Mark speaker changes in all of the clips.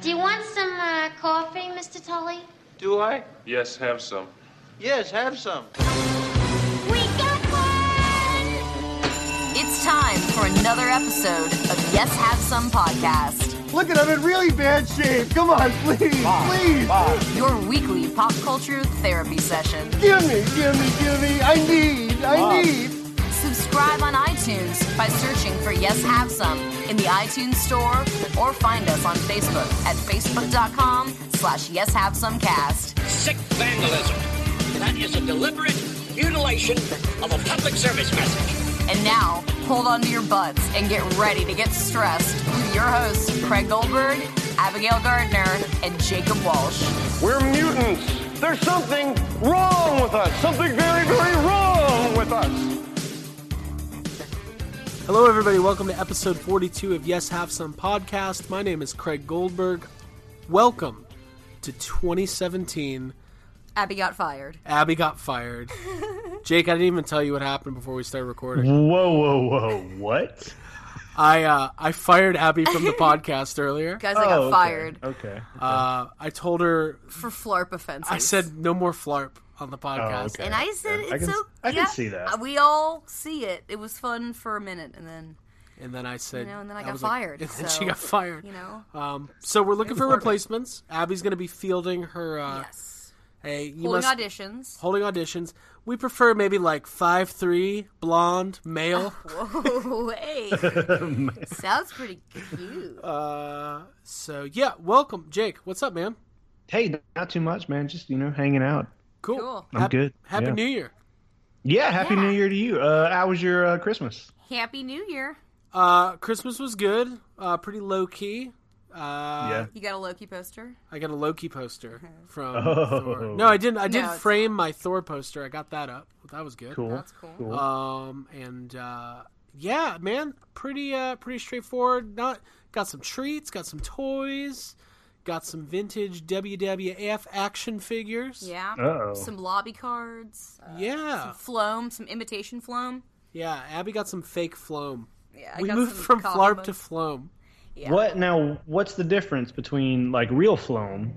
Speaker 1: Do you want some uh, coffee, Mr. Tully?
Speaker 2: Do I?
Speaker 3: Yes, have some.
Speaker 2: Yes, have some.
Speaker 1: We got one!
Speaker 4: It's time for another episode of Yes Have Some Podcast,
Speaker 5: Look at him in really bad shape. Come on, please, please.
Speaker 4: your weekly pop culture therapy session.
Speaker 5: Give me, give me, give me. I need, I need.
Speaker 4: Subscribe on iTunes by searching for Yes Have Some in the iTunes store or find us on Facebook at facebook.com slash yes have some cast.
Speaker 6: sick vandalism. That is a deliberate mutilation of a public service message.
Speaker 4: And now, hold on to your butts and get ready to get stressed with your hosts, Craig Goldberg, Abigail Gardner, and Jacob Walsh.
Speaker 7: We're mutants. There's something wrong with us. Something very, very wrong with us.
Speaker 8: Hello, everybody. Welcome to episode 42 of Yes Have Some podcast. My name is Craig Goldberg. Welcome to 2017.
Speaker 4: Abby got fired.
Speaker 8: Abby got fired. Jake, I didn't even tell you what happened before we started recording.
Speaker 9: Whoa, whoa, whoa! What?
Speaker 8: I uh, I fired Abby from the podcast earlier.
Speaker 10: Guys, I got
Speaker 9: Oh, okay.
Speaker 10: fired
Speaker 9: Okay.
Speaker 8: Uh, I told her
Speaker 10: for flarp offenses.
Speaker 8: I said no more flarp on the podcast.
Speaker 9: okay.
Speaker 10: and I said
Speaker 9: I
Speaker 10: it's
Speaker 9: can-
Speaker 10: so.
Speaker 9: I can
Speaker 10: yeah, uh,
Speaker 9: see that.
Speaker 10: We all see it. It was fun for a minute, and then
Speaker 8: And then I said,
Speaker 10: You know, and then I got
Speaker 8: was like-
Speaker 10: fired,
Speaker 8: and then
Speaker 10: so,
Speaker 8: she got fired.
Speaker 10: you know,
Speaker 8: Um, so we're looking for
Speaker 10: Lord.
Speaker 8: replacements. Abby's going to be fielding her. Uh,
Speaker 10: yes,
Speaker 8: Hey, you
Speaker 10: holding
Speaker 8: must
Speaker 10: auditions.
Speaker 8: holding auditions. We prefer maybe like five three, blonde, male.
Speaker 10: Whoa, hey, sounds pretty cute.
Speaker 8: uh, so yeah, welcome, Jake. What's up, man?
Speaker 9: Hey, not too much, man. Just you know, hanging out.
Speaker 8: Cool.
Speaker 10: Cool.
Speaker 9: I'm good,
Speaker 8: Happy
Speaker 9: yeah.
Speaker 8: New Year.
Speaker 9: Yeah. Happy New Year to you. Uh, how was your uh, Christmas?
Speaker 10: Happy New Year!
Speaker 8: Uh, Christmas was good. Uh, pretty low key. Uh,
Speaker 9: yeah.
Speaker 10: You got a Loki poster?
Speaker 8: I got a Loki poster from
Speaker 9: Oh.
Speaker 8: Thor. No, I didn't. I did
Speaker 10: No, it's
Speaker 8: frame my Thor poster. I got that up. That was good.
Speaker 9: Cool.
Speaker 10: That's cool.
Speaker 8: Um, and uh, yeah, man, pretty uh, pretty straightforward. Not got some treats, got some toys, got some vintage WWF action figures.
Speaker 10: Yeah.
Speaker 9: Uh-oh.
Speaker 10: Some lobby cards, uh,
Speaker 8: yeah,
Speaker 10: floam, some imitation floam.
Speaker 8: yeah. Abby got some fake Floam.
Speaker 10: Yeah, I
Speaker 8: we
Speaker 10: got
Speaker 8: moved
Speaker 10: some
Speaker 8: from
Speaker 10: coffee
Speaker 8: Flarp
Speaker 10: mug-
Speaker 8: to Floam.
Speaker 10: Yeah.
Speaker 9: What now? What's the difference between like real floam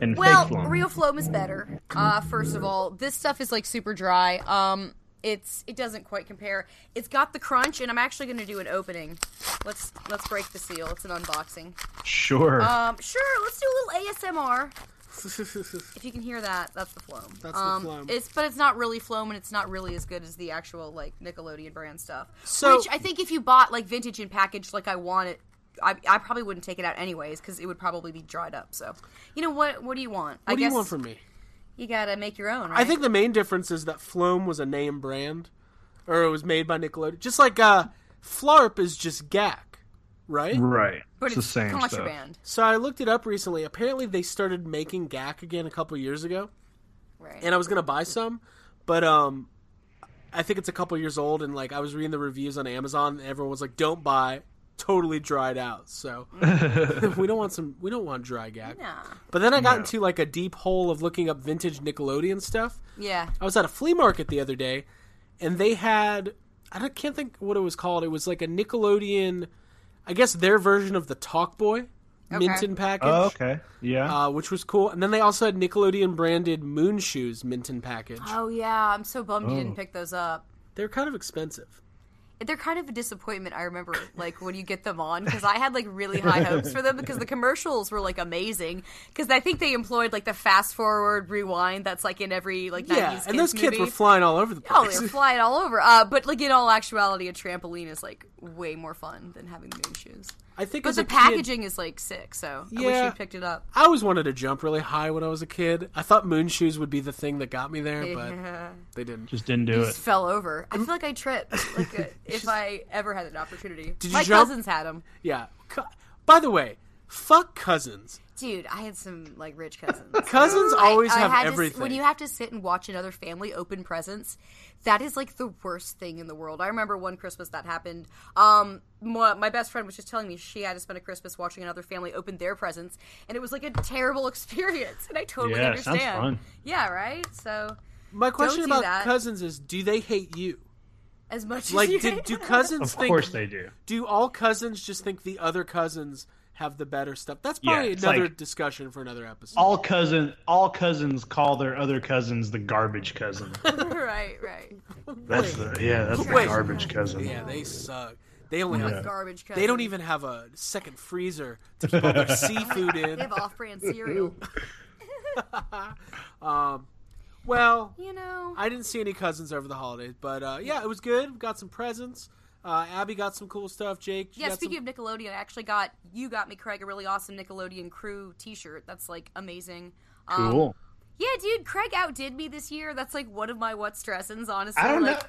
Speaker 9: and
Speaker 10: Well,
Speaker 9: fake floam?
Speaker 10: real phloem is better. Uh, first of all, this stuff is like super dry. Um, it's it doesn't quite compare. It's got the crunch, and I'm actually going to do an opening. Let's let's break the seal. It's an unboxing.
Speaker 9: Sure.
Speaker 10: Um, sure. Let's do a little ASMR. If you can hear that, that's the phloem.
Speaker 8: That's the
Speaker 10: um,
Speaker 8: phloem.
Speaker 10: It's but it's not really phloem, and it's not really as good as the actual like Nickelodeon brand stuff.
Speaker 8: So-
Speaker 10: which I think if you bought like vintage and packaged like I want it. I, I probably wouldn't take it out anyways because it would probably be dried up. So, you know what? What do you want? I
Speaker 8: What do
Speaker 10: guess
Speaker 8: you want from me?
Speaker 10: you gotta make your own. Right?
Speaker 8: I think the main difference is that Floam was a name brand, or it was made by Nickelodeon. Just like uh, Flarp is just Gak, right?
Speaker 9: right.
Speaker 10: but
Speaker 9: it's, the same stuff.
Speaker 10: contraband,
Speaker 8: So I looked it up recently. Apparently, they started making Gak again a couple years ago,
Speaker 10: right?
Speaker 8: and I was gonna buy some, but um, I think it's a couple years old. And like, I was reading the reviews on Amazon, and everyone was like, "Don't buy." Totally dried out, so we don't want some. We don't want dry gag.
Speaker 10: Nah.
Speaker 8: But then I got into like a deep hole of looking up vintage Nickelodeon stuff,
Speaker 10: yeah,
Speaker 8: I was at a flea market the other day, and they had I don't, can't think what it was called. It was like a Nickelodeon, I guess their version of the Talk Boy mint in package,
Speaker 9: Oh, okay. Yeah.
Speaker 8: uh, which was cool. And then they also had Nickelodeon branded moon shoes mint in package.
Speaker 10: oh yeah. I'm so bummed you
Speaker 9: Oh.
Speaker 10: didn't pick those up.
Speaker 8: They're kind of expensive.
Speaker 10: They're kind of a disappointment. I remember, like when you get them on, because I had like really high hopes for them because the commercials were like amazing. Because I think they employed like the fast forward rewind that's like in every like 90s
Speaker 8: Yeah, and those kids
Speaker 10: movie.
Speaker 8: were flying all over the
Speaker 10: Oh,
Speaker 8: place.
Speaker 10: they're flying all over. Uh, but like in all actuality, a trampoline is like way more fun than having the moon shoes.
Speaker 8: I think
Speaker 10: But
Speaker 8: as
Speaker 10: the
Speaker 8: a kid-
Speaker 10: packaging is like sick, so I wish
Speaker 8: Yeah.
Speaker 10: you picked it up.
Speaker 8: I always wanted to jump really high when I was a kid. I thought moon shoes would be the thing that got me there, but they didn't.
Speaker 9: Just didn't do it.
Speaker 10: just fell over. I feel like I tripped. Like uh, if I ever had an opportunity,
Speaker 8: Did you
Speaker 10: my
Speaker 8: jump?
Speaker 10: cousins had them.
Speaker 8: Yeah. Co- By the way, Fuck cousins.
Speaker 10: Dude, I had some like rich cousins.
Speaker 8: Cousins
Speaker 10: I-
Speaker 8: always
Speaker 10: I
Speaker 8: have
Speaker 10: had to s-
Speaker 8: everything.
Speaker 10: when you have to sit and watch another family open presents, that is like the worst thing in the world. I remember one Christmas that happened. Um, my, my best friend was just telling me she had to spend a Christmas watching another family open their presents, and it was like a terrible experience. And I totally
Speaker 9: Yeah, sounds
Speaker 10: understand.
Speaker 9: fun.
Speaker 10: Yeah, right. So
Speaker 8: My question
Speaker 10: do
Speaker 8: about
Speaker 10: that.
Speaker 8: cousins is: Do they hate you?
Speaker 10: as much
Speaker 8: Like,
Speaker 10: as you
Speaker 8: do, do cousins
Speaker 9: Of
Speaker 8: think?
Speaker 9: course they do.
Speaker 8: Do all cousins just think the other cousins have the better stuff? That's
Speaker 9: Yeah,
Speaker 8: probably
Speaker 9: it's
Speaker 8: another
Speaker 9: like-
Speaker 8: discussion for another episode.
Speaker 9: All cousin, all cousins call their other cousins the garbage cousin.
Speaker 10: right, right.
Speaker 9: That's the yeah, that's the
Speaker 8: Wait.
Speaker 9: garbage cousin.
Speaker 8: yeah, they suck. They only have
Speaker 10: Garbage. Cousins.
Speaker 8: They don't even have a second freezer to keep all their seafood
Speaker 10: They
Speaker 8: in.
Speaker 10: have off-brand cereal.
Speaker 8: Well,
Speaker 10: you know.
Speaker 8: I didn't see any cousins over the holidays, but uh, yeah, it was good. We got some presents. Uh, Abby got some cool stuff. Jake, you
Speaker 10: Yeah,
Speaker 8: got
Speaker 10: speaking
Speaker 8: some...
Speaker 10: of Nickelodeon, I actually got you got me Craig a really awesome Nickelodeon crew T-shirt. That's like amazing. Um,
Speaker 9: Cool.
Speaker 10: Yeah, dude, Craig outdid me this year. That's like one of my what's dressins, honestly.
Speaker 9: I don't
Speaker 10: like,
Speaker 9: know.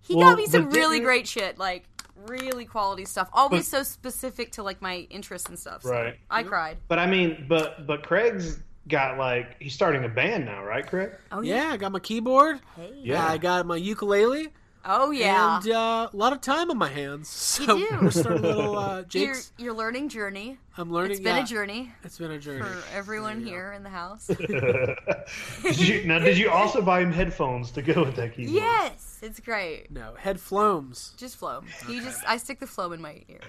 Speaker 10: He
Speaker 9: Well,
Speaker 10: got me some
Speaker 9: but
Speaker 10: really
Speaker 9: didn't-
Speaker 10: great shit, like really quality stuff. Always so specific to like my interests and stuff. So
Speaker 9: Right.
Speaker 10: I cried.
Speaker 9: But I mean, but but Craig's got like he's starting a band now, right, Craig?
Speaker 10: Oh yeah.
Speaker 8: yeah, I got my keyboard. I got my ukulele.
Speaker 10: Oh yeah.
Speaker 8: and uh, a lot of time on my hands. So
Speaker 10: You do.
Speaker 8: we're starting a little uh,
Speaker 10: your
Speaker 8: Jake's.
Speaker 10: your learning journey.
Speaker 8: I'm learning.
Speaker 10: It's been
Speaker 8: yeah,
Speaker 10: a journey
Speaker 8: It's been a journey.
Speaker 10: for everyone here in the house.
Speaker 9: Did you, now, did you also buy him headphones to go with that keyboard?
Speaker 10: yes, it's great.
Speaker 8: No head flomes.
Speaker 10: Just flow. You just I stick the flow in my ears.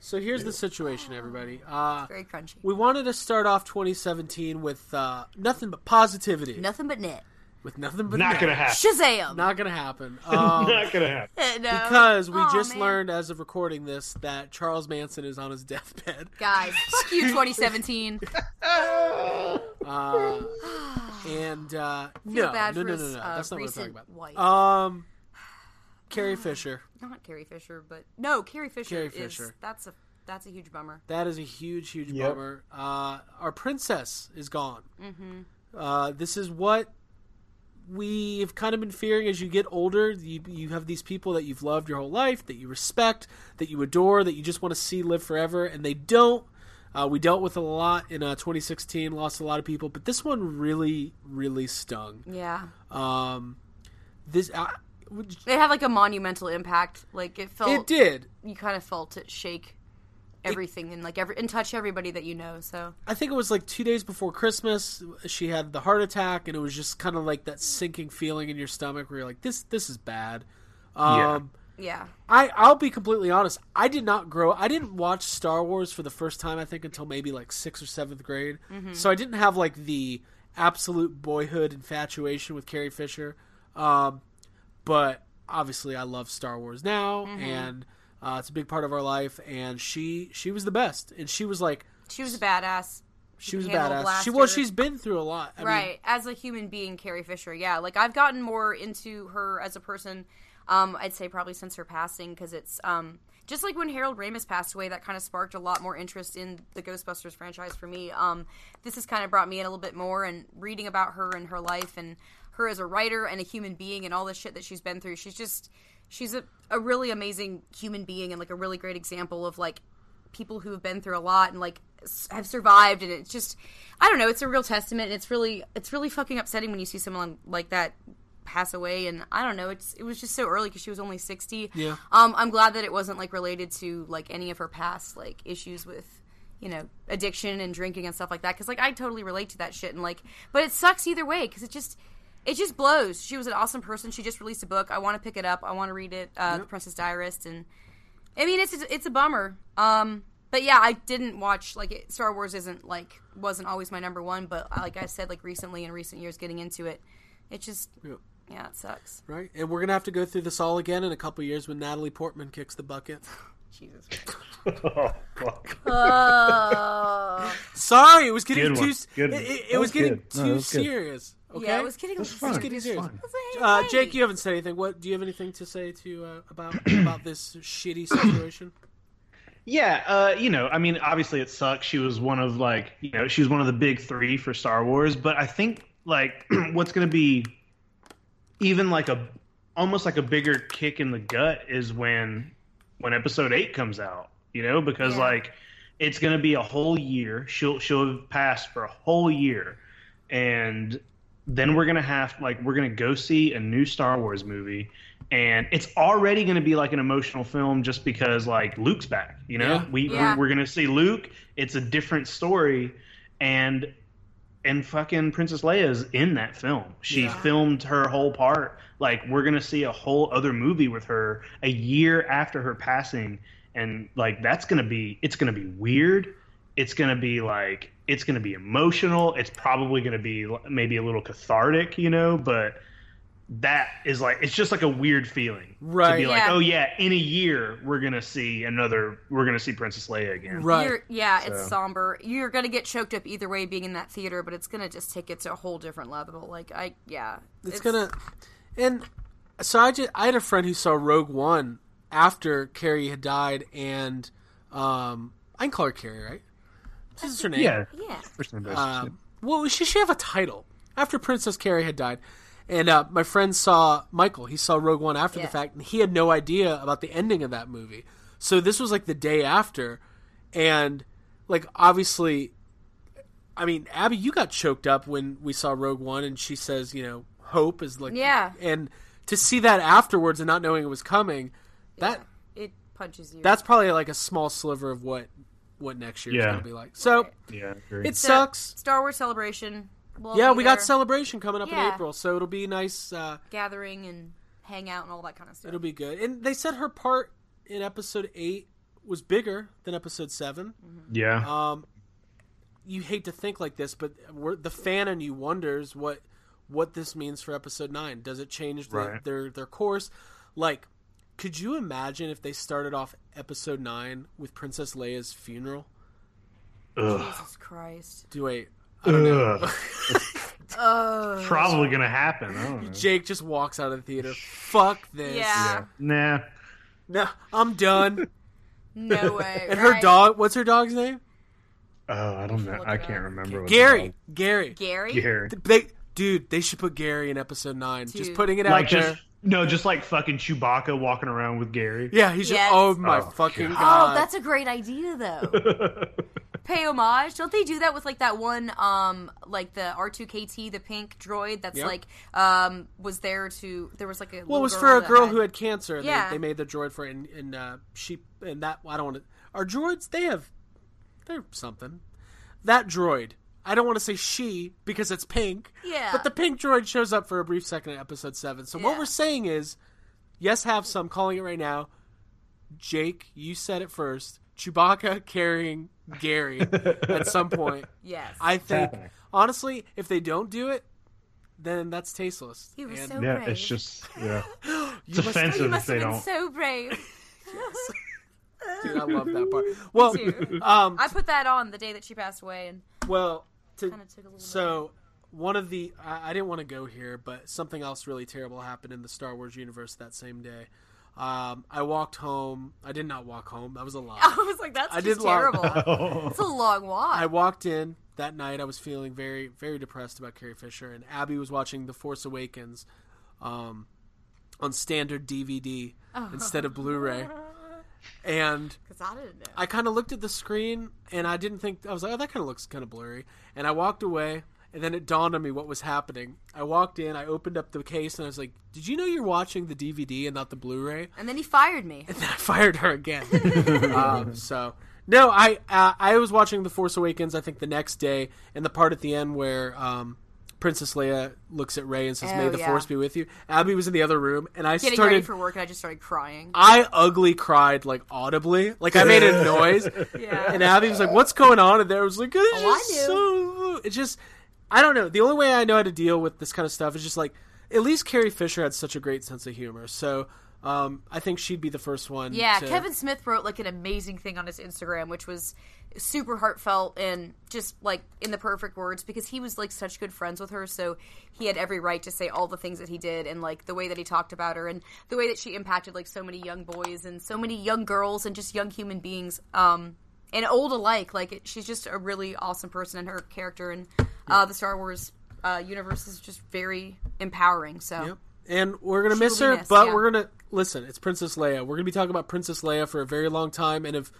Speaker 8: So here's the situation, everybody. Uh,
Speaker 10: Very crunchy.
Speaker 8: we wanted to start off 2017 with uh, nothing but positivity.
Speaker 10: Nothing but net.
Speaker 8: With nothing but
Speaker 9: Not gonna happen.
Speaker 10: Shazam! Eh,
Speaker 8: Not gonna happen. Um,
Speaker 9: Not gonna happen.
Speaker 10: No.
Speaker 8: because we
Speaker 10: Aw,
Speaker 8: just
Speaker 10: man.
Speaker 8: learned as of recording this that Charles Manson is on his deathbed.
Speaker 10: Guys, fuck you 2017.
Speaker 8: Uh, and uh, no,
Speaker 10: bad
Speaker 8: no,
Speaker 10: for
Speaker 8: no, no,
Speaker 10: his,
Speaker 8: no,
Speaker 10: uh,
Speaker 8: That's not what I'm
Speaker 10: recent
Speaker 8: talking about.
Speaker 10: wife.
Speaker 8: Um, Carrie Fisher.
Speaker 10: Not Carrie Fisher, but no, Carrie Fisher
Speaker 8: Carrie
Speaker 10: is
Speaker 8: Fisher.
Speaker 10: that's a that's a huge bummer.
Speaker 8: That is a huge, huge
Speaker 9: Yep.
Speaker 8: bummer. Uh, our princess is gone. Uh, this is what we've kind of been fearing as you get older. You, you have these people that you've loved your whole life, that you respect, that you adore, that you just want to see live forever, and they don't. Uh, we dealt with a lot in uh, 2016, lost a lot of people, but this one really, really stung.
Speaker 10: Yeah.
Speaker 8: This uh, would-
Speaker 10: They had like a monumental impact. Like it felt
Speaker 8: it did.
Speaker 10: you kind of felt it shake everything and like every and touch everybody that you know. So
Speaker 8: I think it was like two days before Christmas. She had the heart attack, and it was just kind of like that sinking feeling in your stomach where you're like, "This, this is bad." Um,
Speaker 10: yeah.
Speaker 8: I, I'll be completely honest. I did not grow. I didn't watch Star Wars for the first time. I think until maybe like sixth or seventh grade. So I didn't have like the absolute boyhood infatuation with Carrie Fisher. Um, but obviously, I love Star Wars now, and uh, it's a big part of our life. And she, she was the best, and she was like
Speaker 10: She was a badass.
Speaker 8: she was a
Speaker 10: Handle
Speaker 8: badass. She
Speaker 10: blaster.
Speaker 8: well, she's been through a lot. I mean,
Speaker 10: right. as a human being, Carrie Fisher, yeah. Like I've gotten more into her as a person. Um, I'd say probably since her passing because it's um, just like when Harold Ramis passed away, that kind of sparked a lot more interest in the Ghostbusters franchise for me. Um, this has kind of brought me in a little bit more and reading about her and her life and her as a writer and a human being and all the shit that she's been through. She's just she's a, a really amazing human being and like a really great example of like people who have been through a lot and like s- have survived and it's just i don't know it's a real testament and it's really it's really fucking upsetting when you see someone like that pass away and i don't know it's it was just so early because she was only 60
Speaker 8: Yeah.
Speaker 10: um i'm glad that it wasn't like related to like any of her past like issues with you know addiction and drinking and stuff like that because like i totally relate to that shit and like but it sucks either way because it just it just blows she was an awesome person she just released a book i want to pick it up i want to read it uh, the princess diarist and I mean, it's it's a bummer. Um, but yeah, I didn't watch like it, Star Wars isn't like wasn't always my number one, but uh, like I said, like recently in recent years, getting into it, it just
Speaker 8: Yeah.
Speaker 10: yeah, it sucks.
Speaker 8: right. And we're gonna have to go through this all again in a couple years when Natalie Portman kicks the bucket.
Speaker 10: Jesus,
Speaker 9: Oh, fuck.
Speaker 8: Uh,
Speaker 10: Uh,
Speaker 8: Sorry, it was getting
Speaker 9: Good
Speaker 8: too.
Speaker 9: one.
Speaker 8: s-
Speaker 9: Good
Speaker 8: It,
Speaker 9: one.
Speaker 8: it- it was
Speaker 9: That was
Speaker 8: getting
Speaker 9: good.
Speaker 8: too
Speaker 9: No, that was good.
Speaker 8: serious. Okay.
Speaker 10: yeah, it was kidding. It
Speaker 8: It's getting serious.
Speaker 10: like,
Speaker 8: Uh,
Speaker 10: hey,
Speaker 8: Jake, you haven't said anything. What do you have anything to say to uh, about about this shitty situation?
Speaker 9: Yeah, uh, you know, I mean, obviously it sucks. She was one of like, you know, she was one of the big three for Star Wars. But I think like what's going to be even like a almost like a bigger kick in the gut is when when Episode Eight comes out. You know, because
Speaker 10: Yeah.
Speaker 9: like It's going to be a whole year. She'll she'll have passed for a whole year, and then we're going to have like we're going to go see a new Star Wars movie, and it's already going to be like an emotional film just because like Luke's back. You know,
Speaker 8: Yeah.
Speaker 9: we
Speaker 10: Yeah.
Speaker 9: we're, we're going to see Luke. It's a different story, and and fucking Princess Leia is in that film. She filmed her whole part. Like we're gonna see a whole other movie with her a year after her passing, and like that's gonna be it's gonna be weird. It's gonna be like it's gonna be emotional. It's probably gonna be l- maybe a little cathartic, you know. But that is like it's just like a weird feeling to
Speaker 8: Right.
Speaker 9: be like,
Speaker 10: Yeah.
Speaker 9: oh yeah, in a year we're gonna see another. We're gonna see Princess Leia again.
Speaker 8: Right.
Speaker 10: You're, yeah, it's
Speaker 9: So.
Speaker 10: somber. You're gonna get choked up either way being in that theater, but it's gonna just take it to a whole different level. Like I, yeah,
Speaker 8: it's gonna and so i just i had a friend who saw rogue one after carrie had died and um i can call her carrie right this is her name
Speaker 9: Yeah.
Speaker 10: yeah.
Speaker 9: First and best.
Speaker 8: um, well she should have a title after princess carrie had died and uh, my friend saw michael he saw rogue one after
Speaker 10: Yeah.
Speaker 8: the fact and he had no idea about the ending of that movie so this was like the day after and like obviously i mean abby you got choked up when we saw rogue one and she says you know hope is like
Speaker 10: Yeah.
Speaker 8: and to see that afterwards and not knowing it was coming that
Speaker 10: It punches you.
Speaker 8: that's probably like a small sliver of what what next year's
Speaker 9: Yeah.
Speaker 8: gonna be like so
Speaker 9: yeah, I agree.
Speaker 8: it sucks
Speaker 10: Star Wars celebration. We'll
Speaker 8: yeah
Speaker 10: be
Speaker 8: we got
Speaker 10: there,
Speaker 8: celebration coming up in
Speaker 10: Yeah.
Speaker 8: april so it'll be nice uh
Speaker 10: gathering and hang out and all that kind of stuff.
Speaker 8: it'll be good and they said her part in episode eight was bigger than episode seven
Speaker 10: Mm-hmm.
Speaker 9: yeah.
Speaker 8: um you hate to think like this but we're, the fan in you wonders what what this means for episode 9 does it change the,
Speaker 9: Right.
Speaker 8: their their course like could you imagine if they started off episode 9 with princess leia's funeral Oh,
Speaker 9: Ugh.
Speaker 10: Jesus Christ.
Speaker 8: do wait
Speaker 9: Ugh.
Speaker 10: Oh.
Speaker 9: Probably gonna happen. I don't know.
Speaker 8: jake just walks out of the theater fuck this
Speaker 10: Yeah.
Speaker 9: Nah.
Speaker 8: no i'm done
Speaker 10: No way.
Speaker 8: and her
Speaker 10: right?
Speaker 8: dog what's her dog's name
Speaker 9: Oh, I don't know. I can't remember. What
Speaker 8: gary gary
Speaker 10: Gary.
Speaker 9: Gary.
Speaker 8: they dude they should put gary in episode 9 just
Speaker 10: Dude.
Speaker 8: putting it out
Speaker 9: Like
Speaker 8: there
Speaker 9: just no, just like fucking Chewbacca walking around with Gary.
Speaker 8: yeah he's
Speaker 10: Yes.
Speaker 8: just oh my
Speaker 9: Oh,
Speaker 8: fucking
Speaker 9: God.
Speaker 8: god
Speaker 10: Oh, that's a great idea though. Pay homage. Don't they do that with like that one um like the R2KT, the pink droid that's
Speaker 8: Yeah.
Speaker 10: like um was there to there was like a
Speaker 8: Well,
Speaker 10: little
Speaker 8: it was for a
Speaker 10: that
Speaker 8: girl who had cancer. And
Speaker 10: Yeah.
Speaker 8: they, they made the droid for it, and, and uh, she and that I don't want to. Are droids? They have, they're something. That droid. I don't want to say she because it's pink.
Speaker 10: Yeah.
Speaker 8: But the pink droid shows up for a brief second in episode seven. So what
Speaker 10: Yeah.
Speaker 8: we're saying is, yes, have some. Calling it right now. Jake, you said it first. Chewbacca carrying Gary at some point.
Speaker 10: Yes.
Speaker 8: I think honestly, if they don't do it, then that's tasteless.
Speaker 10: he was
Speaker 8: And
Speaker 10: so
Speaker 9: Yeah,
Speaker 10: brave.
Speaker 9: it's just yeah. It's
Speaker 8: you must-
Speaker 10: Oh, you
Speaker 9: offensive if
Speaker 10: must
Speaker 9: they
Speaker 10: have been
Speaker 9: don't.
Speaker 10: so brave.
Speaker 8: Dude, I love that part. Well,
Speaker 10: too.
Speaker 8: um,
Speaker 10: I put that on the day that she passed away and
Speaker 8: well, to,
Speaker 10: kind of took a little
Speaker 8: so one of the I, I didn't want to go here, but something else really terrible happened in the Star Wars universe that same day. Um, I walked home. I did not walk home. That was a
Speaker 10: I
Speaker 8: lie.
Speaker 10: was like, that's
Speaker 8: I
Speaker 10: just
Speaker 8: did log-
Speaker 10: terrible.
Speaker 9: Oh,
Speaker 10: it's a long walk.
Speaker 8: I walked in that night. I was feeling very, very depressed about Carrie Fisher, and Abby was watching The Force Awakens um, on standard DVD instead of Blu-ray, and
Speaker 10: Because I didn't know.
Speaker 8: I kind of looked at the screen and I didn't think I was like, oh, that kind of looks kind of blurry. And I walked away, and then it dawned on me what was happening. I walked in, I opened up the case, and I was like, "Did you know you're watching the DVD and not the Blu-ray?"
Speaker 10: and then he fired me.
Speaker 8: And then I fired her again. um, so no, I uh, I was watching The Force Awakens. I think the next day, and the part at the end where. Um, Princess Leia looks at Ray and says, "May
Speaker 10: Oh,
Speaker 8: the
Speaker 10: yeah.
Speaker 8: Force be with you." Abby was in the other room, and I
Speaker 10: Getting ready
Speaker 8: started
Speaker 10: for work, and I just started crying.
Speaker 8: I ugly cried like audibly, like I made a noise.
Speaker 10: Yeah.
Speaker 8: And Abby was like, "What's going on?" And there I was like, "It's
Speaker 10: Oh, I
Speaker 8: just
Speaker 10: knew."
Speaker 8: so." It's just, I don't know. The only way I know how to deal with this kind of stuff is just like, at least Carrie Fisher had such a great sense of humor, so um, I think she'd be the first one.
Speaker 10: Yeah,
Speaker 8: to-
Speaker 10: Kevin Smith wrote like an amazing thing on his Instagram, which was super heartfelt and just like in the perfect words because he was like such good friends with her. So he had every right to say all the things that he did and like the way that he talked about her and the way that she impacted like so many young boys and so many young girls and just young human beings um, and old alike. Like it, she's just a really awesome person and her character and uh, the Star Wars uh, universe is just very empowering. So
Speaker 8: Yep. And we're gonna miss
Speaker 10: will be
Speaker 8: her,
Speaker 10: missed,
Speaker 8: but
Speaker 10: yeah.
Speaker 8: we're gonna listen. It's Princess Leia. We're gonna be talking about Princess Leia for a very long time, and if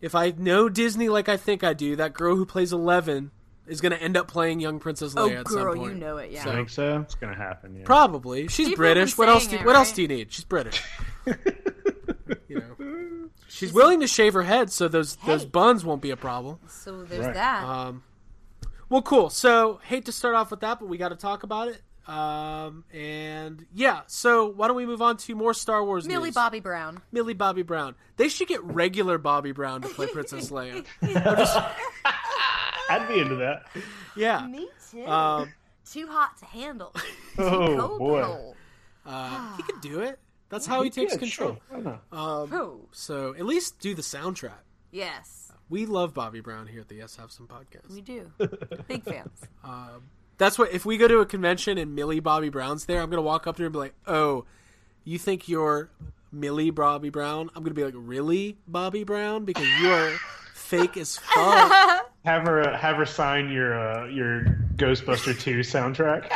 Speaker 8: If I know Disney like I think I do, that girl who plays Eleven is going to end up playing young Princess
Speaker 10: Oh,
Speaker 8: Leia at some
Speaker 10: girl,
Speaker 8: point.
Speaker 10: you know it. Yeah.
Speaker 9: I think so. It's gonna happen. Yeah.
Speaker 8: Probably. She's
Speaker 10: People have been
Speaker 8: British. What else? Do,
Speaker 10: saying it,
Speaker 8: What else
Speaker 10: right?
Speaker 8: do you need? She's British. you know. She's willing to shave her head, so those those
Speaker 10: Hey.
Speaker 8: buns won't be a problem.
Speaker 10: so there's
Speaker 9: Right.
Speaker 10: that.
Speaker 8: Uh, Well, cool. So, hate to start off with that, but we got to talk about it. Um, and yeah, so why don't we move on to more Star Wars
Speaker 10: Millie
Speaker 8: news?
Speaker 10: Bobby Brown.
Speaker 8: Millie Bobby Brown. They should get regular Bobby Brown to play Princess Leia.
Speaker 9: I'd be into that.
Speaker 8: Yeah.
Speaker 10: Me too.
Speaker 8: Um,
Speaker 10: Too hot to handle.
Speaker 9: Oh
Speaker 10: Cold
Speaker 9: boy.
Speaker 10: coal.
Speaker 8: he could do it. That's how he, takes control.
Speaker 10: Oh,
Speaker 8: So, at least do the soundtrack.
Speaker 10: yes,
Speaker 8: We love Bobby Brown here at the Yes Have Some podcast.
Speaker 10: we do. Big fans.
Speaker 8: That's what if we go to a convention and Millie Bobby Brown's there, I'm gonna walk up to her and be like, "Oh, you think you're Millie Bobby Brown?" I'm gonna be like, "Really, Bobby Brown?" Because you are fake as fuck.
Speaker 9: Have her uh, have her sign your uh, your Ghostbuster two soundtrack.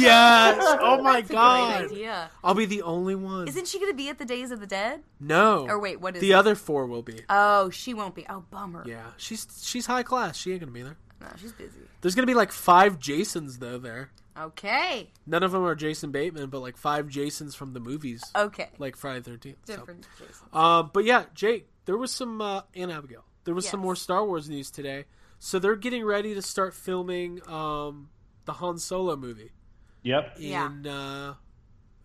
Speaker 8: yes. Oh my
Speaker 10: Great
Speaker 8: god.
Speaker 10: idea.
Speaker 8: I'll be the only one.
Speaker 10: Isn't she going to be at the Days of the Dead?
Speaker 8: no.
Speaker 10: Or wait, what is
Speaker 8: the
Speaker 10: it?
Speaker 8: other four will be?
Speaker 10: Oh, she won't be. Oh, bummer.
Speaker 8: yeah, she's she's high class. She ain't gonna be there.
Speaker 10: No, she's busy.
Speaker 8: There's gonna be like five Jasons though. There,
Speaker 10: Okay.
Speaker 8: none of them are Jason Bateman, but like five Jasons from the movies,
Speaker 10: Okay.
Speaker 8: like Friday the Thirteenth.
Speaker 10: Different Jason.
Speaker 8: Uh, but yeah, Jake, there was some uh, and Abigail. There was some
Speaker 10: Yes.
Speaker 8: more Star Wars news today. So they're getting ready to start filming um, the Han Solo movie
Speaker 9: Yep.
Speaker 10: Yeah.
Speaker 8: in. Uh,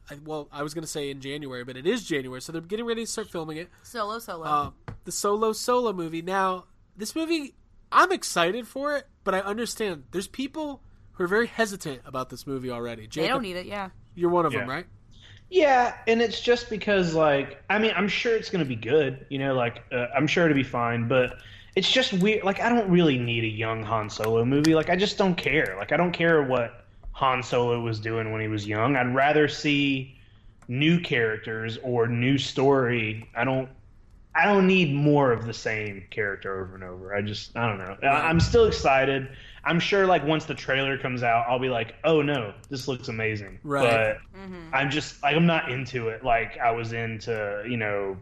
Speaker 8: I, well, I was going to say in January, but it is January, so they're getting ready to start filming it.
Speaker 10: Solo, solo.
Speaker 8: Uh, the Solo Solo movie. Now, this movie, I'm excited for it, but I understand there's people who are very hesitant about this movie already.
Speaker 10: they
Speaker 8: Jacob,
Speaker 10: don't e- need it. Yeah.
Speaker 8: you're one of
Speaker 9: Yeah.
Speaker 8: them, right?
Speaker 9: Yeah, and it's just because, like, I mean, I'm sure it's going to be good, you know, like, uh, I'm sure it'll be fine, but it's just weird. Like, I don't really need a young Han Solo movie. Like, I just don't care. Like, I don't care what Han Solo was doing when he was young. I'd rather see new characters or new story. I don't. I don't need more of the same character over and over. I just, I don't know. I, I'm still excited. I'm sure, like, once the trailer comes out, I'll be like, oh no, this looks amazing.
Speaker 8: Right.
Speaker 9: But I'm just like I'm not into it like I was into you know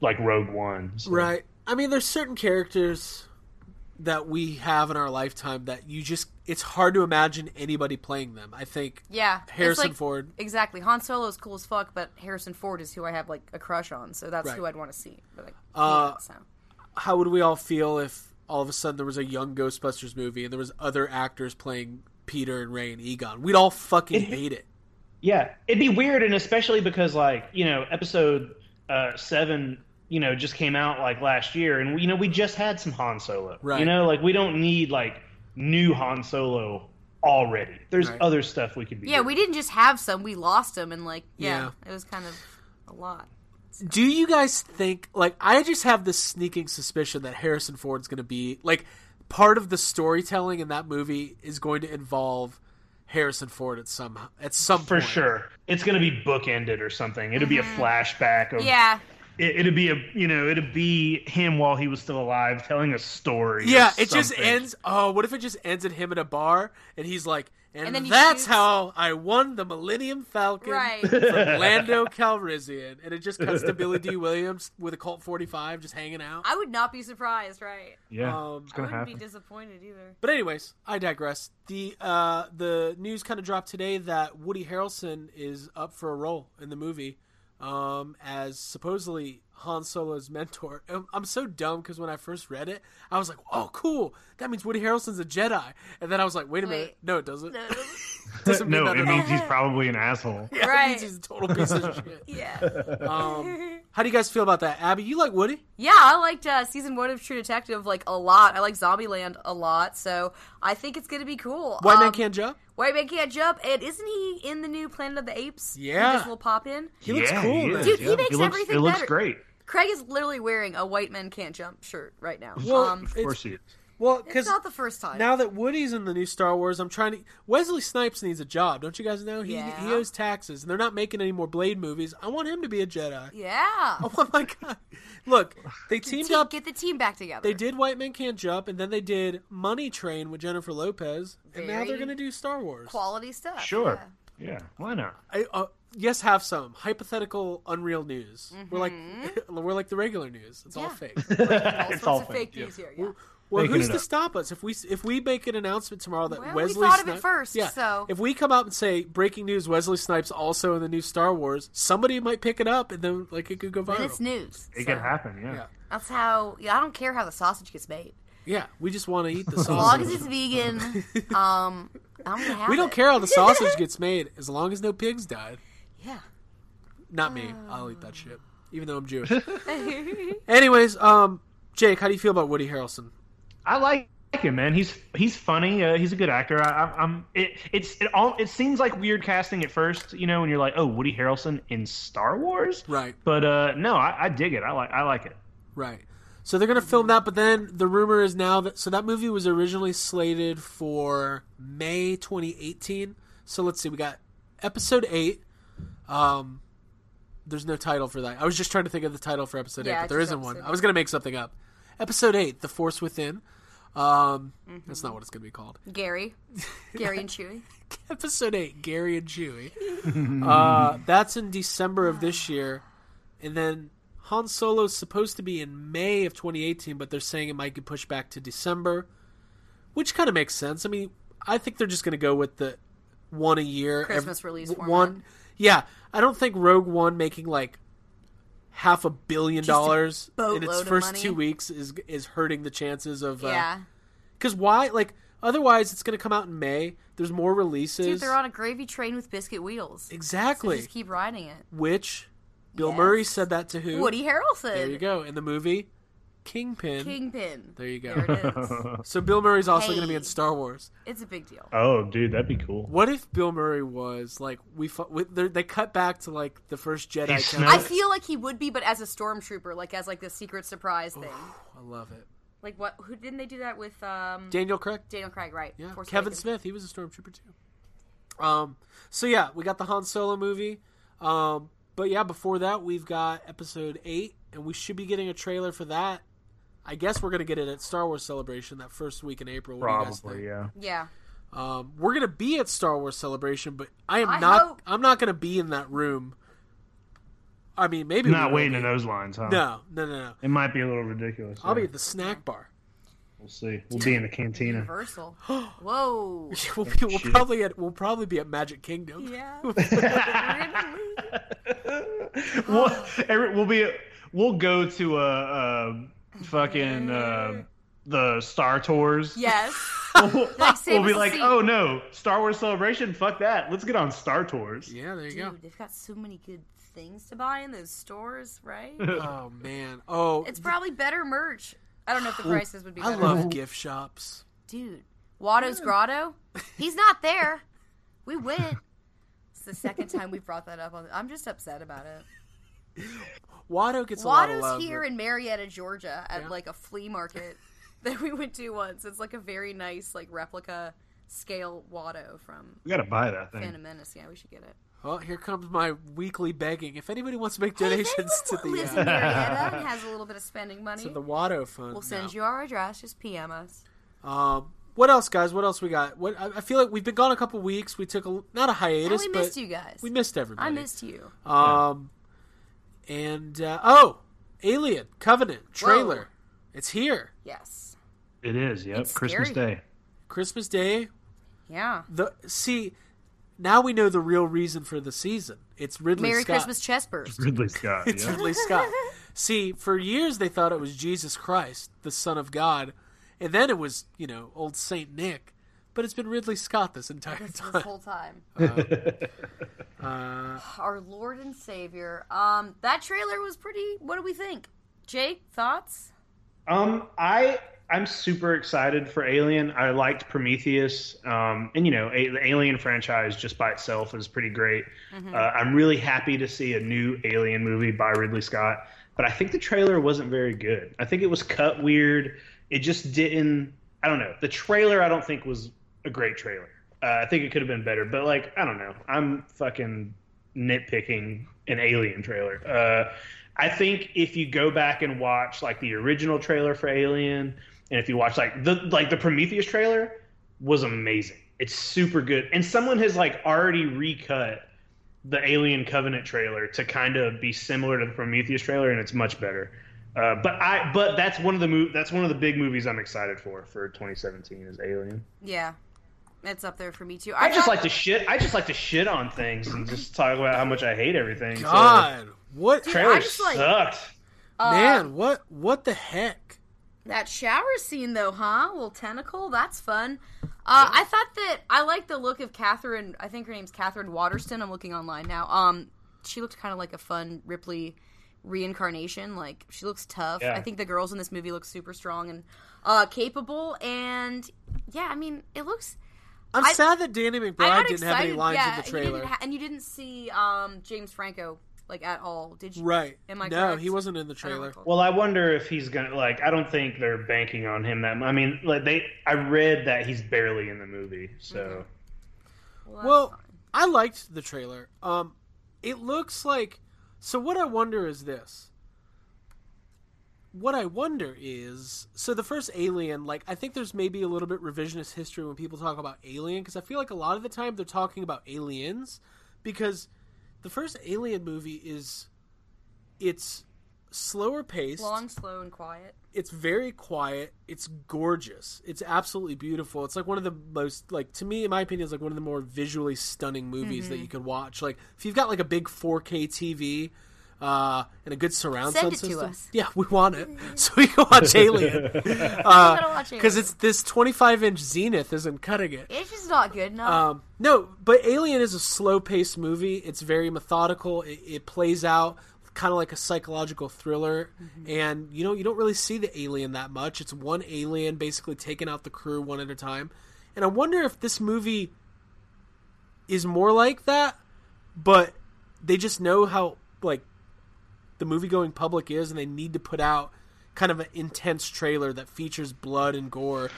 Speaker 9: like Rogue One. so-
Speaker 8: Right. I mean, there's certain characters that we have in our lifetime that you just, it's hard to imagine anybody playing them. I think
Speaker 10: Yeah. It's
Speaker 8: Harrison
Speaker 10: like-
Speaker 8: Ford.
Speaker 10: Exactly. Han Solo is cool as fuck, but Harrison Ford is who I have like a crush on, so that's
Speaker 8: Right.
Speaker 10: who I'd want to see. But like,
Speaker 8: Uh,
Speaker 10: yeah, so.
Speaker 8: How would we all feel if all of a sudden there was a young Ghostbusters movie and there was other actors playing Peter and Ray and Egon? We'd all fucking hate it.
Speaker 9: Yeah, it'd be weird, and especially because like you know episode uh, seven you know just came out like last year, and you know we just had some Han Solo.
Speaker 8: Right.
Speaker 9: You know, like we don't need like new Han Solo already. There's
Speaker 8: Right.
Speaker 9: other stuff we could be.
Speaker 10: yeah, we didn't just have some; we lost them, and like, yeah,
Speaker 8: Yeah.
Speaker 10: it was kind of a lot.
Speaker 8: Do you guys think, like, I just have this sneaking suspicion that Harrison Ford's going to be, like, part of the storytelling in that movie is going to involve Harrison Ford at some at some
Speaker 9: For
Speaker 8: point.
Speaker 9: sure, it's gonna be bookended or something. It'll be a flashback of
Speaker 10: Mm-hmm. Yeah,
Speaker 9: it, it'd be a you know it'd be him while he was still alive telling a story. or
Speaker 8: Yeah, it just
Speaker 9: something.
Speaker 8: ends. Oh, what if it just ends at him in a bar and he's like, and,
Speaker 10: And then he
Speaker 8: that's
Speaker 10: shoots.
Speaker 8: how I won the Millennium Falcon
Speaker 10: right.
Speaker 8: from Lando Calrissian, and it just cuts to Billy D. Williams with a Colt 45 just hanging out.
Speaker 10: I would not be surprised, right?
Speaker 9: Yeah,
Speaker 8: Um,
Speaker 9: it's
Speaker 10: I
Speaker 9: gonna
Speaker 10: wouldn't be
Speaker 9: happen.
Speaker 10: disappointed either.
Speaker 8: But anyways, I digress. The uh, the news kind of dropped today that Woody Harrelson is up for a role in the movie um, as supposedly Han Solo's mentor. Um, I'm so dumb because when I first read it, I was like, "Oh, cool! That means Woody Harrelson's a Jedi." And then I was like, "Wait a minute,
Speaker 10: Wait.
Speaker 8: no, it doesn't.
Speaker 10: No,
Speaker 8: It
Speaker 10: it doesn't-
Speaker 8: doesn't mean
Speaker 9: no,
Speaker 8: that
Speaker 9: it
Speaker 8: at all.
Speaker 9: means he's probably an asshole.
Speaker 8: Yeah, it means
Speaker 10: Right.
Speaker 8: he's a total piece of shit."
Speaker 10: yeah,
Speaker 8: Um, how do you guys feel about that, Abby? You like Woody?
Speaker 10: yeah. I liked uh, season one of True Detective like a lot. I like Zombieland a lot, so I think it's gonna be cool.
Speaker 8: White man
Speaker 10: Um,
Speaker 8: can't jump.
Speaker 10: White man can't jump, and isn't he in the new Planet of the Apes?
Speaker 8: Yeah.
Speaker 10: he just will pop in.
Speaker 8: He looks cool, man.
Speaker 9: is,
Speaker 10: Dude, he makes
Speaker 9: it looks,
Speaker 10: everything
Speaker 9: It looks
Speaker 10: better.
Speaker 9: great.
Speaker 10: Craig is literally wearing a white men can't jump shirt right now.
Speaker 8: Well,
Speaker 10: um,
Speaker 9: Of
Speaker 8: It's-
Speaker 9: course he is.
Speaker 8: Well,
Speaker 10: it's
Speaker 8: because
Speaker 10: not the first time.
Speaker 8: Now that Woody's in the new Star Wars, I'm trying to. Wesley Snipes needs a job, don't you guys know? He
Speaker 10: Yeah.
Speaker 8: he owes taxes, and they're not making any more Blade movies. I want him to be a Jedi.
Speaker 10: yeah,
Speaker 8: I want my guy. Look, they teamed
Speaker 10: Team-
Speaker 8: up.
Speaker 10: get the team back together.
Speaker 8: They did White Man Can't Jump, and then they did Money Train with Jennifer Lopez, and now
Speaker 10: Very
Speaker 8: they're going to do Star Wars.
Speaker 10: quality stuff.
Speaker 9: Sure.
Speaker 10: yeah.
Speaker 9: Yeah, why not?
Speaker 8: I, uh, yes, have some hypothetical unreal news. We're like we're like the regular news. It's all
Speaker 10: Mm-hmm. Yeah.
Speaker 8: fake.
Speaker 10: All
Speaker 9: It's
Speaker 10: sorts
Speaker 9: all
Speaker 10: of
Speaker 9: fake,
Speaker 10: fake
Speaker 9: yeah.
Speaker 10: news here. Yeah.
Speaker 8: Well,
Speaker 9: Making
Speaker 8: who's
Speaker 9: it
Speaker 8: to
Speaker 9: up.
Speaker 8: stop us if we if we make an announcement tomorrow that
Speaker 10: Well, we
Speaker 8: Wesley
Speaker 10: thought of it
Speaker 8: Sni-
Speaker 10: first,
Speaker 8: Yeah,
Speaker 10: so-
Speaker 8: if we come out and say breaking news, Wesley Snipes also in the new Star Wars, somebody might pick it up and then like it could go
Speaker 10: Then
Speaker 8: viral.
Speaker 10: it's news.
Speaker 9: It
Speaker 10: so
Speaker 9: could happen. Yeah.
Speaker 8: Yeah.
Speaker 10: That's how. Yeah, I don't care how the sausage gets made.
Speaker 8: yeah, we just want to eat the
Speaker 10: As long as
Speaker 8: sausage.
Speaker 10: it's vegan, um, I'm gonna have
Speaker 8: Oh. we don't
Speaker 10: it.
Speaker 8: care how the sausage gets made as long as no pigs died.
Speaker 10: Yeah.
Speaker 8: Not me. I'll eat that shit, even though I'm Jewish. Anyways, um, Jake, how do you feel about Woody Harrelson?
Speaker 9: I like him, man. He's he's funny. Uh, he's a good actor. I, I, I'm. It, it's it all. It seems like weird casting at first, you know, when you're like, oh, Woody Harrelson in Star Wars,
Speaker 8: Right.
Speaker 9: But uh, no, I, I dig it. I like I like it.
Speaker 8: Right. So they're gonna
Speaker 10: Mm-hmm.
Speaker 8: film that, but then the rumor is now that so that movie was originally slated for May 2018. So let's see, we got episode eight. Um, there's no title for that. I was just trying to think of the title for episode eight,
Speaker 10: Yeah,
Speaker 8: but there
Speaker 10: just
Speaker 8: isn't one.
Speaker 10: episode
Speaker 8: I was gonna make something up. Episode eight, The Force Within. Um,
Speaker 10: Mm-hmm.
Speaker 8: that's not what it's gonna be called.
Speaker 10: Gary, Gary and Chewy.
Speaker 8: Episode eight, Gary and Chewie. uh, that's in December of this year, and then Han Solo's supposed to be in May of 2018, but they're saying it might get pushed back to December, which kind of makes sense. I mean, I think they're just going to go with the one a year
Speaker 10: Christmas release
Speaker 8: w-
Speaker 10: format.
Speaker 8: One, yeah. I don't think Rogue One making like half a billion dollars in
Speaker 10: boatload
Speaker 8: its
Speaker 10: of
Speaker 8: first
Speaker 10: money.
Speaker 8: two weeks is is hurting the chances of uh,
Speaker 10: Yeah,
Speaker 8: because why? Like, otherwise, it's going to come out in May. There's more releases.
Speaker 10: dude, they're on a gravy train with biscuit wheels.
Speaker 8: exactly.
Speaker 10: Just keep riding it.
Speaker 8: Which Bill
Speaker 10: Yes.
Speaker 8: Murray said that to who?
Speaker 10: Woody Harrelson.
Speaker 8: There you go. In the movie Kingpin.
Speaker 10: Kingpin.
Speaker 8: There you go.
Speaker 10: There it is.
Speaker 8: So Bill Murray's also
Speaker 10: Hey.
Speaker 8: going to be in Star Wars.
Speaker 10: it's a big deal.
Speaker 9: Oh, dude, that'd be cool.
Speaker 8: What if Bill Murray was like we, fu- we they're- they cut back to like the first Jedi?
Speaker 9: He
Speaker 8: council.
Speaker 9: smelled-
Speaker 10: I feel like he would be, but as a stormtrooper, like as like the secret surprise thing.
Speaker 8: I love it.
Speaker 10: Like what? Who didn't they do that with? Um,
Speaker 8: Daniel Craig.
Speaker 10: Daniel Craig, right?
Speaker 8: Yeah.
Speaker 10: Force
Speaker 8: Kevin
Speaker 10: Awakens.
Speaker 8: Smith. He was a stormtrooper too. Um. So yeah, we got the Han Solo movie. Um. But yeah, before that, we've got Episode Eight, and we should be getting a trailer for that. I guess we're gonna get it at Star Wars Celebration that first week in April. What do you guys think?
Speaker 9: Probably, yeah.
Speaker 10: Yeah.
Speaker 8: Um, we're gonna be at Star Wars Celebration, but I am
Speaker 10: I
Speaker 8: not.
Speaker 10: hope-
Speaker 8: I'm not gonna be in that room. I mean, maybe we
Speaker 9: Not
Speaker 8: will
Speaker 9: waiting
Speaker 8: be.
Speaker 9: in those lines, huh?
Speaker 8: No, no, no, no.
Speaker 9: It might be a little ridiculous.
Speaker 8: I'll be
Speaker 9: yeah.
Speaker 8: at the snack bar.
Speaker 9: We'll see. We'll be in the cantina.
Speaker 10: Universal. Whoa.
Speaker 8: We'll, be, we'll
Speaker 9: shit.
Speaker 8: probably at. We'll probably be at Magic Kingdom.
Speaker 10: Yeah.
Speaker 9: we'll,
Speaker 10: Oh.
Speaker 9: every, we'll be we'll go to uh, uh fucking uh, the Star Tours.
Speaker 10: yes.
Speaker 9: we'll,
Speaker 10: Like, save
Speaker 9: we'll be
Speaker 10: us a
Speaker 9: like,
Speaker 10: seat.
Speaker 9: oh no, Star Wars Celebration, fuck that. Let's get on Star Tours.
Speaker 8: Yeah, there you
Speaker 10: Dude, they've got so many good things to buy in those stores, right?
Speaker 8: go. Oh man. Oh,
Speaker 10: it's probably better merch. I don't know if the prices would be
Speaker 8: I
Speaker 10: better.
Speaker 8: love gift shops.
Speaker 10: Dude, Watto's Grotto? He's not there. We went. It's the second time we brought that up. On I'm just upset about it.
Speaker 8: Watto gets a lot of love.
Speaker 10: Watto's here
Speaker 8: but-
Speaker 10: in Marietta, Georgia, at
Speaker 8: Yeah.
Speaker 10: like a flea market that we went to once. It's like a very nice, like replica scale Watto from
Speaker 9: We gotta buy that thing.
Speaker 10: Phantom Menace. Yeah, we should get it.
Speaker 8: well, Oh, here comes my weekly begging. If anybody wants to make
Speaker 10: Hey, if
Speaker 8: donations to
Speaker 10: anyone
Speaker 8: the
Speaker 10: lives in
Speaker 8: uh,
Speaker 10: Marietta and has a little bit of spending money,
Speaker 8: to the Watto fund,
Speaker 10: we'll send
Speaker 8: no.
Speaker 10: you our address. Just PM us.
Speaker 8: Um, what else, guys? What else we got? What I, I feel like we've been gone a couple weeks. We took a not a
Speaker 10: And
Speaker 8: hiatus,
Speaker 10: we
Speaker 8: but
Speaker 10: missed you guys.
Speaker 8: we missed everybody.
Speaker 10: I missed you.
Speaker 8: Um, and uh, oh, Alien Covenant trailer. It's here.
Speaker 10: Yes.
Speaker 9: It is, yep.
Speaker 10: It's
Speaker 9: Christmas
Speaker 10: scary.
Speaker 9: Day.
Speaker 8: Christmas Day.
Speaker 10: Yeah.
Speaker 8: The see, now we know the real reason for the season. It's Ridley
Speaker 10: Merry
Speaker 8: Scott.
Speaker 10: Christmas chest burst.
Speaker 9: Ridley Scott.
Speaker 8: It's
Speaker 9: yeah.
Speaker 8: Ridley Scott. See, for years they thought it was Jesus Christ, the Son of God, and then it was you know old Saint Nick. But it's been Ridley Scott this entire time.
Speaker 10: this whole time.
Speaker 8: Uh,
Speaker 10: Our Lord and Savior. Um, that trailer was pretty. What do we think, Jake? Thoughts?
Speaker 9: Um, I I'm super excited for Alien. I liked Prometheus, um, and you know a, the Alien franchise just by itself is pretty great. Uh, I'm really happy to see a new Alien movie by Ridley Scott, but I think the trailer wasn't very good. I think it was cut weird. It just didn't. I don't know. The trailer I don't think was a great trailer. Uh, I think it could have been better, but like I don't know. I'm fucking nitpicking an Alien trailer. Uh, I think if you go back and watch like the original trailer for Alien, and if you watch like the like the Prometheus trailer was amazing. It's super good. And someone has like already recut the Alien Covenant trailer to kind of be similar to the Prometheus trailer, and it's much better. Uh, but I but that's one of the mov- that's one of the big movies I'm excited for for 2017 is Alien.
Speaker 10: Yeah, it's up there for me too.
Speaker 9: I just like to shit. I just like to shit on things and just talk about how much I hate everything. so-
Speaker 8: God, what
Speaker 9: trailer
Speaker 10: I just, like-
Speaker 9: sucked.
Speaker 10: um,
Speaker 8: man? What what the heck?
Speaker 10: That shower scene, though, huh? Well, tentacle, that's fun. Uh, I thought that I liked the look of Catherine. I think her name's Catherine Waterston. I'm looking online now. Um, she looked kind of like a fun Ripley reincarnation. Like she looks tough.
Speaker 9: Yeah.
Speaker 10: I think the girls in this movie look super strong and uh, capable. And yeah, I mean, it looks.
Speaker 8: I'm
Speaker 10: I-
Speaker 8: sad that Danny
Speaker 10: I
Speaker 8: McBride
Speaker 10: got
Speaker 8: didn't have
Speaker 10: excited.
Speaker 8: any lines
Speaker 10: yeah,
Speaker 8: in the
Speaker 10: you didn't
Speaker 8: trailer.
Speaker 10: ha- and you didn't see um, James Franco like at all, did you?
Speaker 8: right?
Speaker 10: Am I
Speaker 8: no,
Speaker 10: correct?
Speaker 8: he wasn't in the
Speaker 10: I don't
Speaker 8: trailer.
Speaker 10: recall.
Speaker 9: Well, I wonder if he's gonna like. I don't think they're banking on him that. mu- I mean, like they. I read that he's barely in the movie, so
Speaker 10: Well,
Speaker 8: Well, I liked the trailer. Um, it looks like. So what I wonder is this. What I wonder is so the first Alien, like I think there's maybe a little bit revisionist history when people talk about Alien because I feel like a lot of the time they're talking about aliens because the first Alien movie is it's slower paced
Speaker 10: long, slow, and quiet.
Speaker 8: it's very quiet. It's gorgeous. It's absolutely beautiful. It's like one of the most like to me in my opinion is like one of the more visually stunning movies
Speaker 10: Mm-hmm.
Speaker 8: that you could watch. Like if you've got like a big 4K TV uh, and a good surround
Speaker 10: Send
Speaker 8: sound
Speaker 10: it to
Speaker 8: system.
Speaker 10: us.
Speaker 8: Yeah, we want it. So we can watch Alien.
Speaker 10: gotta watch it.
Speaker 8: Cuz Uh, it's this 25-inch zenith isn't cutting it.
Speaker 10: It's just not good enough.
Speaker 8: Um, no, but Alien is a slow paced movie. It's very methodical. It, it plays out kind of like a psychological thriller, and you know you don't really see the alien that much. It's one alien basically taking out the crew one at a time, and I wonder if this movie is more like that, but they just know how like the movie going public is, and they need to put out kind of an intense trailer that features blood and gore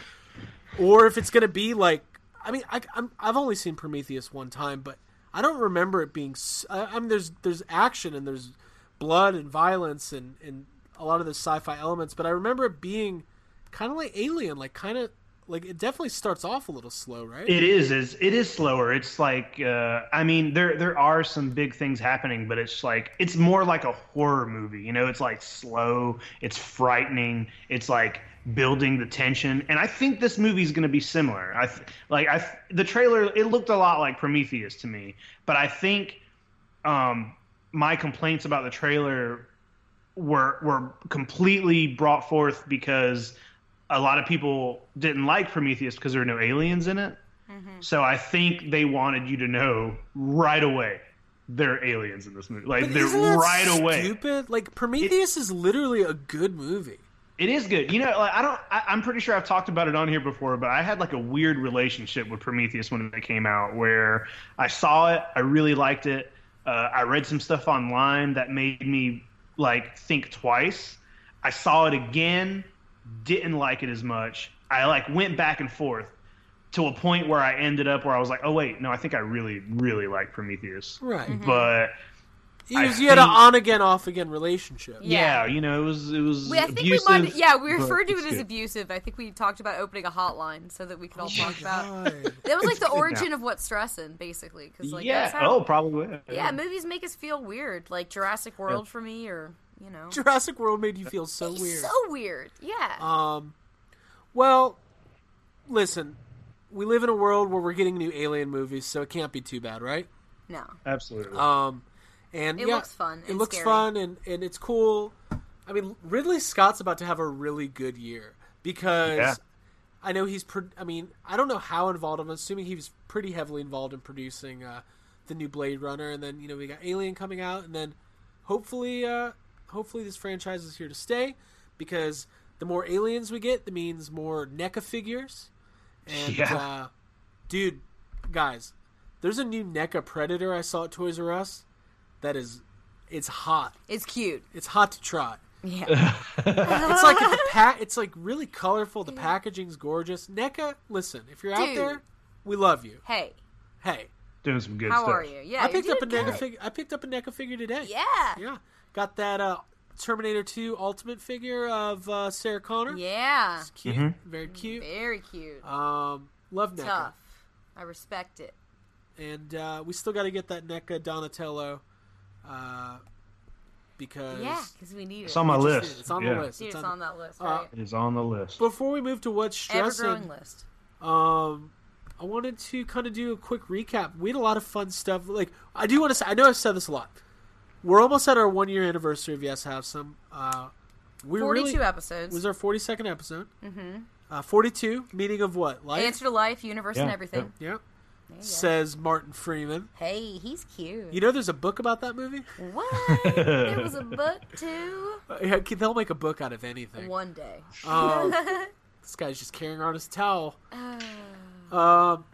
Speaker 8: or if it's going to be like I mean I, I'm, I've only seen Prometheus one time, but I don't remember it being. s- I, I mean, there's there's action and there's blood and violence and and a lot of those sci-fi elements, but I remember it being kind of like Alien, like kind of like it definitely starts off a little slow, right?
Speaker 9: it is. Is it is slower. It's like. Uh, I mean, there there are some big things happening, but it's like it's more like a horror movie. You know, it's like slow. It's frightening. It's like building the tension, and I think this movie's going to be similar. I th- like I th- the trailer. It looked a lot like Prometheus to me, but I think. um, my complaints about the trailer were were completely brought forth because a lot of people didn't like Prometheus because there were no aliens in it. So I think they wanted you to know right away there are aliens in this movie. Like
Speaker 8: But
Speaker 9: they're
Speaker 8: isn't that
Speaker 9: right away.
Speaker 8: Stupid. Like Prometheus is literally a good movie.
Speaker 9: It is good. You know, like I don't. I, I'm pretty sure I've talked about it on here before, but I had like a weird relationship with Prometheus when it came out, where I saw it, I really liked it. Uh, I read some stuff online that made me like think twice. I saw it again, didn't like it as much. I like went back and forth to a point where I ended up where I was like, oh wait, no, I think I really, really like Prometheus.
Speaker 8: Right.
Speaker 10: Mm-hmm.
Speaker 9: But
Speaker 8: You,
Speaker 9: I
Speaker 8: you had an
Speaker 9: think-
Speaker 8: on again, off again relationship.
Speaker 9: yeah. you know, it was it was
Speaker 10: We, I think
Speaker 9: abusive.
Speaker 10: we might, yeah, we
Speaker 9: but
Speaker 10: referred to
Speaker 9: it's
Speaker 10: it as
Speaker 9: good.
Speaker 10: abusive. I think we talked about opening a hotline so that we could all talk about.
Speaker 8: God.
Speaker 10: That was like the
Speaker 9: good now.
Speaker 10: origin of what's stressing, basically. Because like
Speaker 9: yeah.
Speaker 10: that's how,
Speaker 9: oh, probably.
Speaker 10: yeah, movies make us feel weird, like Jurassic World for me, or you know,
Speaker 8: Jurassic World made you feel so weird.
Speaker 10: so weird. Yeah,
Speaker 9: Uh,
Speaker 8: Um, well, listen, we live in a world where we're getting new alien movies, so it can't be too bad, right?
Speaker 10: no,
Speaker 9: Absolutely.
Speaker 8: Um, and
Speaker 10: It
Speaker 8: yeah,
Speaker 10: looks fun
Speaker 8: It
Speaker 10: and
Speaker 8: looks
Speaker 10: scary.
Speaker 8: fun, and and it's cool. I mean, Ridley Scott's about to have a really good year because
Speaker 9: Yeah.
Speaker 8: I know he's. Pro- I mean, I don't know how involved. I'm assuming he was pretty heavily involved in producing uh, the new Blade Runner, and then you know we got Alien coming out, and then hopefully, uh, hopefully this franchise is here to stay because the more aliens we get, that means more NECA figures. And
Speaker 9: Yeah.
Speaker 8: uh, dude, guys, there's a new NECA Predator I saw at Toys R Us. That is, it's hot.
Speaker 10: it's cute.
Speaker 8: It's hot to trot.
Speaker 10: Yeah,
Speaker 8: It's like the pa- It's like really colorful. The packaging's gorgeous. NECA, listen, if you're out
Speaker 10: Dude.
Speaker 8: there, we love you.
Speaker 10: hey,
Speaker 8: Hey,
Speaker 9: Doing some good
Speaker 10: how
Speaker 9: stuff.
Speaker 10: are you? Yeah,
Speaker 8: I
Speaker 10: you
Speaker 8: picked
Speaker 10: did
Speaker 8: up a
Speaker 10: good.
Speaker 8: NECA figure. I picked up a NECA figure today.
Speaker 10: Yeah,
Speaker 8: yeah. Got that uh, Terminator 2 Ultimate figure of uh, Sarah Connor.
Speaker 10: yeah,
Speaker 9: Mm-hmm.
Speaker 8: It's cute, very cute.
Speaker 9: Uh,
Speaker 10: very cute.
Speaker 8: Um, love NECA.
Speaker 10: Tough. I respect it.
Speaker 8: and uh, we still got to get that NECA Donatello uh, because
Speaker 10: Yeah, because we need it.
Speaker 9: It's on my uh,
Speaker 8: Just-
Speaker 9: list.
Speaker 8: It's on
Speaker 9: yeah.
Speaker 8: the list.
Speaker 10: Dude,
Speaker 8: It's
Speaker 10: it's
Speaker 8: on-
Speaker 10: on that list, right?
Speaker 9: It is on the list.
Speaker 8: Before we move to what's
Speaker 10: Ever-growing
Speaker 8: stressing,
Speaker 10: list.
Speaker 8: um, I wanted to kind of do a quick recap. We had a lot of fun stuff. Like I do want to say, I know I've said this a lot. We're almost at our one year anniversary of Yes Have Some. Uh, we
Speaker 10: 42
Speaker 8: really,
Speaker 10: episodes.
Speaker 8: was our forty second episode. Mm-hmm. Uh, forty two, meaning of what? Life.
Speaker 10: Answer to life, universe, and
Speaker 9: Yeah,
Speaker 10: everything.
Speaker 8: yeah. Says Martin Freeman.
Speaker 10: Hey, he's cute.
Speaker 8: You know, there's a book about that movie.
Speaker 10: what? there was a book too.
Speaker 8: Uh, yeah, they'll make a book out of anything.
Speaker 10: One day.
Speaker 8: Um, this guy's just carrying around his towel. um,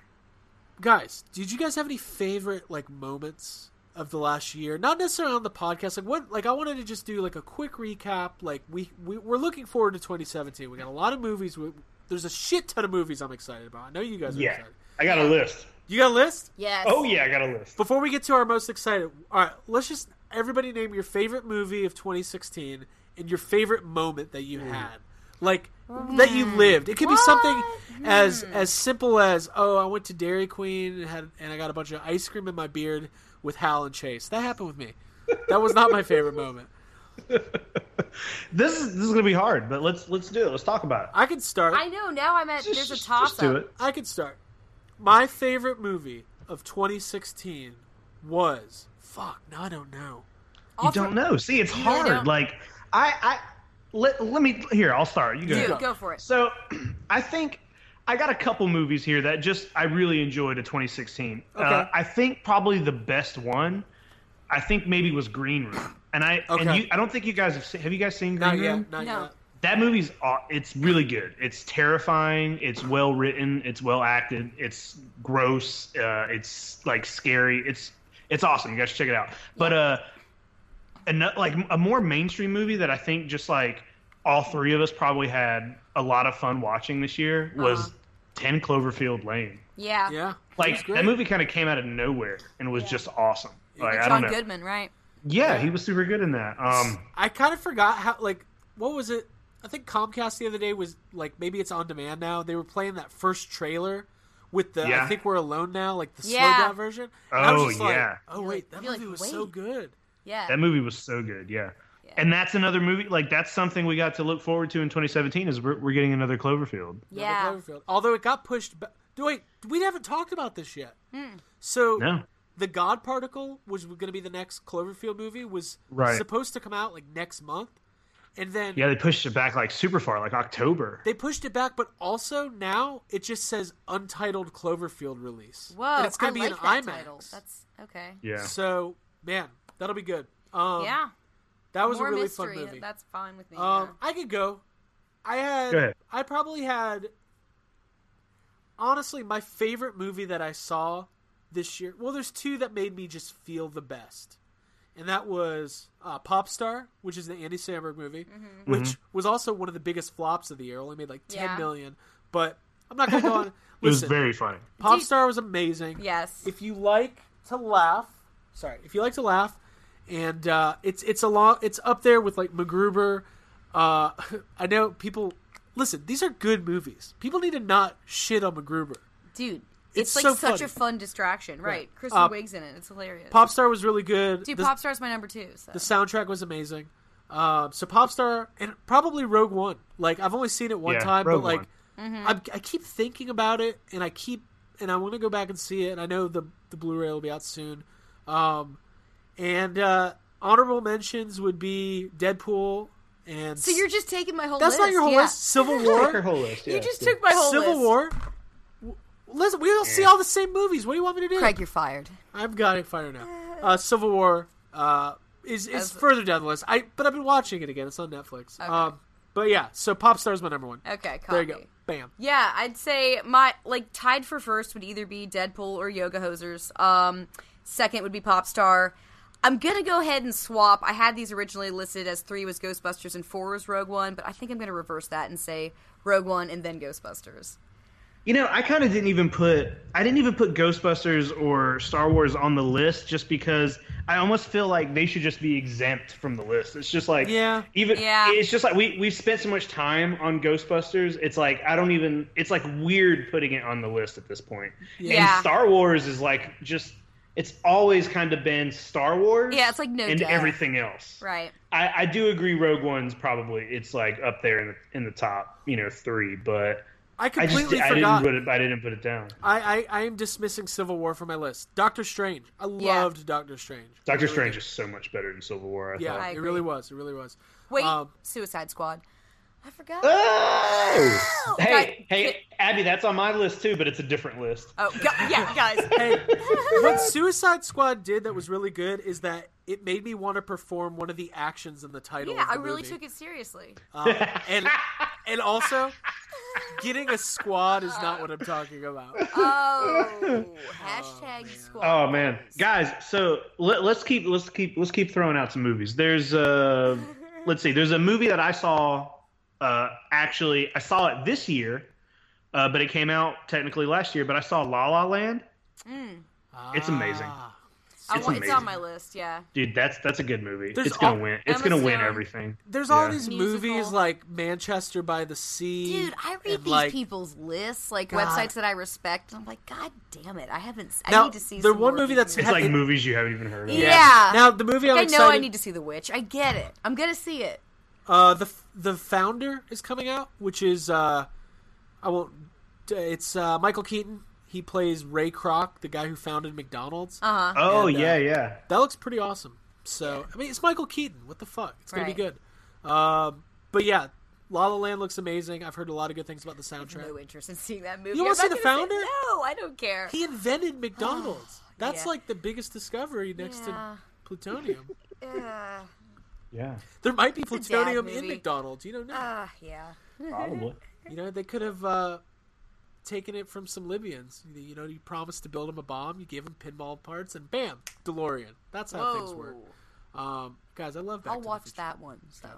Speaker 8: guys, did you guys have any favorite like moments of the last year? Not necessarily on the podcast. Like what? Like I wanted to just do like a quick recap. Like we, we we're looking forward to 2017. We got a lot of movies. We, there's a shit ton of movies I'm excited about. I know you guys are
Speaker 9: Yeah,
Speaker 8: excited.
Speaker 9: I got a list.
Speaker 8: You got a list?
Speaker 10: Yes.
Speaker 9: Oh yeah, I got a list.
Speaker 8: Before we get to our most excited, all right, let's just everybody name your favorite movie of 2016 and your favorite moment that
Speaker 9: Hmm.
Speaker 8: you had, like
Speaker 10: Mm.
Speaker 8: that you lived. It could be something as
Speaker 10: Hmm.
Speaker 8: as simple as oh, I went to Dairy Queen and had and I got a bunch of ice cream in my beard with Hal and Chase. That happened with me. That was not my favorite moment.
Speaker 9: This is this is gonna be hard, but let's let's do it. Let's talk about it.
Speaker 8: I can start.
Speaker 10: I know. Now I'm at.
Speaker 9: Just-
Speaker 10: There's a
Speaker 9: just-
Speaker 10: toss
Speaker 9: Just
Speaker 10: up.
Speaker 9: do it.
Speaker 8: I can start. My favorite movie of 2016 was fuck. No, I don't know.
Speaker 9: You don't know. See, it's
Speaker 10: really
Speaker 9: hard.
Speaker 10: don't.
Speaker 9: Like I I let let me here. I'll start. You go.
Speaker 10: Dude, go for it.
Speaker 9: So, I think I got a couple movies here that just I really enjoyed of 2016. Uh,
Speaker 8: Okay.
Speaker 9: I think probably the best one, I think maybe was Green Room, and I and
Speaker 8: Okay.
Speaker 9: you I don't think you guys have seen. Have you guys seen Green
Speaker 8: Not
Speaker 9: Room?
Speaker 8: yet. Not
Speaker 10: No.
Speaker 8: yet.
Speaker 9: That movie's aw- it's really good. It's terrifying. It's well written. It's well acted. It's gross. Uh, it's like scary. It's it's awesome. You guys should check it out. But uh, and like a more mainstream movie that I think just like all three of us probably had a lot of fun watching this year
Speaker 10: Uh-huh.
Speaker 9: was Ten Cloverfield Lane.
Speaker 10: Yeah.
Speaker 8: Yeah. That's
Speaker 9: Like
Speaker 8: great.
Speaker 9: that movie kind of came out of nowhere and was just awesome. Like I
Speaker 10: John
Speaker 9: don't know.
Speaker 10: Goodman, right?
Speaker 9: Yeah, he was super good in that. Um,
Speaker 8: I kind of forgot how like what was it? I think Comcast the other day was like maybe it's on demand now. They were playing that first trailer with the I
Speaker 9: Yeah.
Speaker 8: think we're alone now, like the
Speaker 10: Yeah.
Speaker 8: slowed down version. And I was
Speaker 9: Oh,
Speaker 8: just
Speaker 9: yeah.
Speaker 8: like, oh wait, that
Speaker 10: You're like,
Speaker 8: movie was so
Speaker 10: wait.
Speaker 8: good.
Speaker 10: Yeah.
Speaker 9: That movie was so good, yeah.
Speaker 10: Yeah.
Speaker 9: And that's another movie. Like that's something we got to look forward to in 2017 is we're, we're getting another Cloverfield.
Speaker 8: Another
Speaker 10: yeah.
Speaker 8: Cloverfield. Although it got pushed back. Do wait, we haven't talked about this yet.
Speaker 10: Hmm.
Speaker 8: So
Speaker 9: No,
Speaker 8: the God Particle was going to be the next Cloverfield movie. Was
Speaker 9: Right.
Speaker 8: supposed to come out like next month, and then
Speaker 9: yeah, they pushed it back like super far, like October.
Speaker 8: They pushed it back, but also now it just says untitled Cloverfield release.
Speaker 10: Whoa.
Speaker 8: And it's gonna
Speaker 10: I
Speaker 8: be
Speaker 10: like
Speaker 8: an
Speaker 10: that
Speaker 8: IMAX.
Speaker 10: Title. That's okay.
Speaker 9: Yeah,
Speaker 8: So man, that'll be good. Um,
Speaker 10: yeah.
Speaker 8: that was
Speaker 10: More
Speaker 8: a really
Speaker 10: mystery.
Speaker 8: fun movie.
Speaker 10: That's fine with me.
Speaker 8: Um, I could go. I had.
Speaker 9: Go ahead.
Speaker 8: I probably had. Honestly, my favorite movie that I saw this year. Well, there's two that made me just feel the best, and that was uh, Popstar, which is the Andy Samberg movie, which
Speaker 9: Mm-hmm.
Speaker 8: was also one of the biggest flops of the year. Only made like ten
Speaker 10: Mm-hmm. Yeah.
Speaker 8: million. but I'm not gonna go on.
Speaker 9: it was
Speaker 8: Listen,
Speaker 9: very funny.
Speaker 8: Popstar was amazing
Speaker 10: yeah. Yes.
Speaker 8: if you like to laugh, sorry, if you like to laugh, and uh, it's it's a long, it's up there with like MacGruber. Uh, I know people listen. These are good movies. People need to not shit on MacGruber.
Speaker 10: Dude.
Speaker 8: It's
Speaker 10: It's, like
Speaker 8: so
Speaker 10: such
Speaker 8: funny.
Speaker 10: a fun distraction, right? Kristen
Speaker 8: Uh,
Speaker 10: Wiig's in it. It's hilarious.
Speaker 8: Popstar was really good.
Speaker 10: Dude,
Speaker 8: the,
Speaker 10: Popstar's my number two. So.
Speaker 8: the soundtrack was amazing. Um, so Popstar and probably Rogue One. Like I've only seen it one
Speaker 9: Yeah,
Speaker 8: time,
Speaker 9: Rogue
Speaker 8: but like
Speaker 10: Mm-hmm.
Speaker 8: I'm, I keep thinking about it, and I keep and I want to go back and see it. And I know the the Blu-ray will be out soon. Um, and uh, honorable mentions would be Deadpool and
Speaker 10: so you're just taking my whole
Speaker 8: that's
Speaker 10: list.
Speaker 8: not your whole
Speaker 10: yeah.
Speaker 8: list. Civil
Speaker 9: Her
Speaker 8: War,
Speaker 9: whole list.
Speaker 10: You just took my whole
Speaker 8: Civil
Speaker 10: list.
Speaker 8: War. W- Listen, we all see all the same movies. What do you want me to do?
Speaker 10: Craig, you're fired.
Speaker 8: I've got it fired now. Uh, Civil War uh, is is
Speaker 10: As-
Speaker 8: further down the list. I but I've been watching it again. It's on Netflix. Um, but yeah, so Popstar is my number one.
Speaker 10: Okay, copy.
Speaker 8: There you go. Bam.
Speaker 10: Yeah, I'd say my like tied for first would either be Deadpool or Yoga Hosers. Um, second would be Popstar. I'm gonna go ahead and swap. I had these originally listed as three was Ghostbusters and four was Rogue One, but I think I'm gonna reverse that and say Rogue One and then Ghostbusters.
Speaker 9: You know, I kind of didn't even put I didn't even put Ghostbusters or Star Wars on the list just because I almost feel like they should just be exempt from the list. It's just like
Speaker 8: Yeah.
Speaker 9: even
Speaker 10: Yeah.
Speaker 9: it's just like we we've spent so much time on Ghostbusters. It's like I don't even. It's like weird putting it on the list at this point.
Speaker 10: Yeah.
Speaker 9: And Star Wars is like just it's always kind of been Star Wars.
Speaker 10: Yeah, it's like no
Speaker 9: and
Speaker 10: duh.
Speaker 9: everything else.
Speaker 10: Right.
Speaker 9: I, I do agree. Rogue One's probably it's like up there in the, in the top, you know, three. But
Speaker 8: I
Speaker 9: I just
Speaker 8: completely
Speaker 9: I didn't
Speaker 8: forgot.
Speaker 9: put it. I didn't put it down.
Speaker 8: I, I I am dismissing Civil War from my list. Doctor Strange. I
Speaker 10: Yeah.
Speaker 8: loved Doctor Strange.
Speaker 9: Doctor Strange is so much better than Civil War. I
Speaker 8: Yeah,
Speaker 9: thought.
Speaker 10: I
Speaker 8: it
Speaker 10: agree.
Speaker 8: really was. It really was.
Speaker 10: Wait,
Speaker 8: Um,
Speaker 10: Suicide Squad. I forgot.
Speaker 9: Oh! Hey,
Speaker 10: Guy-
Speaker 9: hey, Abby, that's on my list too, but it's a different list.
Speaker 10: Oh, gu- yeah, guys.
Speaker 8: Hey, what Suicide Squad did that was really good is that it made me want to perform one of the actions in the title.
Speaker 10: Yeah,
Speaker 8: of the
Speaker 10: I really
Speaker 8: movie.
Speaker 10: took it seriously.
Speaker 8: Um, and and also, getting a squad is not what I'm talking about.
Speaker 10: Oh, hashtag squad.
Speaker 9: Oh man, guys! So let, let's keep let's keep let's keep throwing out some movies. There's uh, let's see. There's a movie that I saw. Uh, actually, I saw it this year, uh, but it came out technically last year. But I saw La La Land.
Speaker 10: Mm.
Speaker 9: It's amazing.
Speaker 8: Ah.
Speaker 10: I
Speaker 9: It's
Speaker 10: want, it's on
Speaker 9: amazing.
Speaker 10: my list, yeah.
Speaker 9: Dude, that's that's a good movie.
Speaker 8: There's
Speaker 9: it's gonna
Speaker 8: all-
Speaker 9: win. It's
Speaker 10: Emma
Speaker 9: gonna win
Speaker 10: Stone.
Speaker 9: everything.
Speaker 8: There's all
Speaker 9: Yeah.
Speaker 8: these
Speaker 10: Musical.
Speaker 8: movies like Manchester by the Sea.
Speaker 10: Dude, I read
Speaker 8: and,
Speaker 10: these
Speaker 8: like,
Speaker 10: people's lists, like
Speaker 8: God.
Speaker 10: websites that I respect, and I'm like, God damn it, I haven't. I
Speaker 8: Now,
Speaker 10: need to see
Speaker 8: the
Speaker 10: some
Speaker 8: one
Speaker 10: more
Speaker 8: movie that's-
Speaker 10: movies.
Speaker 9: It's like movies you haven't even heard of.
Speaker 10: Yeah.
Speaker 8: Now the movie I'm
Speaker 10: I know
Speaker 8: excited.
Speaker 10: I need to see The Witch. I get it. I'm gonna see it.
Speaker 8: Uh, the the founder is coming out, which is uh, I won't. It's uh, Michael Keaton. He plays Ray Kroc, the guy who founded McDonald's.
Speaker 10: Uh huh.
Speaker 9: Oh
Speaker 8: And, uh,
Speaker 9: yeah, yeah.
Speaker 8: That looks pretty awesome. So I mean, it's Michael Keaton. What the fuck? It's gonna
Speaker 10: Right.
Speaker 8: be good. Um, but yeah, La La Land looks amazing. I've heard a lot of good things about the soundtrack.
Speaker 10: No interest in seeing that movie.
Speaker 8: You wanna
Speaker 10: I'm not
Speaker 8: see The
Speaker 10: gonna
Speaker 8: Founder?
Speaker 10: no, I don't care.
Speaker 8: He invented McDonald's. That's
Speaker 10: Oh, Yeah.
Speaker 8: like the biggest discovery next
Speaker 10: Yeah.
Speaker 8: to plutonium.
Speaker 10: Ugh.
Speaker 9: Yeah.
Speaker 8: There might be
Speaker 10: dad
Speaker 8: plutonium in
Speaker 10: movie.
Speaker 8: McDonald's. You don't know.
Speaker 10: Ah, yeah.
Speaker 9: Probably.
Speaker 8: You know, they could have uh, taken it from some Libyans. You- You know, you promised to build them a bomb, you gave them pinball parts, and bam, DeLorean. That's how things work.
Speaker 10: Whoa.
Speaker 8: Um, guys, I love that.
Speaker 10: I'll watch that one. So,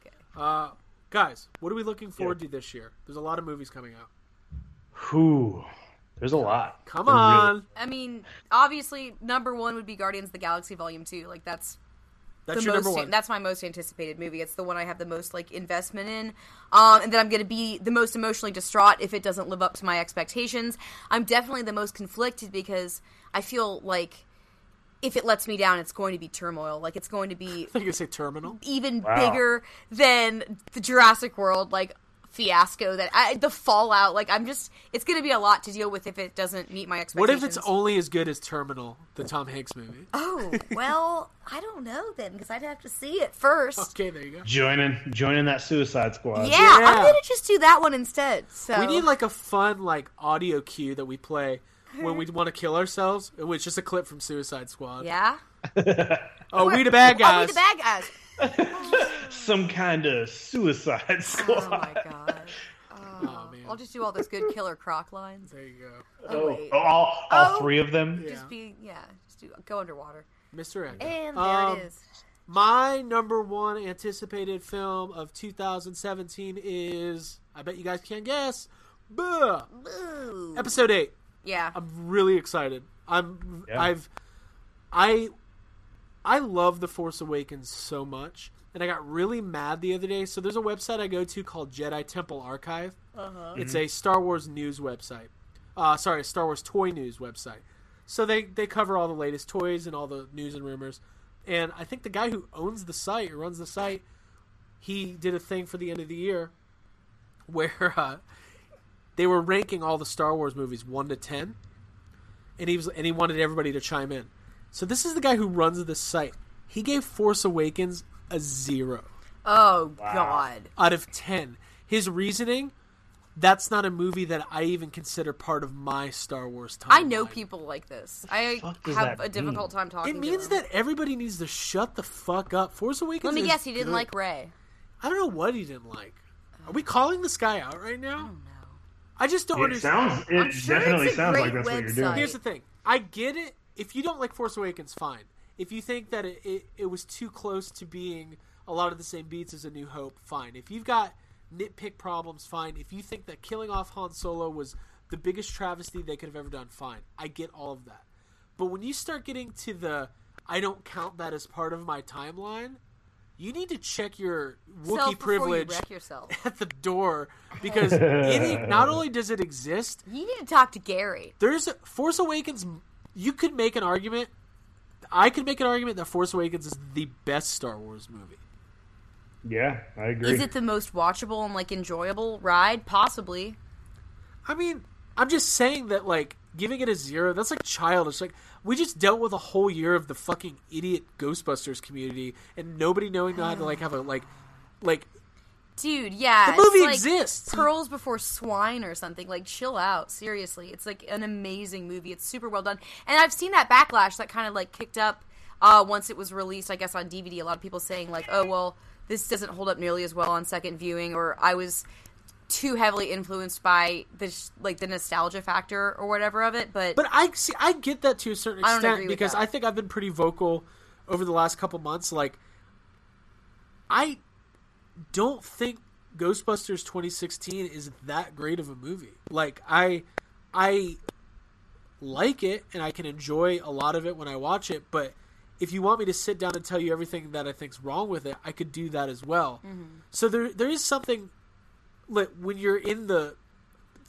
Speaker 10: okay.
Speaker 8: Uh, guys, what are we looking forward to this year? There's a lot of movies coming out.
Speaker 9: Whew. There's a lot.
Speaker 8: Come
Speaker 9: There really-
Speaker 8: on,
Speaker 10: I mean, obviously, number one would be Guardians of the Galaxy Volume Two. Like that's
Speaker 8: that's
Speaker 10: the
Speaker 8: your
Speaker 10: most
Speaker 8: number one.
Speaker 10: that's my most anticipated movie. It's the one I have the most like investment in. Um, and then I'm going to be the most emotionally distraught if it doesn't live up to my expectations. I'm definitely the most conflicted because I feel like if it lets me down, it's going to be turmoil. Like it's going to be
Speaker 8: I think you say Terminal.
Speaker 10: even
Speaker 9: Wow.
Speaker 10: bigger than the Jurassic World like fiasco that I, the fallout like i'm just it's going to be a lot to deal with if it doesn't meet my
Speaker 8: What
Speaker 10: expectations
Speaker 8: if it's only as good as Terminal, the Tom Hanks movie?
Speaker 10: oh well i don't know then because i'd have to see it first
Speaker 8: Okay, there you go.
Speaker 9: Joining joining that Suicide Squad.
Speaker 10: Yeah, I'm
Speaker 8: Yeah.
Speaker 10: gonna just do that one instead. So
Speaker 8: We need like a fun like audio cue that we play when we want to kill ourselves. It's just a clip from Suicide Squad.
Speaker 10: yeah,
Speaker 8: Oh, we the bad
Speaker 10: Are
Speaker 8: guys.
Speaker 10: we the bad guys.
Speaker 9: Some kind of Suicide Squad.
Speaker 10: Oh my god.
Speaker 8: Oh, man.
Speaker 10: I'll just do all those good killer croc lines.
Speaker 8: There you go.
Speaker 10: Oh, wait.
Speaker 9: Oh, all, all
Speaker 10: Oh.
Speaker 9: three of them.
Speaker 8: Yeah.
Speaker 10: Just be yeah. Just do go underwater.
Speaker 8: Mr. Egg.
Speaker 10: And there
Speaker 8: Um,
Speaker 10: it is.
Speaker 8: My number one anticipated film of 2017 is, I bet you guys can't guess, Buh!
Speaker 10: Ooh.
Speaker 8: Episode 8.
Speaker 10: Yeah.
Speaker 8: I'm really excited. I'm,
Speaker 9: Yeah.
Speaker 8: I've, I, I love The Force Awakens so much. And I got really mad the other day. So there's a website I go to called Jedi Temple Archive. It's a Star Wars news website. Uh, sorry, a Star Wars toy news website. So they, they cover all the latest toys and all the news and rumors. And I think the guy who owns the site or runs the site, he did a thing for the end of the year where uh, they were ranking all the Star Wars movies one to ten, and he was and he wanted everybody to chime in. So this is the guy who runs this site. He gave Force Awakens a zero
Speaker 10: Oh god.
Speaker 8: out of 10. His reasoning that's not a movie that I even consider part of my Star Wars time.
Speaker 10: I know people like this. I
Speaker 9: fuck does
Speaker 10: have
Speaker 9: that
Speaker 10: a difficult time talking.
Speaker 8: It means
Speaker 10: to them.
Speaker 8: that everybody needs to shut the fuck up. Force Awakens.
Speaker 10: Let me
Speaker 8: is
Speaker 10: guess. He didn't
Speaker 8: good.
Speaker 10: like Ray.
Speaker 8: I don't know what he didn't like. Are we calling this guy out right now? I just don't
Speaker 9: It
Speaker 8: understand.
Speaker 9: sounds. It
Speaker 10: sure
Speaker 9: definitely
Speaker 10: it's a
Speaker 9: sounds like
Speaker 10: great
Speaker 9: that's what you're
Speaker 10: website.
Speaker 9: doing.
Speaker 8: Here's the thing. I get it. If you don't like Force Awakens, fine. If you think that it, it, it was too close to being a lot of the same beats as A New Hope, fine. If you've got nitpick problems, fine. If you think that killing off Han Solo was the biggest travesty they could have ever done, fine. I get all of that. But when you start getting to the I don't count that as part of my timeline. You need to check your
Speaker 10: Self
Speaker 8: Wookiee
Speaker 10: before you
Speaker 8: privilege
Speaker 10: wreck yourself.
Speaker 8: at the door because it, not only does it exist,
Speaker 10: You need to talk to Gary.
Speaker 8: there's Force Awakens. You could make an argument. I could make an argument that Force Awakens is the best Star Wars movie.
Speaker 9: Yeah, I agree.
Speaker 10: Is it the most watchable and like enjoyable ride? Possibly.
Speaker 8: I mean, I'm just saying that like giving it a zero, that's like childish. Like we just dealt with a whole year of the fucking idiot Ghostbusters community and nobody knowing how to like have a like like
Speaker 10: Dude, yeah.
Speaker 8: The movie
Speaker 10: it's like
Speaker 8: exists.
Speaker 10: Pearls before swine or something. Like, chill out. Seriously, it's like an amazing movie. It's super well done, and I've seen that backlash that kind of like kicked up uh, once it was released. I guess on DVD, a lot of people saying like, "Oh, well, this doesn't hold up nearly as well on second viewing," or "I was too heavily influenced by the sh- like the nostalgia factor or whatever of it." But,
Speaker 8: But I see, I get that to a certain
Speaker 10: I don't
Speaker 8: extent
Speaker 10: agree with
Speaker 8: because
Speaker 10: that.
Speaker 8: I think I've been pretty vocal over the last couple months. Like, I don't think Ghostbusters 2016 is that great of a movie. Like, I, I like it and I can enjoy a lot of it when I watch it. But if you want me to sit down and tell you everything that I think's wrong with it, I could do that as well. So there, there is something. Like when you're in the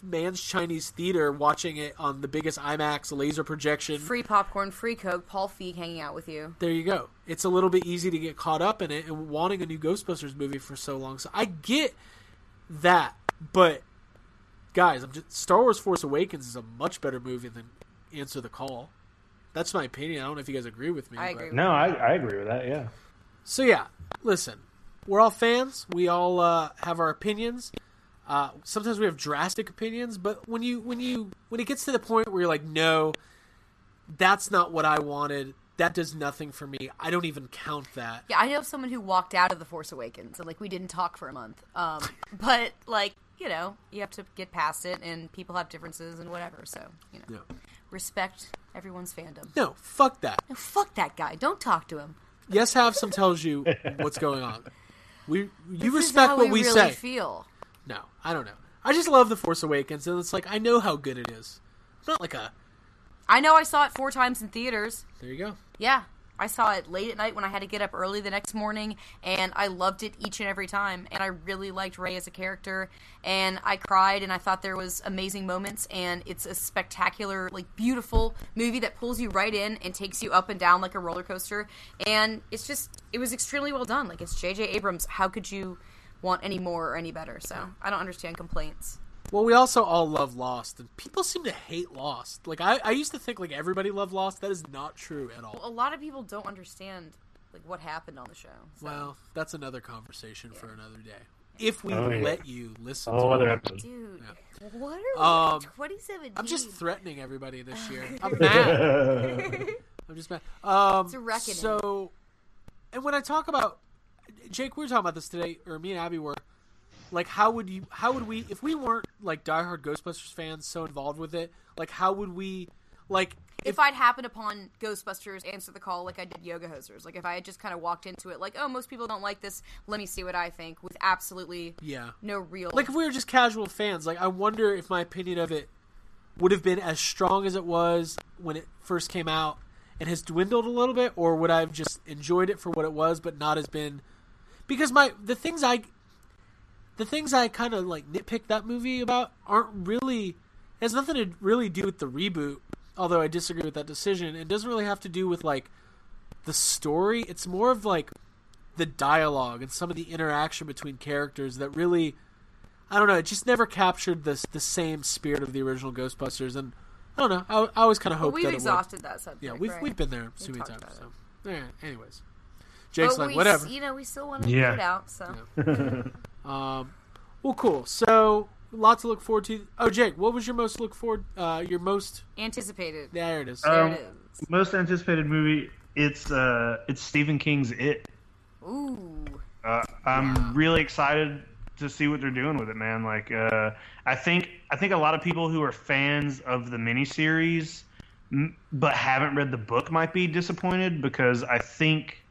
Speaker 8: man's Chinese theater watching it on the biggest IMAX laser projection.
Speaker 10: free popcorn, free Coke, Paul Feig hanging out with you.
Speaker 8: There you go. It's a little bit easy to get caught up in it and wanting a new Ghostbusters movie for so long. So I get that, but guys, I'm just Star Wars Force Awakens is a much better movie than Answer the Call. That's my opinion. I don't know if you guys agree with me.
Speaker 10: I
Speaker 8: but-
Speaker 10: agree.
Speaker 9: no, I, I agree with that. Yeah.
Speaker 8: So yeah, listen, we're all fans. We all uh, have our opinions. Uh, sometimes we have drastic opinions, but when you when you when it gets to the point where you're like, no, that's not what I wanted. That does nothing for me. I don't even count that.
Speaker 10: Yeah, I know someone who walked out of The Force Awakens and like we didn't talk for a month. Um, but like you know, you have to get past it, and people have differences and whatever. So you know,
Speaker 8: No,
Speaker 10: respect everyone's fandom.
Speaker 8: no, fuck that.
Speaker 10: And fuck that guy. Don't talk to him.
Speaker 8: Yes, have some tells you what's going on. We you
Speaker 10: This is
Speaker 8: respect
Speaker 10: how
Speaker 8: what we
Speaker 10: we, really
Speaker 8: say.
Speaker 10: Feel
Speaker 8: No, I don't know. I just love the Force Awakens, and it's like I know how good it is. It's not like a
Speaker 10: I know. I saw it four times in theaters.
Speaker 8: there you go.
Speaker 10: Yeah. I saw it late at night when I had to get up early the next morning, and I loved it each and every time. And I really liked Ray as a character, and I cried, and I thought there was amazing moments. And it's a spectacular, like beautiful movie that pulls you right in and takes you up and down like a roller coaster. And it's just, it was extremely well done. Like it's J.J. Abrams. How could you want any more or any better? So I don't understand complaints.
Speaker 8: Well, we also all love Lost, and people seem to hate Lost. Like I, I used to think like everybody loved Lost. That is not true at
Speaker 10: A
Speaker 8: all.
Speaker 10: lot of people don't understand like what happened on the show. So.
Speaker 8: Well, that's another conversation for another day. If we
Speaker 9: Oh, yeah.
Speaker 8: let you listen
Speaker 9: Oh,
Speaker 8: to
Speaker 9: other
Speaker 8: it.
Speaker 9: episode.
Speaker 10: Dude, what are
Speaker 8: Um,
Speaker 10: we? Twenty-seven.
Speaker 8: I'm just threatening everybody this year. I'm mad. I'm just mad. Um,
Speaker 10: a reckoning.
Speaker 8: So, and when I talk about Jake, we were talking about this today, or me and Abby were. Like, how would you? How would we? If we weren't like diehard Ghostbusters fans, so involved with it, like, how would we? Like,
Speaker 10: if I'd happened upon Ghostbusters Answer the Call like I did Yoga Hosers, like if I had just kind of walked into it like, oh, most people don't like this, let me see what I think with absolutely
Speaker 8: yeah,
Speaker 10: no real
Speaker 8: like if we were just casual fans like i wonder if my opinion of it would have been as strong as it was when it first came out and has dwindled a little bit or would i've just enjoyed it for what it was but not as been because my the things i the things i kind of like nitpick that movie about aren't really has nothing to really do with the reboot although i disagree with that decision it doesn't really have to do with like the story it's more of like the dialogue and some of the interaction between characters that really I don't know. It just never captured this the same spirit of the original Ghostbusters, and I don't know. I, I always kind of hoped
Speaker 10: we've
Speaker 8: that it would.
Speaker 10: exhausted that subject.
Speaker 8: Yeah, we've
Speaker 10: right?
Speaker 8: we've been there so many
Speaker 10: talked
Speaker 8: times.
Speaker 10: about
Speaker 8: So, yeah. Anyways, Jake's
Speaker 10: but
Speaker 8: like,
Speaker 10: we,
Speaker 8: whatever.
Speaker 10: You know, we still want to
Speaker 9: Yeah.
Speaker 10: put it out. So
Speaker 8: Well, cool. So, lot to look forward to. Oh, Jake, what was your most look forward? Uh, your most
Speaker 10: anticipated.
Speaker 8: there it is.
Speaker 10: There
Speaker 9: Um,
Speaker 10: it is.
Speaker 9: Most anticipated movie. It's uh, it's Stephen King's It.
Speaker 10: Ooh,
Speaker 9: Uh, I'm really excited to see what they're doing with it, man. Like, uh, I think I think a lot of people who are fans of the miniseries m- but haven't read the book might be disappointed because I think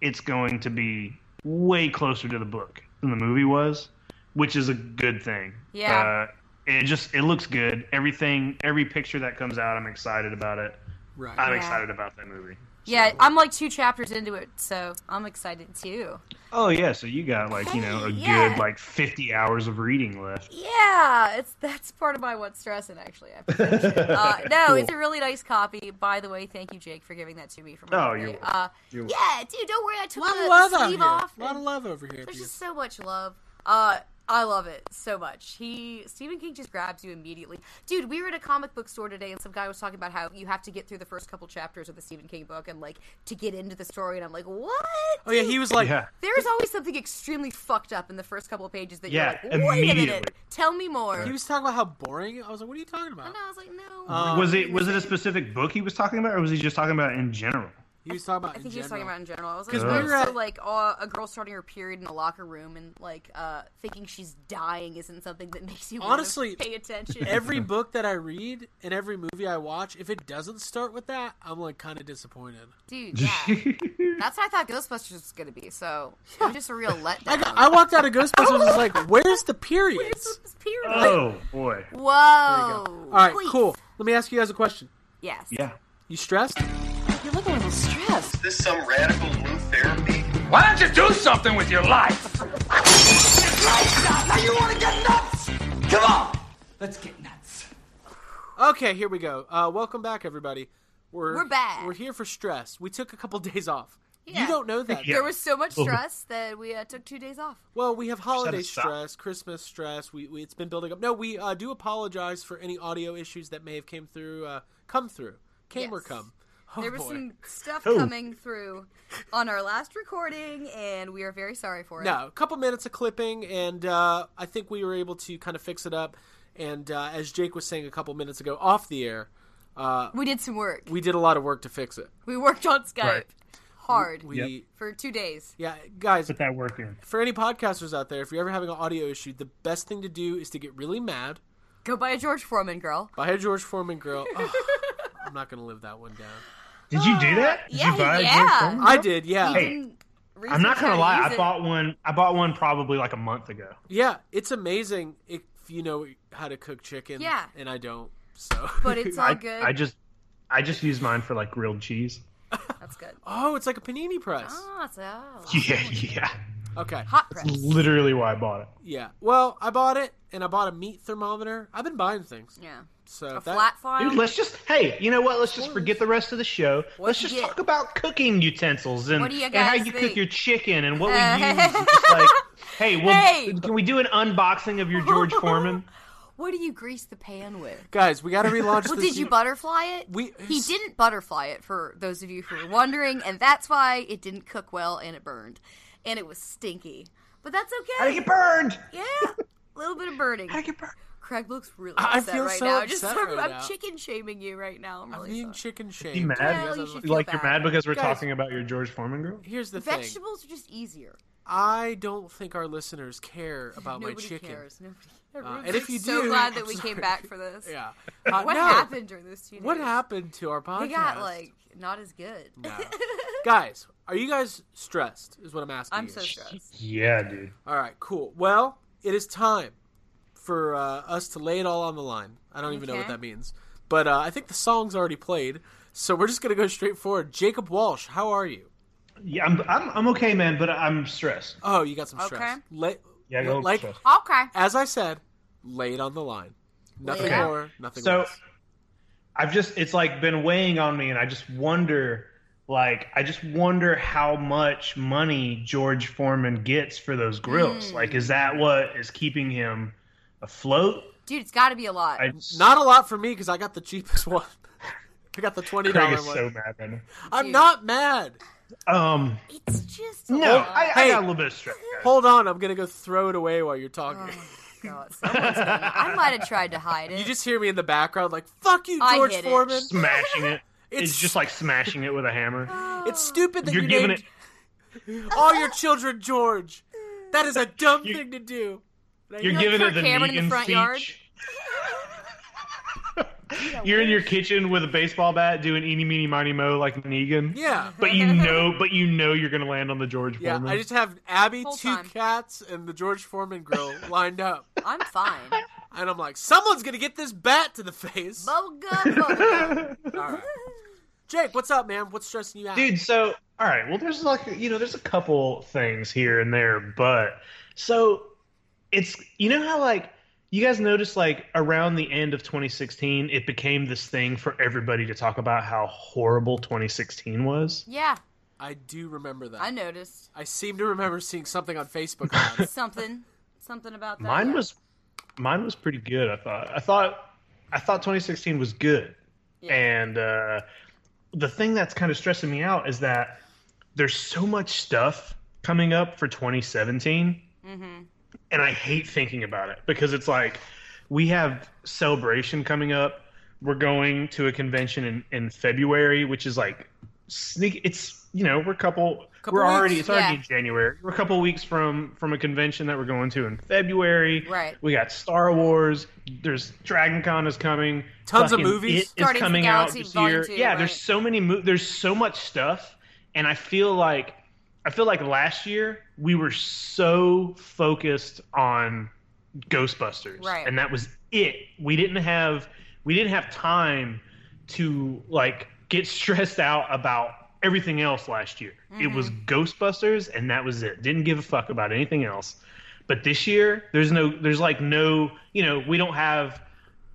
Speaker 9: it's going to be way closer to the book than the movie was, which is a good thing.
Speaker 10: Yeah.
Speaker 9: Uh, it just it looks good. Everything, every picture that comes out, I'm excited about it.
Speaker 8: Right.
Speaker 9: I'm
Speaker 10: Yeah.
Speaker 9: excited about that movie.
Speaker 10: Yeah, I'm like two chapters into it, so I'm excited too.
Speaker 9: Oh yeah, so you got like you know a
Speaker 10: Yeah.
Speaker 9: good like fifty hours of reading left.
Speaker 10: Yeah, it's that's part of my what's stressing actually. I forgot. uh, no, it's a really nice copy. By the way, thank you, Jake, for giving that to me for my
Speaker 9: Oh,
Speaker 10: birthday.
Speaker 9: you're
Speaker 10: uh,
Speaker 5: You're-
Speaker 10: yeah, dude, don't worry, I took
Speaker 8: A lot
Speaker 10: the,
Speaker 8: of
Speaker 10: the
Speaker 8: love out
Speaker 10: sleeve
Speaker 8: here.
Speaker 10: off.
Speaker 8: A lot of love over here.
Speaker 10: There's
Speaker 8: dude.
Speaker 10: just so much love. Uh, I love it so much. He Stephen King just grabs you immediately, dude. We were at a comic book store today, and some guy was talking about how you have to get through the first couple chapters of the Stephen King book, and like to get into the story. And I'm like, what?
Speaker 8: Oh yeah, he was like,
Speaker 9: Yeah.
Speaker 10: There's always something extremely fucked up in the first couple of pages that
Speaker 9: Yeah,
Speaker 10: you're like, wait a minute,
Speaker 9: immediately.
Speaker 10: tell me more.
Speaker 8: he was talking about how boring. I was like, what are you talking about?
Speaker 10: and I was like, no.
Speaker 8: Um,
Speaker 9: was it was it a specific book he was talking about, or was he just talking about in general?
Speaker 8: He was talking about.
Speaker 10: I
Speaker 8: in
Speaker 10: think he was talking
Speaker 8: general.
Speaker 10: about in general. I was like,
Speaker 8: 'Cause
Speaker 9: we
Speaker 10: oh,
Speaker 9: were
Speaker 10: so
Speaker 8: at-
Speaker 10: like uh, a girl starting her period in a locker room and like uh, thinking she's dying isn't something that makes you wanna
Speaker 8: Honestly,
Speaker 10: pay attention.
Speaker 8: every book that I read and every movie I watch, if it doesn't start with that, I'm like kind of disappointed.
Speaker 10: Dude, yeah. That's what I thought Ghostbusters was going to be. So it was just a real letdown.
Speaker 8: I walked out of Ghostbusters and was like, "Where's the periods?"
Speaker 10: This period.
Speaker 9: oh boy,
Speaker 10: Whoa.
Speaker 8: All right,
Speaker 10: Please.
Speaker 8: cool. Let me ask you guys a question.
Speaker 10: Yes.
Speaker 9: yeah.
Speaker 8: You stressed?
Speaker 4: You look a little stressed.
Speaker 3: Is this some radical new therapy?
Speaker 6: Why don't you do something with your life?
Speaker 8: Okay, here we go. Uh, welcome back, everybody. We're
Speaker 10: We're back.
Speaker 8: We're here for stress. We took a couple days off. You
Speaker 10: Yeah.
Speaker 8: don't know that.
Speaker 9: Yeah.
Speaker 10: There was so much stress that we uh, took two days off.
Speaker 8: Well, we have holiday
Speaker 9: Just gotta stop.
Speaker 8: stress, Christmas stress. We, we it's been building up. No, we uh, do apologize for any audio issues that may have came through. Uh, come through, came or
Speaker 10: Yes.
Speaker 8: come. Oh,
Speaker 10: There was
Speaker 8: boy.
Speaker 10: some stuff
Speaker 9: Oh.
Speaker 10: coming through on our last recording, and we are very sorry for it.
Speaker 8: No, a couple minutes of clipping, and uh, I think we were able to kind of fix it up. And uh, as Jake was saying a couple minutes ago off the air,
Speaker 10: We did some work. We,
Speaker 8: we did a lot of work to fix it.
Speaker 10: worked on Skype
Speaker 9: Right.
Speaker 10: hard
Speaker 8: We,
Speaker 9: Yep.
Speaker 10: for two days.
Speaker 8: yeah, guys,
Speaker 9: Put that work in.
Speaker 8: for any podcasters out there, if you're ever having an audio issue, the best thing to do is to get really mad.
Speaker 10: Go buy a George Foreman girl.
Speaker 8: Buy a George Foreman grill. Ugh, I'm not going to live that one down.
Speaker 9: Did you do that? Did
Speaker 10: Uh, yeah,
Speaker 9: you buy a
Speaker 10: yeah.
Speaker 9: George Foreman?
Speaker 8: I did, yeah.
Speaker 9: Hey, I'm not gonna lie. I
Speaker 10: thought.
Speaker 9: bought one. I bought one probably like a month ago.
Speaker 10: Oh,
Speaker 8: Yeah, it's amazing if you know how to cook chicken.
Speaker 10: Yeah.
Speaker 8: And I don't, so.
Speaker 10: But it's all
Speaker 9: I,
Speaker 10: good.
Speaker 9: I just I just use mine for like grilled cheese.
Speaker 10: That's good.
Speaker 8: oh, it's like a panini press.
Speaker 10: Oh, so
Speaker 9: Yeah, yeah.
Speaker 8: Okay.
Speaker 10: hot press.
Speaker 9: Literally why I bought it.
Speaker 8: Yeah. Well, I bought it, and I bought a meat thermometer. I've been buying things.
Speaker 10: Yeah.
Speaker 8: So
Speaker 10: A
Speaker 8: that-
Speaker 10: flat file.
Speaker 9: Dude, let's just hey, you know what? Let's just forget the rest of the show. Let's just
Speaker 10: you get?
Speaker 9: talk about cooking utensils and,
Speaker 10: What do you
Speaker 9: and how
Speaker 10: guys
Speaker 9: you
Speaker 10: think?
Speaker 9: cook your chicken and what we
Speaker 10: Uh,
Speaker 9: use. It's like, hey, well,
Speaker 10: Hey!
Speaker 9: can we do an unboxing of your George Foreman?
Speaker 10: What do you grease the pan with?
Speaker 8: Guys, we got to relaunch
Speaker 10: Well,
Speaker 8: this.
Speaker 10: did you
Speaker 8: new-
Speaker 10: butterfly it?
Speaker 8: We-
Speaker 10: he didn't butterfly it for those of you who were wondering, and that's why it didn't cook well and it burned, and it was stinky. But that's okay.
Speaker 9: I get burned.
Speaker 10: yeah, a little bit of burning.
Speaker 9: I get burned.
Speaker 10: Craig looks really
Speaker 8: I
Speaker 10: upset
Speaker 8: feel
Speaker 10: right
Speaker 8: so
Speaker 10: now.
Speaker 8: upset
Speaker 10: Just
Speaker 8: right
Speaker 10: I'm
Speaker 8: now.
Speaker 10: chicken shaming you right now. I'm
Speaker 8: I'm
Speaker 10: really
Speaker 8: being
Speaker 10: sorry.
Speaker 8: chicken shamed.
Speaker 9: You mad?
Speaker 8: guys
Speaker 10: Well, you
Speaker 8: are-
Speaker 10: should feel
Speaker 9: Like you're
Speaker 10: bad.
Speaker 9: mad because we're
Speaker 8: Guys.
Speaker 9: talking about your George Foreman girl?
Speaker 8: Here's the thing.
Speaker 10: Vegetables are just easier.
Speaker 8: I don't think our listeners care about Oh, my
Speaker 10: Nobody
Speaker 8: chicken. Uh,
Speaker 10: cares. Nobody.
Speaker 8: and if you
Speaker 10: so
Speaker 8: do-
Speaker 10: glad
Speaker 8: I'm
Speaker 10: that we
Speaker 8: sorry.
Speaker 10: came back for this.
Speaker 8: Yeah. Uh,
Speaker 10: What
Speaker 8: no.
Speaker 10: happened during those two days?
Speaker 8: What happened to our podcast?
Speaker 10: They got like not as good.
Speaker 8: No. guys, are you guys stressed? Is what I'm asking.
Speaker 10: I'm
Speaker 8: you.
Speaker 10: so stressed.
Speaker 9: Yeah, dude.
Speaker 8: All right, cool. Well, it is time for uh, us to lay it all on the line. I don't even know what
Speaker 10: Okay.
Speaker 8: that means, but uh, I think the song's already played, so we're just gonna go straight forward. Jacob Walsh, how are you?
Speaker 9: Yeah, I'm I'm, I'm okay, man, but I'm stressed.
Speaker 8: Oh, you got some stress.
Speaker 10: Okay.
Speaker 8: La-
Speaker 9: Yeah, I got a little
Speaker 8: like
Speaker 9: stressed.
Speaker 10: Okay.
Speaker 8: as I said, lay it on the line. Nothing
Speaker 10: it out.
Speaker 8: more, nothing
Speaker 9: so
Speaker 8: less.
Speaker 9: i've just it's like been weighing on me and i just wonder like i just wonder how much money george foreman gets for those grills like is that what is keeping him afloat
Speaker 10: Dude, it's got to be a lot.
Speaker 9: i
Speaker 8: Not a lot for me because I got the cheapest one. I got the twenty
Speaker 9: Craig
Speaker 8: dollar
Speaker 9: is
Speaker 8: one.
Speaker 9: so mad right now.
Speaker 8: I'm
Speaker 10: Dude.
Speaker 8: not mad.
Speaker 9: Um,
Speaker 10: it's just a
Speaker 9: no,
Speaker 10: lot.
Speaker 9: I, I
Speaker 8: Hey.
Speaker 9: got a little bit of stress. guys.
Speaker 8: Hold on, I'm gonna go throw it away while you're talking.
Speaker 10: Oh God, someone's gonna- I might have tried to hide it.
Speaker 8: You just hear me in the background, like "fuck you,
Speaker 10: I
Speaker 8: George
Speaker 10: hit it.
Speaker 8: Foreman."
Speaker 9: Smashing it.
Speaker 8: It's-
Speaker 9: It's, just like smashing it with a hammer.
Speaker 8: It's stupid that
Speaker 9: You're
Speaker 8: you
Speaker 9: giving
Speaker 8: named
Speaker 9: it.
Speaker 8: all your children George. That is a dumb
Speaker 9: You-
Speaker 8: thing to do. And I
Speaker 9: You're
Speaker 8: know-
Speaker 9: giving
Speaker 10: Kirk
Speaker 9: it the
Speaker 10: Cameron in the
Speaker 9: Negan
Speaker 10: front yard?
Speaker 9: speech. You're in your kitchen with a baseball bat doing eeny meeny miny mo like Negan.
Speaker 8: yeah,
Speaker 9: But you know, but you know you're gonna land on the George
Speaker 8: yeah.
Speaker 9: Foreman.
Speaker 8: I just have Abby,
Speaker 10: Full
Speaker 8: two
Speaker 10: time.
Speaker 8: cats, and the George Foreman grill lined up,
Speaker 10: I'm fine.
Speaker 8: and I'm like, someone's gonna get this bat to the face.
Speaker 10: Boga, boga.
Speaker 8: All right. Jake, what's up, man? What's stressing you out?
Speaker 9: dude so all right well there's like you know there's a couple things here and there but so it's you know how like you guys notice like around the end of 2016 it became this thing for everybody to talk about how horrible 2016 was
Speaker 10: Yeah,
Speaker 8: I do remember that.
Speaker 10: I noticed
Speaker 8: I seem to remember seeing something on Facebook about it.
Speaker 10: something, something about that.
Speaker 9: mine
Speaker 10: yeah.
Speaker 9: was mine was pretty good i thought i thought i thought 2016 was good
Speaker 10: Yeah.
Speaker 9: and uh the thing that's kind of stressing me out is that there's so much stuff coming up for 2017
Speaker 10: Mm-hmm.
Speaker 9: and I hate thinking about it because it's like we have celebration coming up. We're going to a convention in, in February, which is like sneak. It's you know we're a couple.
Speaker 10: Couple
Speaker 9: we're already
Speaker 10: weeks,
Speaker 9: it's already
Speaker 10: yeah.
Speaker 9: in January. We're a couple weeks from from a convention that we're going to in February.
Speaker 10: Right.
Speaker 9: We got Star Wars. There's Dragon Con is coming.
Speaker 8: Tons of
Speaker 9: Fucking
Speaker 8: movies.
Speaker 9: It is
Speaker 10: Guardians of the
Speaker 9: coming
Speaker 10: Galaxy
Speaker 9: out this
Speaker 10: Volume
Speaker 9: year.
Speaker 10: Two,
Speaker 9: yeah,
Speaker 10: right.
Speaker 9: there's so many mo- there's so much stuff and i feel like i feel like last year we were so focused on ghostbusters
Speaker 10: Right.
Speaker 9: and that was it we didn't have we didn't have time to like get stressed out about everything else last year it was ghostbusters and that was it didn't give a fuck about anything else but this year there's no there's like no you know we don't have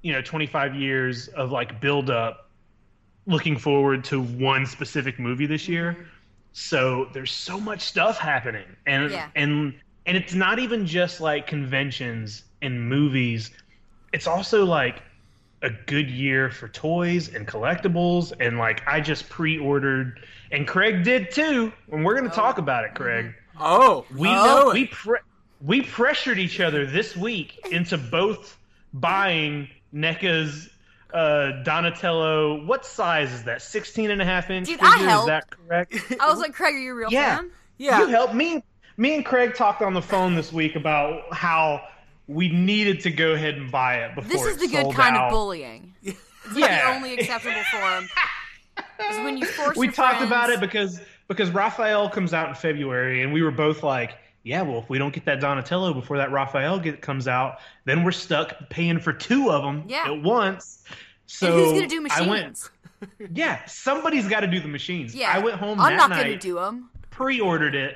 Speaker 9: you know 25 years of like build up looking forward to one specific movie this year so there's so much stuff happening and
Speaker 10: Yeah.
Speaker 9: and and it's not even just like conventions and movies it's also like a good year for toys and collectibles and like i just pre-ordered and craig did too and we're going to talk about it craig
Speaker 8: Oh,
Speaker 9: we
Speaker 8: oh,
Speaker 9: we pre- we pressured each other this week into both buying NECA's uh, Donatello. What size is that? 16 and a half inch
Speaker 10: Dude, I
Speaker 9: figure?
Speaker 10: helped.
Speaker 9: Is that correct?
Speaker 10: I was like, Craig, are you a real
Speaker 9: Yeah.
Speaker 10: fan?
Speaker 8: Yeah,
Speaker 9: You helped me. Me and Craig talked on the phone this week about how we needed to go ahead and buy it before
Speaker 10: This is
Speaker 9: it
Speaker 10: the good
Speaker 9: sold
Speaker 10: kind
Speaker 9: out.
Speaker 10: of bullying. It's like
Speaker 9: Yeah.
Speaker 10: the only acceptable form is when you force.
Speaker 9: we
Speaker 10: your
Speaker 9: talked
Speaker 10: friends-
Speaker 9: about it because because Raphael comes out in February, and we were both like, "Yeah, well, if we don't get that Donatello before that Raphael get, comes out, then we're stuck paying for two of them
Speaker 10: Yeah.
Speaker 9: at once." So
Speaker 10: And who's gonna do
Speaker 9: I
Speaker 10: machines?
Speaker 9: went, yeah, somebody's got to do the machines.
Speaker 10: Yeah,
Speaker 9: I went home
Speaker 10: I'm
Speaker 9: that
Speaker 10: not
Speaker 9: night,
Speaker 10: gonna do them.
Speaker 9: pre-ordered it,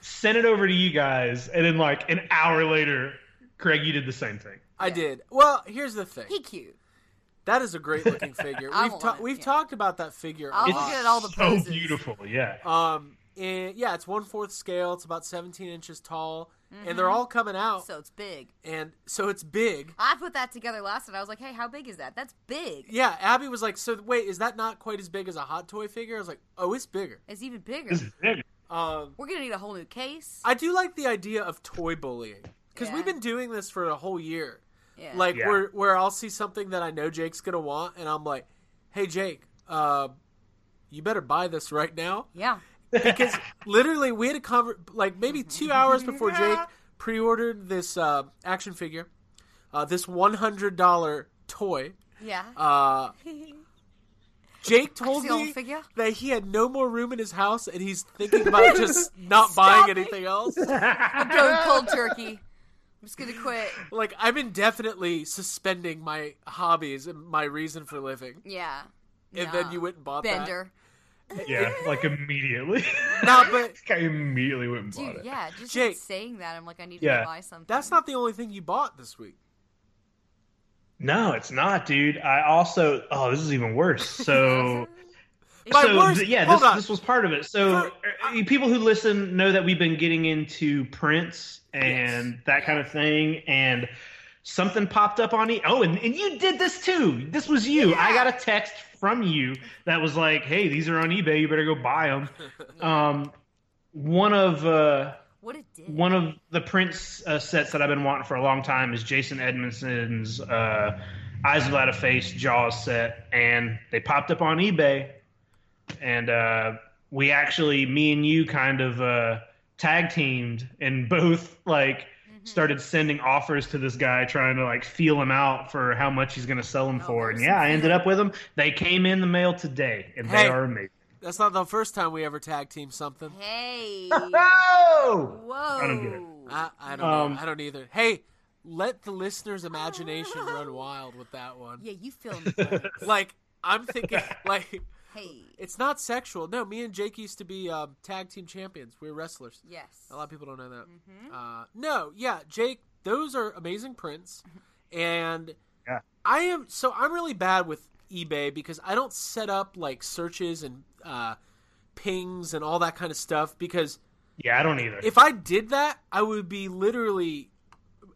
Speaker 9: sent it over to you guys, and then like an hour later, Craig, you did the same thing.
Speaker 8: I did. Well, here's the thing.
Speaker 10: He cute.
Speaker 8: That is a great looking figure.
Speaker 10: I
Speaker 8: we've
Speaker 10: want
Speaker 8: ta-
Speaker 10: it,
Speaker 8: we've
Speaker 10: yeah.
Speaker 8: talked about that figure a
Speaker 10: I'll
Speaker 9: It's
Speaker 10: Oh, look
Speaker 8: lot.
Speaker 10: at all the
Speaker 9: so
Speaker 10: poses.
Speaker 9: beautiful, yeah.
Speaker 8: Um, and yeah, it's one fourth scale. It's about 17 inches tall, and they're all coming
Speaker 9: Oh.
Speaker 8: out,
Speaker 10: Mm-hmm. So it's big.
Speaker 8: and so it's big.
Speaker 10: I put that together last night. I was like, hey, how big is that? That's big.
Speaker 8: Yeah, Abby was like, "So wait, is that not quite as big as a hot toy figure?" I was like, "Oh, it's bigger."
Speaker 10: It's even bigger.
Speaker 9: It's big.
Speaker 8: Um,
Speaker 10: We're gonna need a whole new case.
Speaker 8: I do like the idea of toy bullying because
Speaker 10: Yeah.
Speaker 8: we've been doing this for a whole year.
Speaker 10: Yeah.
Speaker 8: Like
Speaker 9: Yeah.
Speaker 8: where where I'll see something that I know Jake's gonna want, and I'm like, "Hey, Jake, uh, you better buy this right now."
Speaker 10: yeah.
Speaker 8: because literally we had a conver- like maybe two hours before Jake pre-ordered this uh, action figure, uh, this one hundred dollar toy.
Speaker 10: Yeah.
Speaker 8: Uh, Jake told
Speaker 10: See the old
Speaker 8: me
Speaker 10: figure?
Speaker 8: that he had no more room in his house and he's thinking about just not buying anything else.
Speaker 10: I'm going cold turkey. I'm just gonna quit.
Speaker 8: Like I'm indefinitely suspending my hobbies and my reason for living.
Speaker 10: Yeah.
Speaker 8: And
Speaker 10: Nah.
Speaker 8: then you went and bought that.
Speaker 10: Bender.
Speaker 9: Yeah, like immediately.
Speaker 8: Nah, but
Speaker 9: I immediately went and bought
Speaker 10: Dude,
Speaker 9: it.
Speaker 10: yeah, just
Speaker 8: Jake.
Speaker 10: saying that, I'm like, I need
Speaker 9: Yeah.
Speaker 10: to buy something.
Speaker 8: that's not the only thing you bought this week.
Speaker 9: No, it's not, dude. I also oh, this is even worse. So,
Speaker 8: By
Speaker 9: so
Speaker 8: worse-
Speaker 9: th- yeah,
Speaker 8: hold
Speaker 9: this
Speaker 8: on.
Speaker 9: this was part of it. So, uh, people who listen know that we've been getting into prints and that kind of thing, and something popped up on e. Oh, and, and you did this too. This was you. I got a text from you that was like, "Hey, these are on eBay. You better go buy them." um, one of uh,
Speaker 10: What it did.
Speaker 9: one of the Prince uh, sets that I've been wanting for a long time is Jason Edmondson's uh, Eyes Without a Face Jaws set, and they popped up on eBay, and uh, we actually, me and you, kind of uh, tag teamed and both like
Speaker 8: Mm-hmm.
Speaker 9: started sending offers to this guy, trying to like feel him out for how much he's going to sell them
Speaker 8: Oh,
Speaker 9: for, and yeah, I ended up with them. They came in the mail today, and
Speaker 8: Hey.
Speaker 9: they are amazing.
Speaker 8: That's not the first time we ever tag team something.
Speaker 10: Hey.
Speaker 9: Oh.
Speaker 10: Whoa.
Speaker 9: I don't get it.
Speaker 8: I, I don't
Speaker 9: Um,
Speaker 8: know. I don't either. Hey, let the listener's imagination run wild with that one.
Speaker 10: Yeah, you feel me.
Speaker 8: Like I'm thinking like
Speaker 10: Hey.
Speaker 8: It's not sexual. No, me and Jake used to be um, tag team champions. We were wrestlers.
Speaker 10: Yes.
Speaker 8: A lot of people don't know that.
Speaker 10: Mm-hmm.
Speaker 8: Uh, no, yeah, Jake, those are amazing prints, and
Speaker 9: Yeah.
Speaker 8: I am so I'm really bad with eBay because I don't set up like searches and uh, pings and all that kind of stuff because
Speaker 9: Yeah, I don't either.
Speaker 8: if I did that, I would be literally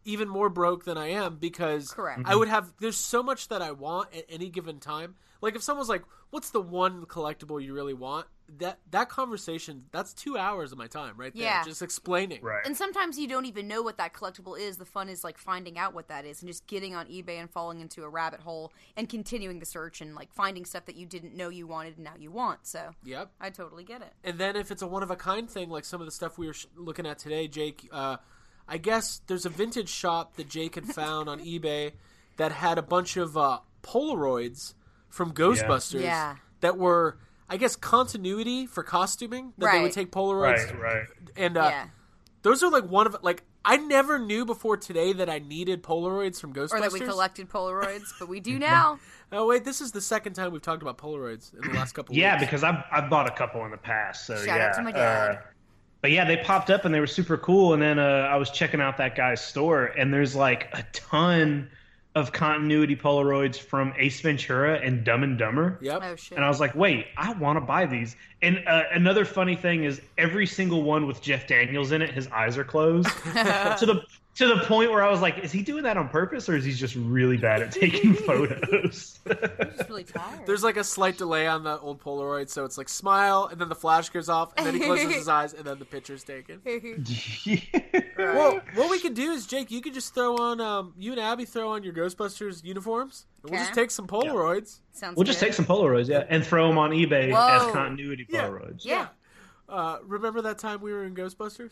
Speaker 8: even more broke than I am because
Speaker 10: Correct.
Speaker 8: I would have there's so much that I want at any given time. Like if someone's like, "What's the one collectible you really want?" That that conversation that's two hours of my time right there,
Speaker 10: Yeah.
Speaker 8: just explaining.
Speaker 9: right.
Speaker 10: And sometimes you don't even know what that collectible is. The fun is like finding out what that is and just getting on eBay and falling into a rabbit hole and continuing the search and like finding stuff that you didn't know you wanted and now you want. So
Speaker 8: Yep.
Speaker 10: I totally get it.
Speaker 8: And then if it's a one of a kind thing, like some of the stuff we were sh- looking at today, Jake, uh, I guess there's a vintage shop that Jake had found on eBay that had a bunch of uh, Polaroids from Ghostbusters
Speaker 10: Yeah.
Speaker 8: that were, I guess, continuity for costuming. That they would
Speaker 10: Right.
Speaker 8: take Polaroids,
Speaker 9: Right, right.
Speaker 8: and uh,
Speaker 10: yeah.
Speaker 8: those are like one of like I never knew before today that I needed Polaroids from Ghostbusters.
Speaker 10: Or that we collected Polaroids, but we do now.
Speaker 8: Oh wait, this is the second time we've talked about Polaroids in the last couple.
Speaker 9: Yeah,
Speaker 8: weeks.
Speaker 9: because I I bought a couple in the past. So
Speaker 10: Shout out
Speaker 9: yeah.
Speaker 10: to my dad.
Speaker 9: uh, but yeah, they popped up and they were super cool. And then uh, I was checking out that guy's store, and there's like a ton of continuity Polaroids from Ace Ventura and Dumb and Dumber.
Speaker 8: Yep.
Speaker 10: Oh shit.
Speaker 9: And I was like, wait, I want to buy these. And uh, another funny thing is, every single one with Jeff Daniels in it, his eyes are closed to the to the point where I was like, is he doing that on purpose, or is he just really bad at taking photos?
Speaker 10: just really tired.
Speaker 8: There's like a slight delay on the old Polaroid, so it's like smile, and then the flash goes off, and then he closes his eyes, and then the picture's taken. Well, what we could do is, Jake, you could just throw on, um, you and Abby throw on your Ghostbusters uniforms, and we'll just
Speaker 10: Okay.
Speaker 8: take some Polaroids.
Speaker 10: Sounds
Speaker 9: We'll just
Speaker 10: good.
Speaker 9: take some Polaroids, yeah, and throw them on eBay
Speaker 10: Whoa.
Speaker 9: as continuity
Speaker 8: Yeah.
Speaker 9: Polaroids.
Speaker 10: Yeah.
Speaker 8: Uh, remember that time we were in Ghostbusters?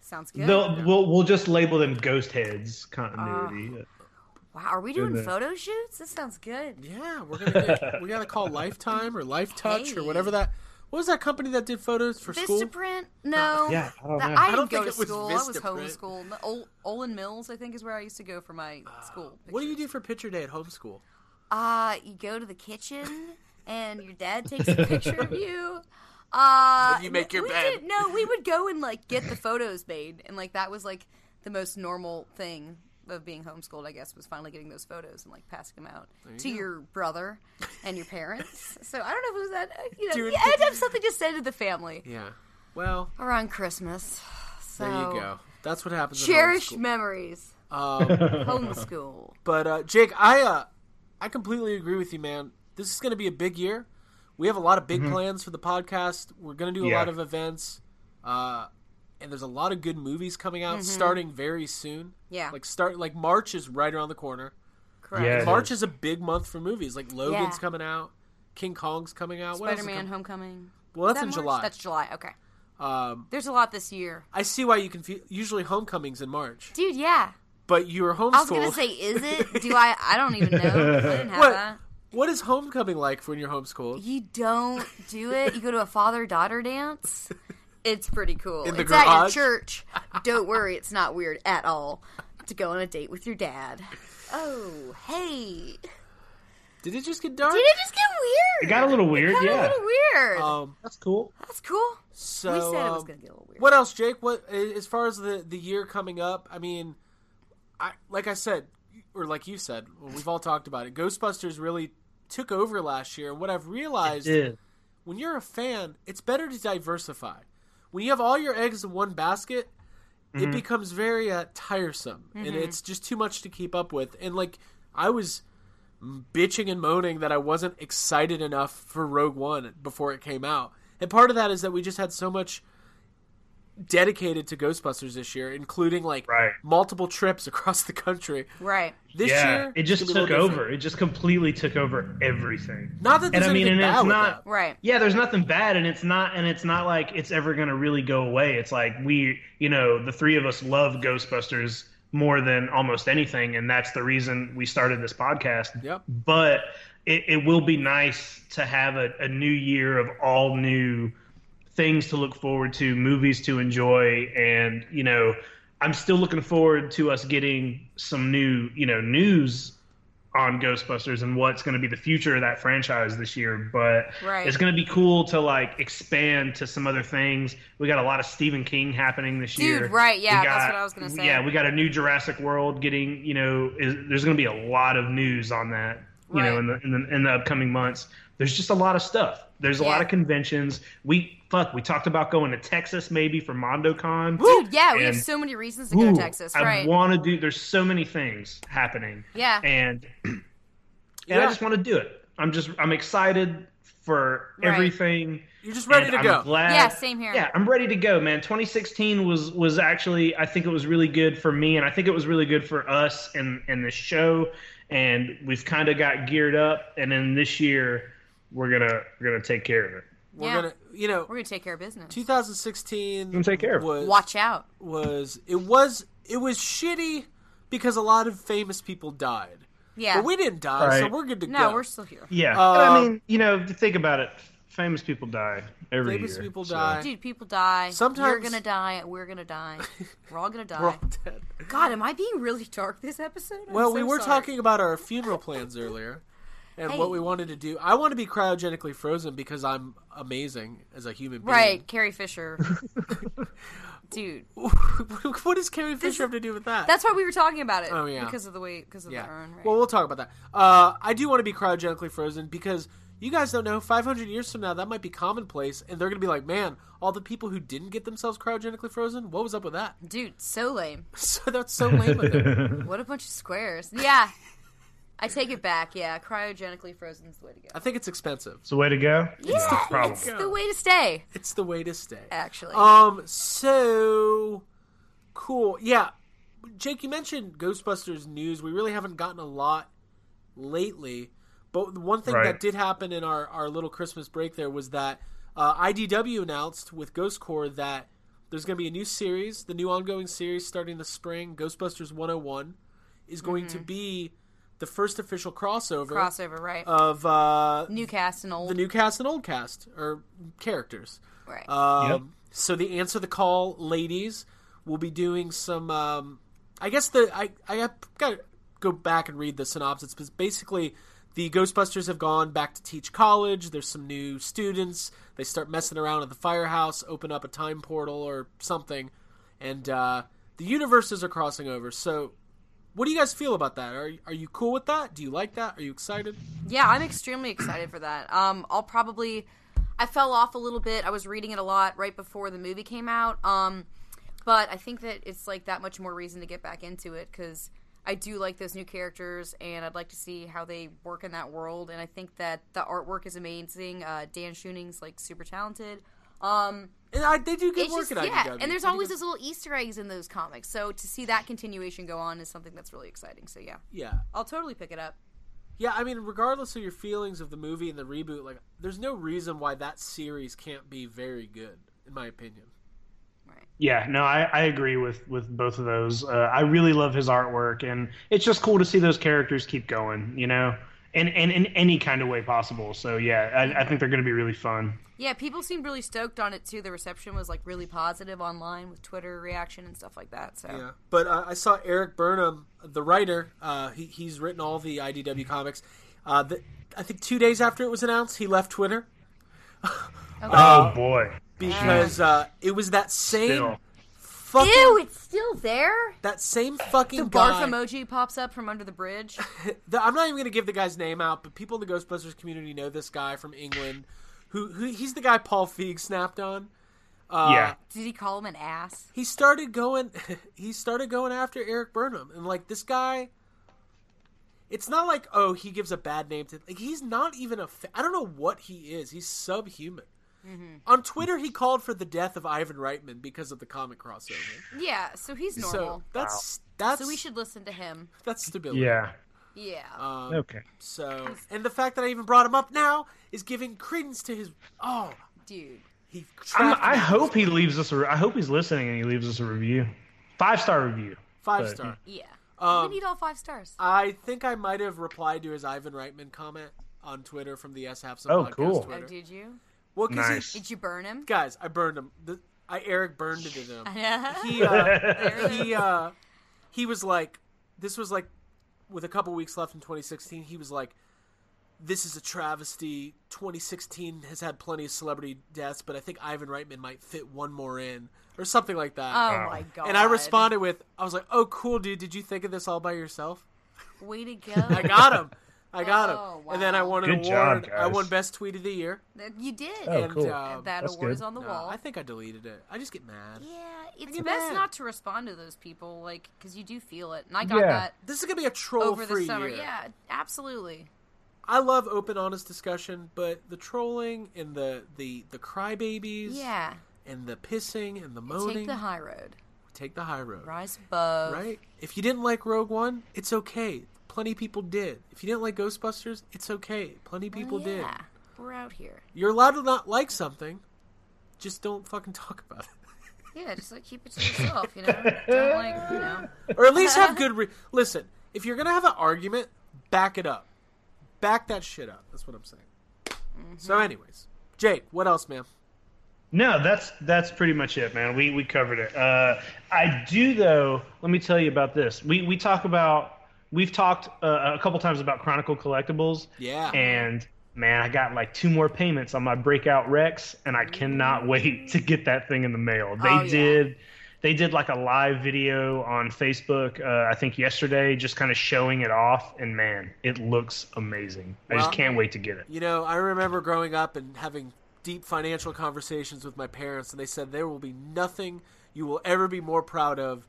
Speaker 10: Sounds good.
Speaker 9: They'll, we'll we'll just label them ghost heads continuity.
Speaker 10: Ah. wow, are we doing
Speaker 9: Goodness.
Speaker 10: photo shoots? This sounds good.
Speaker 8: Yeah, we're gonna get, we gotta call Lifetime or Life Touch or
Speaker 10: Hey.
Speaker 8: whatever that. What was that company that did photos for school?
Speaker 10: Vistaprint? No.
Speaker 9: yeah, I don't
Speaker 10: That-
Speaker 9: know.
Speaker 10: I
Speaker 9: I
Speaker 10: didn't
Speaker 8: Uh, don't
Speaker 10: go
Speaker 8: think
Speaker 10: to
Speaker 8: it was
Speaker 10: school. I was
Speaker 8: Vistaprint.
Speaker 10: homeschooled. Ol- Olin Mills, I think, is where I used to go for my school.
Speaker 8: Uh, What do you do for picture day at homeschool?
Speaker 10: Uh, you go to the kitchen and your dad takes a picture of you. Uh,
Speaker 8: And you make your
Speaker 10: we
Speaker 8: bed.
Speaker 10: did- no, we would go and like get the photos made, and like that was like the most normal thing of being homeschooled. I guess was finally getting those photos and like passing them out to your brother and your parents. so I don't know if it was that uh, you know
Speaker 8: Dude.
Speaker 10: you had to have something to send to the family
Speaker 8: Yeah. Well,
Speaker 10: around Christmas. So
Speaker 8: there
Speaker 10: Oh.
Speaker 8: you go. That's what happens.
Speaker 10: Cherished
Speaker 8: At Um, homeschool.
Speaker 10: memories. homeschool.
Speaker 8: But uh, Jake, I uh, I completely agree with you, man. This is going to be a big year. We have a lot of big plans for the podcast. We're going to do a
Speaker 9: Yeah.
Speaker 8: lot of events, uh, and there's a lot of good movies coming out starting very soon.
Speaker 10: Mm-hmm. Yeah.
Speaker 8: like start like March is right around the corner.
Speaker 10: Correct.
Speaker 9: Yeah. It
Speaker 8: March
Speaker 9: is.
Speaker 8: is a big month for movies. Like Logan's
Speaker 10: Yeah.
Speaker 8: coming out, King Kong's coming out. What else is
Speaker 10: Spider-Man:
Speaker 8: coming-
Speaker 10: Homecoming.
Speaker 8: Well, that's
Speaker 10: Is
Speaker 8: in
Speaker 10: that March?
Speaker 8: July.
Speaker 10: That's July. Okay.
Speaker 8: Um,
Speaker 10: There's a lot this year,
Speaker 8: I see why you confuse. Usually, Homecoming's in March,
Speaker 10: dude. Yeah.
Speaker 8: but you were homeschooled.
Speaker 10: I was gonna say, is it? Do I? I don't even know. I didn't have
Speaker 8: What?
Speaker 10: that.
Speaker 8: what is homecoming like when you're homeschooled?
Speaker 10: You don't do it. You go to a father-daughter dance. It's pretty cool.
Speaker 8: In the
Speaker 10: it's
Speaker 8: garage?
Speaker 10: at your church. Don't worry, it's not weird at all to go on a date with your dad. Oh, hey.
Speaker 8: Did it just get dark?
Speaker 10: Did it just get weird?
Speaker 9: got a little weird.
Speaker 10: Got a
Speaker 9: Yeah,
Speaker 10: little weird.
Speaker 8: Um,
Speaker 9: that's cool.
Speaker 10: That's cool.
Speaker 8: so
Speaker 10: we said it was
Speaker 8: um,
Speaker 10: gonna get a little weird.
Speaker 8: What else, Jake? What a- as far as the the year coming up? I mean, I like I said, or like you said, well, we've all talked about it. Ghostbusters really took over last year, and what I've realized
Speaker 9: Yeah.
Speaker 8: when you're a fan, it's better to diversify. When you have all your eggs in one basket, it
Speaker 9: Mm-hmm.
Speaker 8: becomes very uh, tiresome,
Speaker 10: Mm-hmm.
Speaker 8: and it's just too much to keep up with. And like I was bitching and moaning that I wasn't excited enough for Rogue One before it came out. And part of that is that we just had so much dedicated to Ghostbusters this year, including like
Speaker 9: Right.
Speaker 8: multiple trips across the country.
Speaker 10: Right.
Speaker 8: This
Speaker 9: yeah,
Speaker 8: year,
Speaker 9: it
Speaker 8: it's
Speaker 9: just
Speaker 8: gonna be a
Speaker 9: took
Speaker 8: little
Speaker 9: over.
Speaker 8: different.
Speaker 9: It just completely took over everything.
Speaker 8: Not that there's
Speaker 9: and I mean,
Speaker 8: anything
Speaker 9: and
Speaker 8: bad
Speaker 9: it's
Speaker 8: with
Speaker 9: not
Speaker 8: that.
Speaker 10: Right.
Speaker 9: Yeah, there's nothing bad, and it's not, and it's not like it's ever gonna really go away. It's like we, you know, the three of us love Ghostbusters more than almost anything, and that's the reason we started this podcast.
Speaker 8: Yep.
Speaker 9: But it, it will be nice to have a, a new year of all new things to look forward to, movies to enjoy, and you know, I'm still looking forward to us getting some new, you know, news on Ghostbusters and what's going to be the future of that franchise this year, but
Speaker 10: Right.
Speaker 9: it's going to be cool to like expand to some other things. We got a lot of Stephen King happening this
Speaker 10: Dude,
Speaker 9: year.
Speaker 10: right,
Speaker 9: We
Speaker 10: yeah, that's what I was gonna say.
Speaker 9: Yeah, we got a new Jurassic World getting. You know, is, there's going to be a lot of news on that. You know,
Speaker 10: Right.
Speaker 9: in the, in the in the upcoming months, there's just a lot of stuff. There's a
Speaker 10: Yeah.
Speaker 9: lot of conventions. We fuck. We talked about going to Texas maybe for MondoCon.
Speaker 10: Dude, yeah, we have
Speaker 9: And-
Speaker 10: so many reasons to go
Speaker 9: Ooh,
Speaker 10: to Texas, right?
Speaker 9: I want to do. There's so many things happening.
Speaker 10: Yeah.
Speaker 9: And and I
Speaker 8: Yeah.
Speaker 9: just want to do it. I'm just I'm excited for
Speaker 10: Right.
Speaker 9: everything.
Speaker 8: You're just ready
Speaker 9: and
Speaker 8: to
Speaker 9: I'm
Speaker 8: go.
Speaker 9: Glad,
Speaker 10: Yeah, same here.
Speaker 9: Yeah, I'm ready to go, man. 2016 was was actually I think it was really good for me, and I think it was really good for us and and the show. And we've kind of got geared up, and then this year we're gonna we're gonna take care of it.
Speaker 8: We're
Speaker 10: Yeah.
Speaker 8: gonna, you know,
Speaker 10: We're gonna take care of business.
Speaker 8: 2016
Speaker 9: gonna take care of it.
Speaker 8: was,
Speaker 10: Watch out.
Speaker 8: was it was it was shitty because a lot of famous people died.
Speaker 10: Yeah.
Speaker 8: But we didn't die, so
Speaker 9: Right.
Speaker 8: we're good to
Speaker 10: no,
Speaker 8: go.
Speaker 10: we're still here.
Speaker 9: Yeah,
Speaker 8: Uh,
Speaker 9: and I mean, you know, if you think about it, famous people die every
Speaker 8: famous
Speaker 9: year.
Speaker 8: people
Speaker 9: so-
Speaker 8: die.
Speaker 10: Dude, people die.
Speaker 8: Sometimes-
Speaker 10: you're gonna die. We're gonna die. We're all gonna die.
Speaker 8: We're all dead.
Speaker 10: God, am I being really dark this episode? I'm
Speaker 8: Well,
Speaker 10: so
Speaker 8: we were
Speaker 10: sorry.
Speaker 8: talking about our funeral plans earlier and
Speaker 10: Hey.
Speaker 8: what we wanted to do. I want to be cryogenically frozen because I'm amazing as a human being.
Speaker 10: right, Carrie Fisher. Dude,
Speaker 8: what does Carrie Fisher have to do with that?
Speaker 10: that's why we were talking about it.
Speaker 8: Oh, yeah.
Speaker 10: because of the way, because of
Speaker 8: yeah.
Speaker 10: the urn. Right?
Speaker 8: Well, we'll talk about that. Uh, I do want to be cryogenically frozen because you guys don't know. 500 years from now, that might be commonplace, and they're going to be like, "Man, all the people who didn't get themselves cryogenically frozen, what was up with that?"
Speaker 10: Dude, so lame.
Speaker 8: so that's so lame of them.
Speaker 10: What a bunch of squares. Yeah, I take it back. Yeah, cryogenically frozen is the way to go.
Speaker 8: I think it's expensive.
Speaker 9: It's the way to go.
Speaker 10: Yeah,
Speaker 9: problem.
Speaker 10: it's the way to stay.
Speaker 8: It's the way to stay.
Speaker 10: Actually,
Speaker 8: Um. So cool. Yeah, Jake, you mentioned Ghostbusters news. We really haven't gotten a lot lately, but the one thing
Speaker 9: Right.
Speaker 8: that did happen in our our little Christmas break there was that uh, IDW announced with Ghost Core that there's going to be a new series, the new ongoing series starting this spring, Ghostbusters 101, is going to be the first official crossover
Speaker 10: crossover, right?
Speaker 8: of uh,
Speaker 10: New cast and old.
Speaker 8: the new cast and old cast or characters.
Speaker 10: right.
Speaker 8: Um,
Speaker 9: Yep.
Speaker 8: So the answer the call ladies will be doing some. Um, I guess the I I got to go back and read the synopsis, but basically the Ghostbusters have gone back to teach college. There's some new students. They start messing around at the firehouse, open up a time portal or something, and uh, the universes are crossing over. So. What do you guys feel about that? Are are you cool with that? Do you like that? Are you excited?
Speaker 10: Yeah, I'm extremely excited for that. Um, I'll probably. I fell off a little bit. I was reading it a lot right before the movie came out. Um, but I think that it's like that much more reason to get back into it because I do like those new characters and I'd like to see how they work in that world. And I think that the artwork is amazing. Uh, Dan Schooning's like super talented. Um,
Speaker 8: And I, they do good
Speaker 10: it's
Speaker 8: work
Speaker 10: just,
Speaker 8: at
Speaker 10: yeah,
Speaker 8: IDW.
Speaker 10: and there's
Speaker 8: They do
Speaker 10: always
Speaker 8: good-
Speaker 10: those little Easter eggs in those comics. So to see that continuation go on is something that's really exciting. So yeah,
Speaker 8: yeah.
Speaker 10: I'll totally pick it up.
Speaker 8: Yeah, I mean, regardless of your feelings of the movie and the reboot, like, there's no reason why that series can't be very good, in my opinion.
Speaker 9: Yeah, no, I, I agree with with both of those. Uh, I really love his artwork, and it's just cool to see those characters keep going, you know, and and in any kind of way possible. So yeah, I, I think they're going to be really fun.
Speaker 10: Yeah, people seemed really stoked on it too. The reception was like really positive online with Twitter reaction and stuff like that. So
Speaker 8: Yeah, but uh, I saw Eric Burnham, the writer. Uh, he, he's written all the IDW comics. Uh, the, I think two days after it was announced, he left Twitter Uh,
Speaker 9: oh boy,
Speaker 8: because uh, it was that same
Speaker 9: Still.
Speaker 8: fucking
Speaker 10: ew, it's still there.
Speaker 8: that same fucking
Speaker 10: The barf
Speaker 8: guy.
Speaker 10: emoji pops up from under the bridge.
Speaker 8: the, I'm not even going to give the guy's name out, but people in the Ghostbusters community know this guy from England. Who, who he's the guy Paul Feig snapped on. uh,
Speaker 9: yeah,
Speaker 10: Did he call him an ass?
Speaker 8: he started going he started going after Eric Burnham and like this guy it's not like oh he gives a bad name to like he's not even a fa- I don't know what he is he's subhuman
Speaker 10: Mm-hmm.
Speaker 8: on Twitter he called for the death of Ivan Reitman because of the comic crossover
Speaker 10: Yeah, so he's
Speaker 8: so
Speaker 10: normal.
Speaker 8: that's that's
Speaker 10: So, we should listen to him.
Speaker 8: that's stability
Speaker 9: yeah,
Speaker 10: Yeah.
Speaker 8: um,
Speaker 9: okay,
Speaker 8: so and the fact that I even brought him up now is giving credence to his oh
Speaker 10: Dude.
Speaker 8: he
Speaker 9: I'm,
Speaker 8: trapped
Speaker 9: I
Speaker 8: me.
Speaker 9: hope he leaves us. A, re- I hope he's listening and he leaves us a review, five star review.
Speaker 8: five
Speaker 9: but-
Speaker 8: star
Speaker 10: Yeah.
Speaker 8: Um,
Speaker 10: we need all five stars.
Speaker 8: I think I might have replied to his Ivan Reitman comment on Twitter from the S Half Some
Speaker 9: Oh,
Speaker 8: Podcast
Speaker 9: cool.
Speaker 10: oh,
Speaker 8: Twitter.
Speaker 10: did you?
Speaker 8: Well, 'cause he-
Speaker 9: Nice.
Speaker 10: Did you burn him?
Speaker 8: guys, I burned him. The, I Eric burned it to them.
Speaker 10: Yeah.
Speaker 8: He uh, he uh, he was like, this was like with a couple weeks left in 2016, he was like, "This is a travesty. 2016 has had plenty of celebrity deaths, but I think Ivan Reitman might fit one more in, or something like that."
Speaker 10: Oh my god!
Speaker 8: And I responded with, "I was like, oh cool, dude. Did you think of this all by yourself?
Speaker 10: "Way to go!"
Speaker 8: I got him. I got him."
Speaker 10: Oh,
Speaker 8: And then I won an
Speaker 11: Good
Speaker 8: award.
Speaker 11: job,
Speaker 8: I
Speaker 11: guys.
Speaker 8: won best tweet of the year.
Speaker 10: That- You did.
Speaker 11: Oh, cool.
Speaker 8: um,
Speaker 10: that
Speaker 11: That's
Speaker 10: award is
Speaker 11: good.
Speaker 10: on the
Speaker 8: no,
Speaker 10: wall.
Speaker 8: I think I deleted it. I just get mad.
Speaker 10: yeah, it's
Speaker 8: get
Speaker 10: best
Speaker 8: mad.
Speaker 10: not to respond to those people, like because you do feel it, and I got
Speaker 8: Yeah.
Speaker 10: that
Speaker 8: This is gonna be a troll
Speaker 10: over the
Speaker 8: Oh, free
Speaker 10: summer.
Speaker 8: year.
Speaker 10: Yeah, absolutely.
Speaker 8: I love open, honest discussion, but the trolling and the the the crybabies,
Speaker 10: Yeah,
Speaker 8: and the pissing and the moaning.
Speaker 10: take the high road.
Speaker 8: Take the high road.
Speaker 10: Rise above.
Speaker 8: Right? If you didn't like Rogue One, it's okay. Plenty people did. If you didn't like Ghostbusters, it's okay. Plenty people
Speaker 10: yeah.
Speaker 8: did.
Speaker 10: We're out here.
Speaker 8: You're allowed to not like something. Just don't fucking talk about it.
Speaker 10: Yeah, just like keep it to yourself. You know, don't like you know.
Speaker 8: Or at least have good re- Listen, if you're going to have an argument, back it up. Back that shit up. That's what I'm saying. So
Speaker 10: Mm-hmm.
Speaker 8: anyways, Jake, what else, man?
Speaker 9: No, that's that's pretty much it, man. We we covered it. Uh, I do though. Let me tell you about this. We we talk about we've talked uh, a couple times about Chronicle collectibles.
Speaker 8: Yeah.
Speaker 9: And man, I got like two more payments on my breakout Rex, and I cannot wait to get that thing in the mail. They
Speaker 10: Oh, yeah.
Speaker 9: did. They did like a live video on Facebook, uh, I think yesterday, just kind of showing it off, and man, it looks amazing. I
Speaker 8: Well-
Speaker 9: just can't wait to get it.
Speaker 8: You know, I remember growing up and having deep financial conversations with my parents, and they said there will be nothing you will ever be more proud of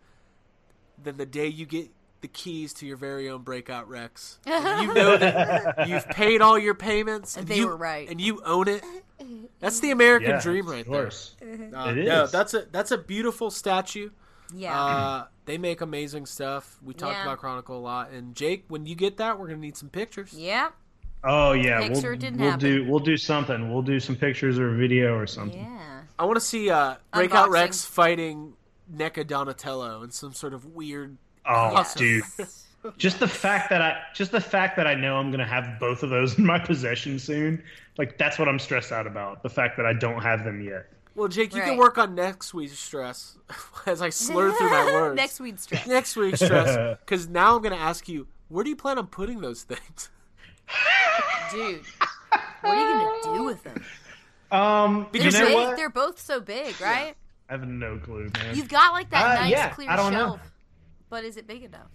Speaker 8: than the day you get the keys to your very own breakout Rex. And you know that you've paid all your payments, and
Speaker 10: They
Speaker 8: you,
Speaker 10: were right.
Speaker 8: and you own it. That's the American
Speaker 9: Yeah,
Speaker 8: dream, right
Speaker 9: of course.
Speaker 8: there. Uh,
Speaker 9: It
Speaker 8: No,
Speaker 9: is.
Speaker 8: that's a that's a beautiful statue.
Speaker 10: Yeah.
Speaker 8: Uh, they make amazing stuff. We talked
Speaker 10: Yeah.
Speaker 8: about Chronicle a lot, and Jake, when you get that, we're gonna need some pictures.
Speaker 10: yeah.
Speaker 9: Oh yeah,
Speaker 10: Picture
Speaker 9: we'll,
Speaker 10: it didn't
Speaker 9: we'll
Speaker 10: happen.
Speaker 9: do we'll do something. We'll do some pictures or video or something.
Speaker 10: Yeah.
Speaker 8: I want to see uh, Breakout
Speaker 10: Unboxing.
Speaker 8: Rex fighting NECA Donatello in some sort of weird.
Speaker 9: Oh,
Speaker 10: Yes.
Speaker 9: dude, just the fact that I just the fact that I know I'm gonna have both of those in my possession soon. Like that's what I'm stressed out about. The fact that I don't have them yet.
Speaker 8: Well, Jake, you can
Speaker 10: Right.
Speaker 8: work on next week's stress as I slur through my words.
Speaker 10: Next weed stress.
Speaker 8: next week's stress, because now I'm going to ask you, where do you plan on putting those things?
Speaker 10: Dude. What are you gonna do with them?
Speaker 9: Um,
Speaker 10: They're
Speaker 9: you know
Speaker 10: big.
Speaker 9: what?
Speaker 10: They're both so big, right?
Speaker 9: I have no clue, man.
Speaker 10: You've got like that
Speaker 9: Uh,
Speaker 10: nice
Speaker 9: yeah,
Speaker 10: clear
Speaker 9: I don't know.
Speaker 10: shelf. But is it big enough?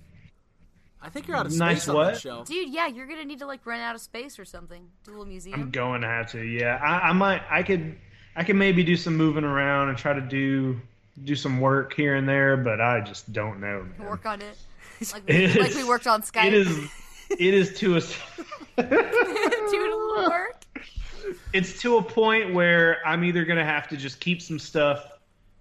Speaker 8: I think you're out of space
Speaker 9: Nice
Speaker 8: on
Speaker 9: what?
Speaker 8: that shelf.
Speaker 10: Dude, yeah, you're gonna need to like run out of space or something. Do a little museum.
Speaker 9: I'm going to have to. Yeah, I, I might. I could. I could maybe do some moving around and try to do do some work here and there, but I just don't know, man.
Speaker 10: Work on it. Like,
Speaker 9: It
Speaker 10: like
Speaker 9: is-
Speaker 10: we worked on Skype.
Speaker 9: It is. It is to a.
Speaker 10: Doing a little work.
Speaker 9: It's to a point where I'm either gonna have to just keep some stuff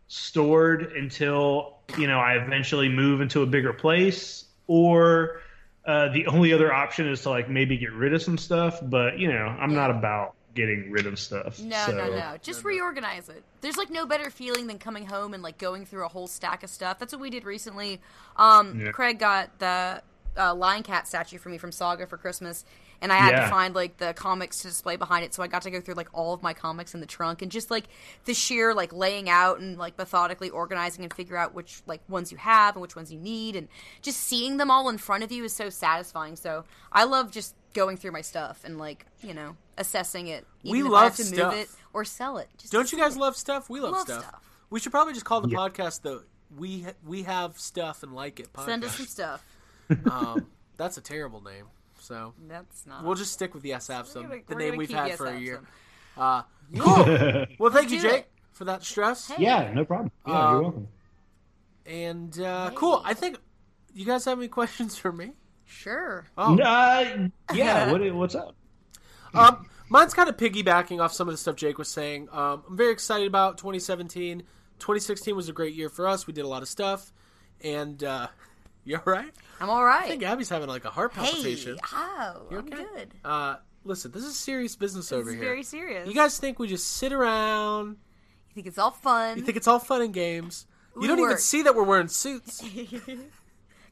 Speaker 9: stored until you know I eventually move into a bigger place, or uh, the only other option is to like maybe get rid of some stuff. But you know I'm not about getting rid of stuff.
Speaker 10: No,
Speaker 9: so.
Speaker 10: no, no. Just reorganize it. There's like no better feeling than coming home and like going through a whole stack of stuff. That's what we did recently. Um,
Speaker 9: Yeah.
Speaker 10: Craig got the uh, lion cat statue for me from Saga for Christmas, and I had to
Speaker 9: Yeah.
Speaker 10: find like the comics to display behind it. So I got to go through like all of my comics in the trunk and just like the sheer like laying out and like methodically organizing and figure out which like ones you have and which ones you need, and just seeing them all in front of you is so satisfying. So I love just going through my stuff and like you know assessing it
Speaker 8: We
Speaker 10: even if I
Speaker 8: love
Speaker 10: have to move
Speaker 8: stuff.
Speaker 10: it or sell it. Just
Speaker 8: Don't you guys love stuff? We love,
Speaker 10: Love
Speaker 8: stuff.
Speaker 10: stuff.
Speaker 8: We should probably just call the
Speaker 9: Yeah.
Speaker 8: podcast the "We Ha- We Have Stuff and Like It" podcast.
Speaker 10: send us some stuff?
Speaker 8: um, that's a terrible name. So
Speaker 10: That's not.
Speaker 8: we'll just stick with yes, have
Speaker 10: We're
Speaker 8: some.
Speaker 10: gonna-
Speaker 8: The
Speaker 10: we're
Speaker 8: name
Speaker 10: gonna
Speaker 8: we've
Speaker 10: keep
Speaker 8: had
Speaker 10: yes,
Speaker 8: for a
Speaker 10: have
Speaker 8: year.
Speaker 10: some.
Speaker 8: Uh, cool. well, thank you,
Speaker 10: do
Speaker 8: Jake,
Speaker 10: it.
Speaker 8: for that stress.
Speaker 9: Yeah, no problem. Yeah,
Speaker 8: Um,
Speaker 9: you're welcome.
Speaker 8: And uh, cool. I think you guys have any questions for me?
Speaker 10: Sure.
Speaker 8: Oh,
Speaker 9: Uh, yeah, what, what's up?
Speaker 8: um, mine's kind of piggybacking off some of the stuff Jake was saying. Um, I'm very excited about 2017. 2016 was a great year for us. We did a lot of stuff, and uh, you all right?
Speaker 10: I'm all
Speaker 8: I think
Speaker 10: right.
Speaker 8: Abby's having like a heart palpitation.
Speaker 10: Hey, oh,
Speaker 8: You
Speaker 10: I'm
Speaker 8: okay?
Speaker 10: good.
Speaker 8: Uh, listen, this is serious business
Speaker 10: This
Speaker 8: over
Speaker 10: is
Speaker 8: here.
Speaker 10: very serious.
Speaker 8: You guys think we just sit around?
Speaker 10: You think it's all fun?
Speaker 8: You think it's all fun and games? You
Speaker 10: Mm-hmm. We
Speaker 8: don't even
Speaker 10: work.
Speaker 8: see that we're wearing suits.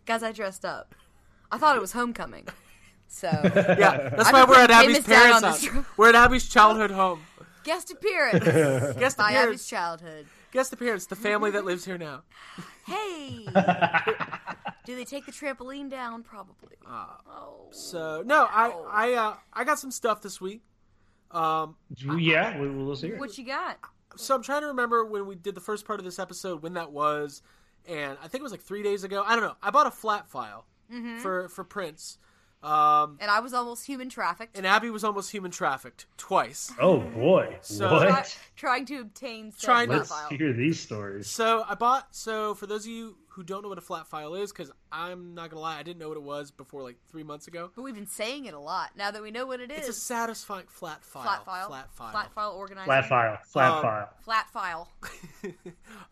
Speaker 10: guys? I dressed up. I thought it was homecoming, so
Speaker 8: Yeah, that's
Speaker 10: I've
Speaker 8: why
Speaker 10: been
Speaker 8: we're at
Speaker 10: putting
Speaker 8: Abby's
Speaker 10: payments down
Speaker 8: parents'
Speaker 10: on this
Speaker 8: house.
Speaker 10: trip.
Speaker 8: We're at Abby's childhood home.
Speaker 10: guest appearance
Speaker 8: Guest
Speaker 10: by Abby's
Speaker 8: appearance.
Speaker 10: childhood.
Speaker 8: Guest appearance. The family that lives here now.
Speaker 10: Hey, Do they take the trampoline down? Probably.
Speaker 8: oh. So no, I
Speaker 10: Oh.
Speaker 8: I uh, I got some stuff this week. Um,
Speaker 9: yeah, we will hear.
Speaker 10: What you got?
Speaker 8: so I'm trying to remember when we did the first part of this episode when that was, and I think it was like three days ago. I don't know. I bought a flat file
Speaker 10: Mhm.
Speaker 8: for for Prince, um,
Speaker 10: And I was almost human trafficked.
Speaker 8: and Abby was almost human trafficked twice.
Speaker 9: Oh boy,
Speaker 8: So-
Speaker 10: Try-
Speaker 9: what?
Speaker 10: trying to obtain said
Speaker 8: Trying to-
Speaker 10: flat
Speaker 9: Let's
Speaker 10: file.
Speaker 9: hear these stories.
Speaker 8: So I bought. So for those of you who don't know what a flat file is, because I'm not gonna lie, I didn't know what it was before like three months ago.
Speaker 10: But we've been saying it a lot. Now that we know what it
Speaker 8: It's a
Speaker 10: is,
Speaker 8: satisfying flat file.
Speaker 10: flat file,
Speaker 8: Flat file.
Speaker 10: flat file organizer,
Speaker 9: Flat file, flat
Speaker 8: Um,
Speaker 9: file.
Speaker 10: flat file.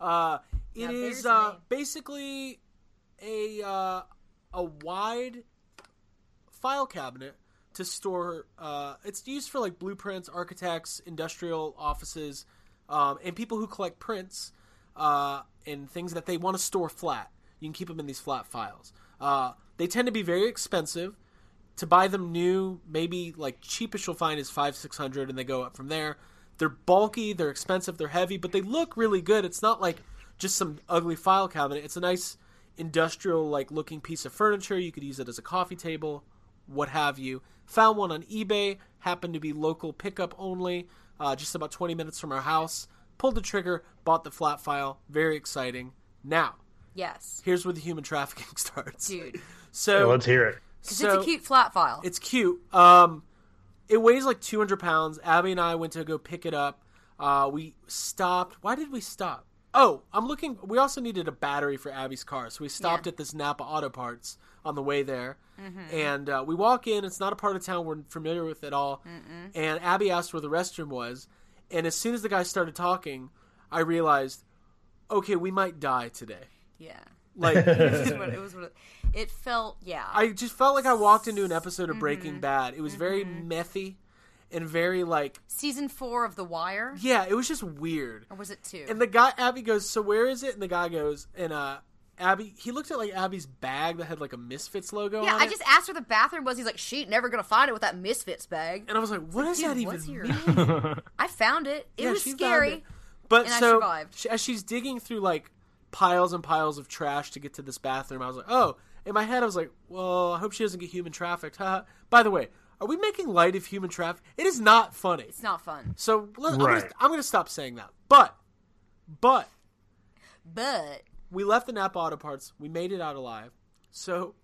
Speaker 8: Uh,
Speaker 10: Now
Speaker 8: it
Speaker 10: there's
Speaker 8: is
Speaker 10: a
Speaker 8: uh,
Speaker 10: name.
Speaker 8: basically a uh, a wide file cabinet to store. Uh, it's used for like blueprints, architects, industrial offices, um, and people who collect prints uh, and things that they want to store flat. You can keep them in these flat files. Uh, they tend to be very expensive. To buy them new, maybe like cheapest you'll find is five six hundred, and they go up from there. They're bulky, they're expensive, they're heavy, but they look really good. It's not like just some ugly file cabinet. It's a nice industrial like looking piece of furniture. You could use it as a coffee table, what have you. Found one on eBay. Happened to be local pickup only, uh, just about 20 minutes from our house. Pulled the trigger, bought the flat file. Very exciting. Now,
Speaker 10: Yes,
Speaker 8: here's where the human trafficking starts.
Speaker 10: dude.
Speaker 8: So
Speaker 9: Yeah, let's hear it.
Speaker 10: 'Cause
Speaker 8: so-
Speaker 10: it's a cute flat file.
Speaker 8: it's cute. Um, it weighs like 200 pounds. Abby and I went to go pick it up. Uh, we stopped. Why did we stop? Oh, I'm looking. We also needed a battery for Abby's car, so we stopped at this Napa Auto Parts on the way there. And uh, we walk in. It's not a part of town we're familiar with at all. And Abby asked where the restroom was. And as soon as the guy started talking, I realized, okay, we might die today.
Speaker 10: yeah.
Speaker 8: Like,
Speaker 10: It was what it was. What it, it felt. Yeah.
Speaker 8: I just felt like I walked into an episode of
Speaker 10: Mm-hmm.
Speaker 8: Breaking Bad. It was very methy and very like
Speaker 10: Season four of The Wire,
Speaker 8: yeah, it was just weird.
Speaker 10: or was it two?
Speaker 8: And the guy Abby goes, "So where is it?" And the guy goes, and uh Abby he looked at like Abby's bag that had like a Misfits logo
Speaker 10: yeah,
Speaker 8: on
Speaker 10: I
Speaker 8: it.
Speaker 10: just asked where the bathroom was. He's like, "She never gonna find it with that Misfits bag."
Speaker 8: and I was like, "What does that
Speaker 10: Dude,
Speaker 8: even
Speaker 10: what's
Speaker 8: mean?"
Speaker 10: your? I found it. It
Speaker 8: Yeah,
Speaker 10: was
Speaker 8: she found
Speaker 10: scary.
Speaker 8: it. But
Speaker 10: and I
Speaker 8: so
Speaker 10: survived.
Speaker 8: she- as she's digging through like piles and piles of trash to get to this bathroom, I was like, "Oh." In my head, I was like, "Well, I hope she doesn't get human trafficked." Haha. By the way, are we making light of human traffic? It is not funny.
Speaker 10: It's not fun,
Speaker 8: So let, I'm,
Speaker 9: Right.
Speaker 8: gonna, I'm gonna stop saying that. But, but
Speaker 10: but
Speaker 8: we left the Napa Auto Parts. We made it out alive. So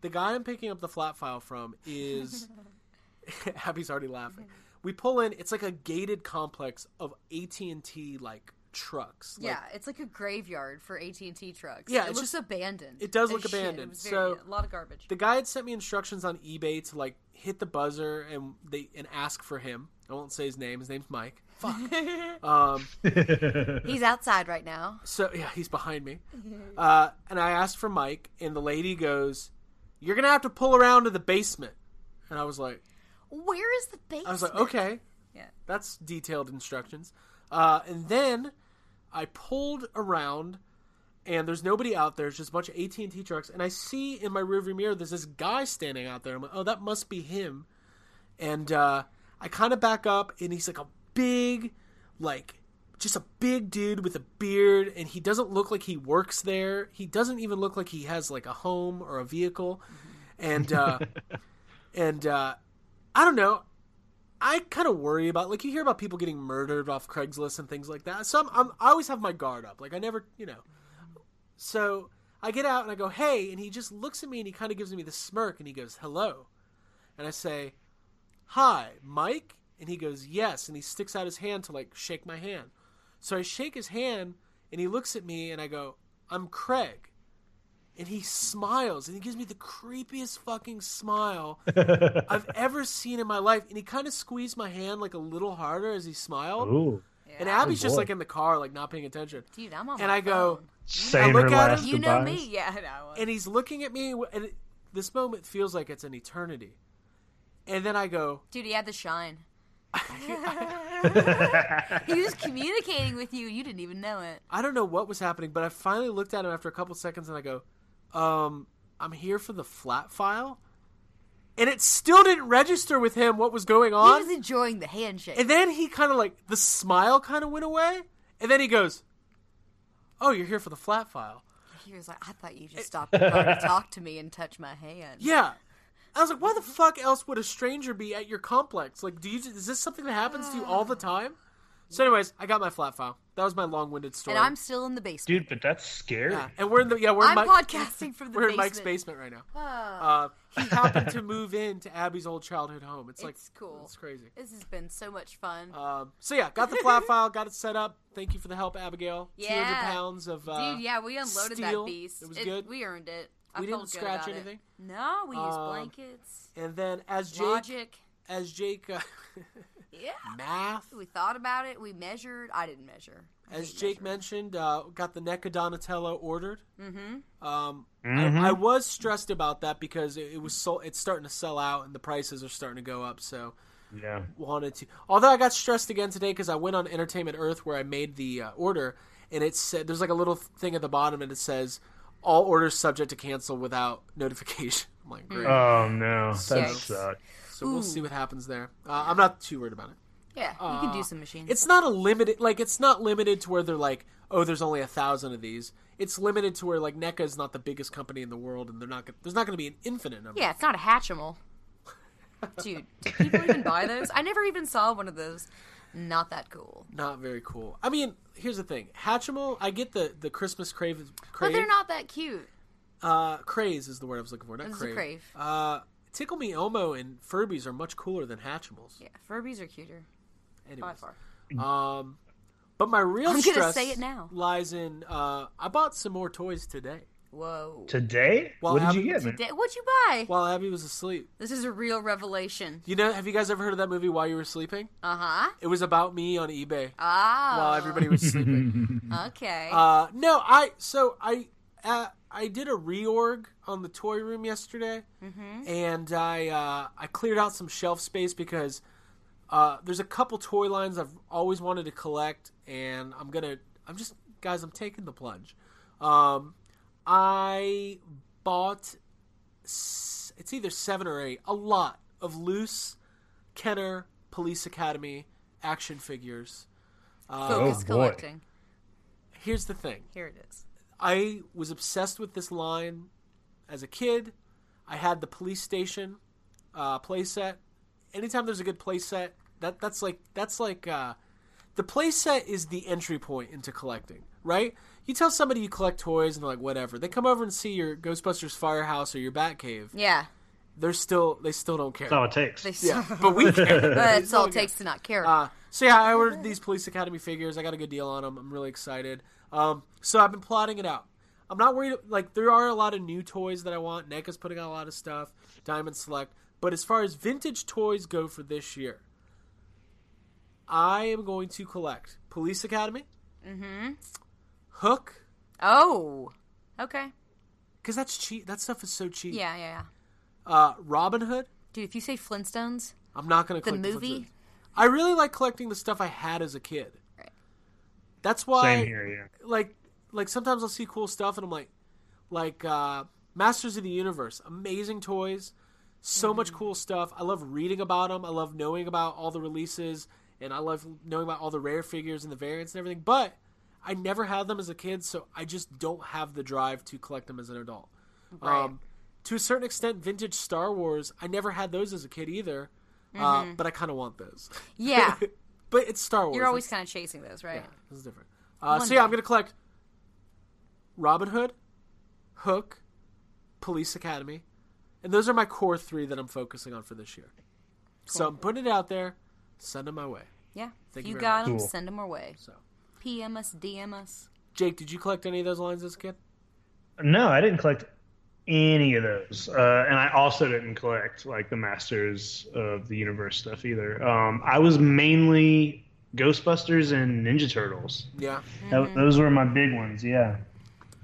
Speaker 8: the guy I'm picking up the flat file from is Abby's already laughing. We pull in. It's like a gated complex of AT and T like trucks. Like,
Speaker 10: yeah, it's like a graveyard for AT and T trucks.
Speaker 8: Yeah,
Speaker 10: it
Speaker 8: it's
Speaker 10: looks
Speaker 8: just-
Speaker 10: abandoned.
Speaker 8: it does
Speaker 10: as
Speaker 8: look
Speaker 10: shit.
Speaker 8: abandoned.
Speaker 10: It was very,
Speaker 8: So-
Speaker 10: a lot of garbage.
Speaker 8: The guy had sent me instructions on eBay to like hit the buzzer and they and ask for him. I won't say his name. His name's Mike. Fuck. um,
Speaker 10: He's outside right now.
Speaker 8: So yeah, he's behind me. Uh, and I asked for Mike, and the lady goes, "You're gonna have to pull around to the basement." And I was like,
Speaker 10: Where is the basement?
Speaker 8: I was like, okay,
Speaker 10: Yeah.
Speaker 8: that's detailed instructions. Uh, and then I pulled around, and there's nobody out there. It's just a bunch of AT and T trucks, and I see in my rearview mirror there's this guy standing out there. I'm like, oh, that must be him. And uh, I kind of back up, and he's like a big, like just a big dude with a beard, and he doesn't look like he works there. He doesn't even look like he has like a home or a vehicle. And uh, and uh, I don't know. I kind of worry about like you hear about people getting murdered off Craigslist and things like that. So I'm, I'm I always have my guard up. Like I never, you know. So I get out and I go, "Hey," and he just looks at me and he kind of gives me the smirk and he goes, "Hello," and I say, "Hi, Mike," and he goes, "Yes," and he sticks out his hand to like shake my hand. So I shake his hand and he looks at me and I go, "I'm Craig," and he smiles and he gives me the creepiest fucking smile. I've ever seen in my life. And he kind of squeezed my hand like a little harder as he smiled.
Speaker 9: Ooh,
Speaker 8: And Abby's just
Speaker 9: boy.
Speaker 8: like in the car, like not paying attention.
Speaker 10: Dude, I'm on
Speaker 8: And
Speaker 10: my
Speaker 8: I go,
Speaker 10: phone.
Speaker 9: saying
Speaker 8: look
Speaker 9: her
Speaker 8: at
Speaker 9: last
Speaker 8: him,
Speaker 10: you know
Speaker 9: goodbyes.
Speaker 10: me, yeah, no.
Speaker 8: and he's looking at me, and it- this moment feels like it's an eternity. And then I go,
Speaker 10: Dude, he had the shine. he was communicating with you. You didn't even know it.
Speaker 8: I don't know what was happening, but I finally looked at him after a couple seconds, and I go, um, I'm here for the flat file. And it still didn't register with him what was going
Speaker 10: He
Speaker 8: on.
Speaker 10: was enjoying the handshake.
Speaker 8: And then he kind of like the smile kind of went away, and then he goes, "Oh, you're here for the flat file,"
Speaker 10: He was like, I thought you just stopped by to talk to me and touch my hand.
Speaker 8: Yeah. I was like, why the fuck else would a stranger be at your complex? Like, do you is this something that happens to you all the time? So, anyways, I got my flat file. That was my long-winded story.
Speaker 10: And I'm still in the basement.
Speaker 9: Dude, but that's scary.
Speaker 8: yeah, and we're in the yeah we're in
Speaker 10: I'm
Speaker 8: Mike-
Speaker 10: podcasting from the
Speaker 8: we're in Mike's basement
Speaker 10: basement.
Speaker 8: right now.
Speaker 10: Oh,
Speaker 8: Uh, he happened to move into Abby's old childhood home. It's, like
Speaker 10: It's cool.
Speaker 8: It's crazy.
Speaker 10: this has been so much fun.
Speaker 8: Um, so yeah, got the flat file, got it set up. Thank you for the help, Abigail. Two hundred
Speaker 10: Yeah.
Speaker 8: pounds of uh,
Speaker 10: Dude, yeah, we unloaded
Speaker 8: steel.
Speaker 10: that beast.
Speaker 8: It was good.
Speaker 10: We earned it. I
Speaker 8: We
Speaker 10: felt
Speaker 8: didn't
Speaker 10: good
Speaker 8: scratch
Speaker 10: about it.
Speaker 8: anything?
Speaker 10: No, we used
Speaker 8: Um,
Speaker 10: blankets,
Speaker 8: and then as Jake,
Speaker 10: logic.
Speaker 8: as Jake, uh,
Speaker 10: Yeah.
Speaker 8: math.
Speaker 10: We thought about it. We measured. I didn't measure. I
Speaker 8: As
Speaker 10: hate
Speaker 8: Jake
Speaker 10: measuring.
Speaker 8: mentioned, uh, got the NECA Donatello ordered.
Speaker 10: Mhm.
Speaker 8: Um, I, I was stressed about that because it, it was so it's starting to sell out and the prices are starting to go up. So
Speaker 9: Yeah.
Speaker 8: wanted to. Although I got stressed again today because I went on Entertainment Earth where I made the uh, order, and it said there's like a little thing at the bottom, and it says all orders subject to cancel without notification. I'm like, great.
Speaker 9: Oh no, that
Speaker 10: Yikes.
Speaker 9: sucks.
Speaker 8: so we'll see what happens there. Uh, I'm not too worried about it.
Speaker 10: Yeah, you can do some machines.
Speaker 8: Uh, It's not a limited like it's not limited to where they're like, oh, there's only a thousand of these. It's limited to where like NECA is not the biggest company in the world, and they're not gonna, there's not going to be an infinite number.
Speaker 10: yeah, it's not a Hatchimal. Dude, do people even buy those? I never even saw one of those. Not that cool.
Speaker 8: Not very cool. I mean, here's the thing, Hatchimal. I get the the Christmas crave, crave
Speaker 10: But they're not that cute.
Speaker 8: Uh, craze is the word I was looking for. Not
Speaker 10: It was a
Speaker 8: crave.
Speaker 10: crave.
Speaker 8: Uh, Tickle Me Elmo and Furbies are much cooler than Hatchimals.
Speaker 10: Yeah, Furbies are cuter by
Speaker 8: Anyways.
Speaker 10: far.
Speaker 8: Um, but my real
Speaker 10: I'm gonna
Speaker 8: stress
Speaker 10: say it now.
Speaker 8: lies in uh, I bought some more toys today
Speaker 10: Whoa.
Speaker 9: Today?
Speaker 8: Well,
Speaker 9: what did
Speaker 8: I'm-
Speaker 10: um,
Speaker 9: you get, man?
Speaker 10: Da- What'd you buy?
Speaker 8: while Abby was asleep.
Speaker 10: This is a real revelation.
Speaker 8: You know, have you guys ever heard of that movie While You Were Sleeping?
Speaker 10: Uh huh.
Speaker 8: It was about me on eBay
Speaker 10: Ah.
Speaker 8: while everybody was sleeping.
Speaker 10: Okay.
Speaker 8: uh, no, I so I uh, I did a reorg on the toy room yesterday, and I uh, I cleared out some shelf space because uh, there's a couple toy lines I've always wanted to collect, and I'm gonna I'm just guys I'm taking the plunge. Um, I bought s- it's either seven or eight, a lot of loose Kenner Police Academy action figures. Uh,
Speaker 10: Focus
Speaker 9: boy.
Speaker 10: collecting.
Speaker 8: Here's the thing.
Speaker 10: Here it is.
Speaker 8: I was obsessed with this line as a kid. I had the police station uh, playset. Anytime there's a good playset, that that's like that's like uh, the playset is the entry point into collecting, right? You tell somebody you collect toys and they're like whatever. They come over and see your Ghostbusters Firehouse or your Batcave.
Speaker 10: Yeah.
Speaker 8: They're still they still don't care.
Speaker 9: That's all it takes.
Speaker 10: They
Speaker 8: yeah, but we care.
Speaker 10: That's all it takes to not care.
Speaker 8: Uh, so yeah, I ordered these Police Academy figures. I got a good deal on them. I'm really excited. Um, so I've been plotting it out. I'm not worried. Like there are a lot of new toys that I want. NECA's putting out a lot of stuff. Diamond Select. But as far as vintage toys go for this year, I am going to collect Police Academy, mm-hmm. Hook,
Speaker 10: oh. Okay.
Speaker 8: because that's cheap. That stuff is so cheap.
Speaker 10: Yeah, yeah, yeah.
Speaker 8: Uh, Robin Hood.
Speaker 10: Dude, if you say Flintstones,
Speaker 8: I'm not going to
Speaker 10: the
Speaker 8: collect Flintstones.
Speaker 10: movie,
Speaker 8: I really like collecting the stuff I had as a kid.
Speaker 10: Right.
Speaker 8: That's why
Speaker 9: Same here, yeah.
Speaker 8: like like sometimes I'll see cool stuff and I'm like like uh Masters of the Universe, amazing toys, so
Speaker 10: Mm-hmm.
Speaker 8: much cool stuff. I love reading about them. I love knowing about all the releases and I love knowing about all the rare figures and the variants and everything, but I never had them as a kid, so I just don't have the drive to collect them as an adult.
Speaker 10: Right.
Speaker 8: Um to a certain extent, vintage Star Wars, I never had those as a kid either, uh, but I kind of want those.
Speaker 10: Mm-hmm. yeah,
Speaker 8: but it's Star Wars.
Speaker 10: you're always kind of chasing those, right?
Speaker 8: Yeah, this is different. Uh, so yeah,
Speaker 10: day.
Speaker 8: I'm gonna collect Robin Hood, Hook, Police Academy, and those are my core three that I'm focusing on for this year. So I'm putting it out there. Send them my way.
Speaker 10: Yeah.
Speaker 8: Thank
Speaker 10: if
Speaker 8: you
Speaker 10: you
Speaker 8: very
Speaker 10: got them,
Speaker 9: Cool.
Speaker 10: send them our way.
Speaker 8: So.
Speaker 10: PM us, DM us.
Speaker 8: Jake, did you collect any of those lines as a kid?
Speaker 9: No, I didn't collect any of those, uh, and I also didn't collect like the Masters of the Universe stuff either. Um, I was mainly Ghostbusters and Ninja Turtles.
Speaker 8: Yeah.
Speaker 9: Tho-
Speaker 10: Mm-hmm.
Speaker 9: those were my big ones. Yeah.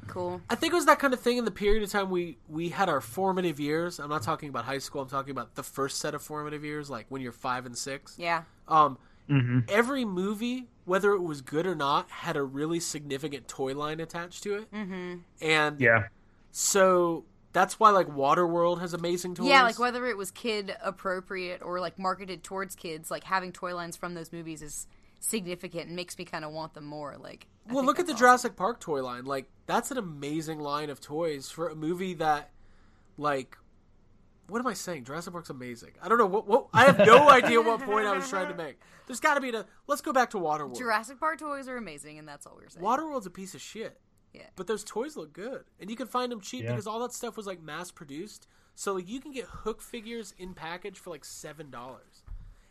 Speaker 10: Cool.
Speaker 8: I think it was that kind of thing in the period of time we we had our formative years. I'm not talking about high school. I'm talking about the first set of formative years, like when you're five and six.
Speaker 10: Yeah.
Speaker 8: Um,
Speaker 9: Mm-hmm.
Speaker 8: Every movie, whether it was good or not, had a really significant toy line attached to it. Mm-hmm. And
Speaker 9: Yeah.
Speaker 8: so that's why, like, Waterworld has amazing toys.
Speaker 10: Yeah, like whether it was kid appropriate or like marketed towards kids, like having toy lines from those movies is significant and makes me kind of want them more. Like, I
Speaker 8: well,
Speaker 10: think
Speaker 8: look at
Speaker 10: that's
Speaker 8: the
Speaker 10: awesome.
Speaker 8: Jurassic Park toy line. Like that's an amazing line of toys for a movie that, like, what am I saying? Jurassic Park's amazing. I don't know what. what I have no idea what point I was trying to make. There's got to be a. Let's go back to Waterworld.
Speaker 10: Jurassic Park toys are amazing, and that's all we we're saying.
Speaker 8: Waterworld's a piece of shit.
Speaker 10: Yeah.
Speaker 8: But those toys look good, and you can find them cheap
Speaker 9: Yeah.
Speaker 8: because all that stuff was like mass produced. So like you can get hook figures in package for like seven dollars,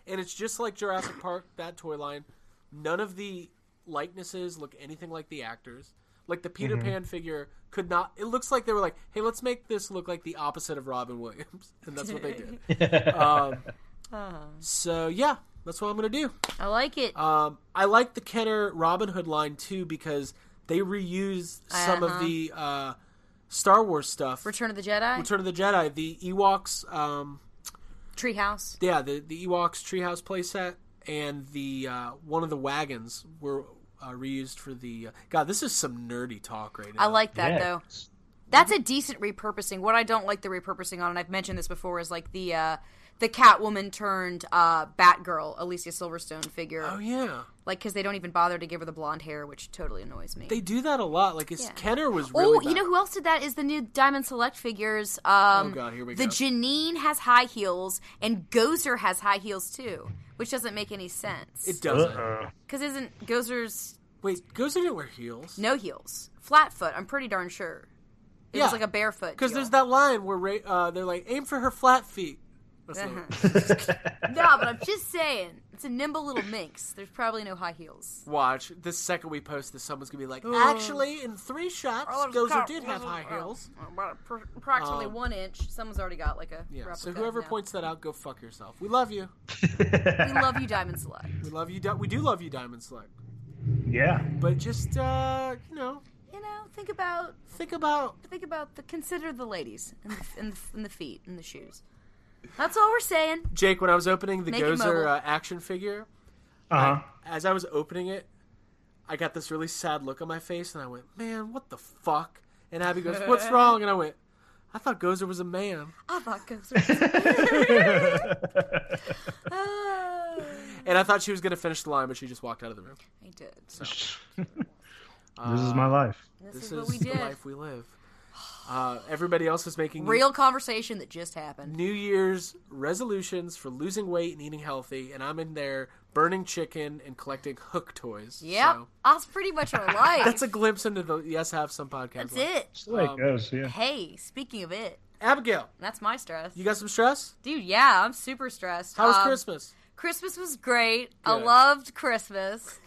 Speaker 8: and it's just like Jurassic Park that toy line. None of the likenesses look anything like the actors. Like the Peter Pan figure could not. It looks like they were like, "Hey, let's make this look like the opposite of Robin Williams," and that's what they did. um, so yeah, that's what I'm gonna do.
Speaker 10: Uh-huh. I like it.
Speaker 8: Um, I like the Kenner Robin Hood line too because they reuse some of
Speaker 10: Uh-huh.
Speaker 8: the uh, Star Wars stuff.
Speaker 10: Return of the Jedi,
Speaker 8: Return of the Jedi, the Ewoks, um,
Speaker 10: Treehouse.
Speaker 8: yeah, the, the Ewoks Treehouse playset and the uh, one of the wagons were uh, reused for the. Uh, God, this is some nerdy talk right now.
Speaker 10: I like that
Speaker 9: Yeah.
Speaker 10: though. That's a decent repurposing. What I don't like the repurposing on, and I've mentioned this before, is like the uh, the Catwoman turned uh, Batgirl, Alicia Silverstone figure.
Speaker 8: Oh yeah,
Speaker 10: Like, because they don't even bother to give her the blonde hair, which totally annoys me.
Speaker 8: they do that a lot. Like it's
Speaker 10: Yeah.
Speaker 8: Kenner was really.
Speaker 10: oh, you know
Speaker 8: bad.
Speaker 10: who else did that? Is the new Diamond Select figures.
Speaker 8: Oh,
Speaker 10: Um,
Speaker 8: God, here we
Speaker 10: the
Speaker 8: go.
Speaker 10: Janine has high heels, and Gozer has high heels too, which doesn't make any
Speaker 8: It
Speaker 10: sense.
Speaker 8: doesn't.
Speaker 9: Uh-oh.
Speaker 10: Because isn't Gozer's
Speaker 8: Wait, Gozer didn't wear heels.
Speaker 10: no heels, flat foot? I'm pretty darn sure. It
Speaker 8: Yeah.
Speaker 10: was like a barefoot.
Speaker 8: because
Speaker 10: deal.
Speaker 8: there's that line where Ra- uh, they're like, "Aim for her flat feet." That's
Speaker 10: Uh-huh.
Speaker 8: not-
Speaker 10: No, but I'm just saying, it's a nimble little minx. There's probably no high heels.
Speaker 8: Watch the second we post this, someone's gonna be like, "Actually, in three shots, Gozer did have high heels."
Speaker 10: Approximately
Speaker 8: Um,
Speaker 10: one inch. Someone's already got like a.
Speaker 8: Yeah. So
Speaker 10: replica
Speaker 8: whoever
Speaker 10: now.
Speaker 8: points that out, go fuck yourself. We love you.
Speaker 10: We love you, Diamond Select.
Speaker 8: We love you. Di- We do love you, Diamond Select.
Speaker 9: yeah.
Speaker 8: But just uh, you know,
Speaker 10: You know, think about
Speaker 8: think about
Speaker 10: think about the consider the ladies and the, and the, and the feet and the shoes. That's all we're saying.
Speaker 8: Jake. When I was opening the
Speaker 10: Make it
Speaker 8: Gozer
Speaker 10: mobile.
Speaker 8: uh, action figure,
Speaker 9: Uh huh.
Speaker 8: as I was opening it, I got this really sad look on my face, and I went, "Man, what the fuck?" And Abby goes, "What's wrong?" And I went, "I thought Gozer was a man."
Speaker 10: I thought those were- Ah,
Speaker 8: And I thought she was gonna finish the line, but she just walked out of the room.
Speaker 10: I did.
Speaker 9: this is
Speaker 10: Uh,
Speaker 9: my life.
Speaker 10: This,
Speaker 8: This
Speaker 10: is,
Speaker 8: is,
Speaker 10: what we
Speaker 8: the
Speaker 10: did.
Speaker 8: life we live. Uh, everybody else is making new-
Speaker 10: Real conversation that just happened.
Speaker 8: New Year's resolutions for losing weight and eating healthy, and I'm in there burning chicken and collecting hook toys.
Speaker 10: Yep,
Speaker 8: So
Speaker 10: that's pretty much our life.
Speaker 8: that's a glimpse into the Yes Have Some podcast.
Speaker 10: That's
Speaker 8: life.
Speaker 10: it.
Speaker 9: That's the way it goes. Yeah.
Speaker 10: Hey, speaking of it,
Speaker 8: Abigail,
Speaker 10: that's my stress.
Speaker 8: you got some stress?
Speaker 10: Dude, yeah, I'm super stressed.
Speaker 8: How was
Speaker 10: Um,
Speaker 8: Christmas?
Speaker 10: Christmas was great. I
Speaker 8: Good.
Speaker 10: loved Christmas.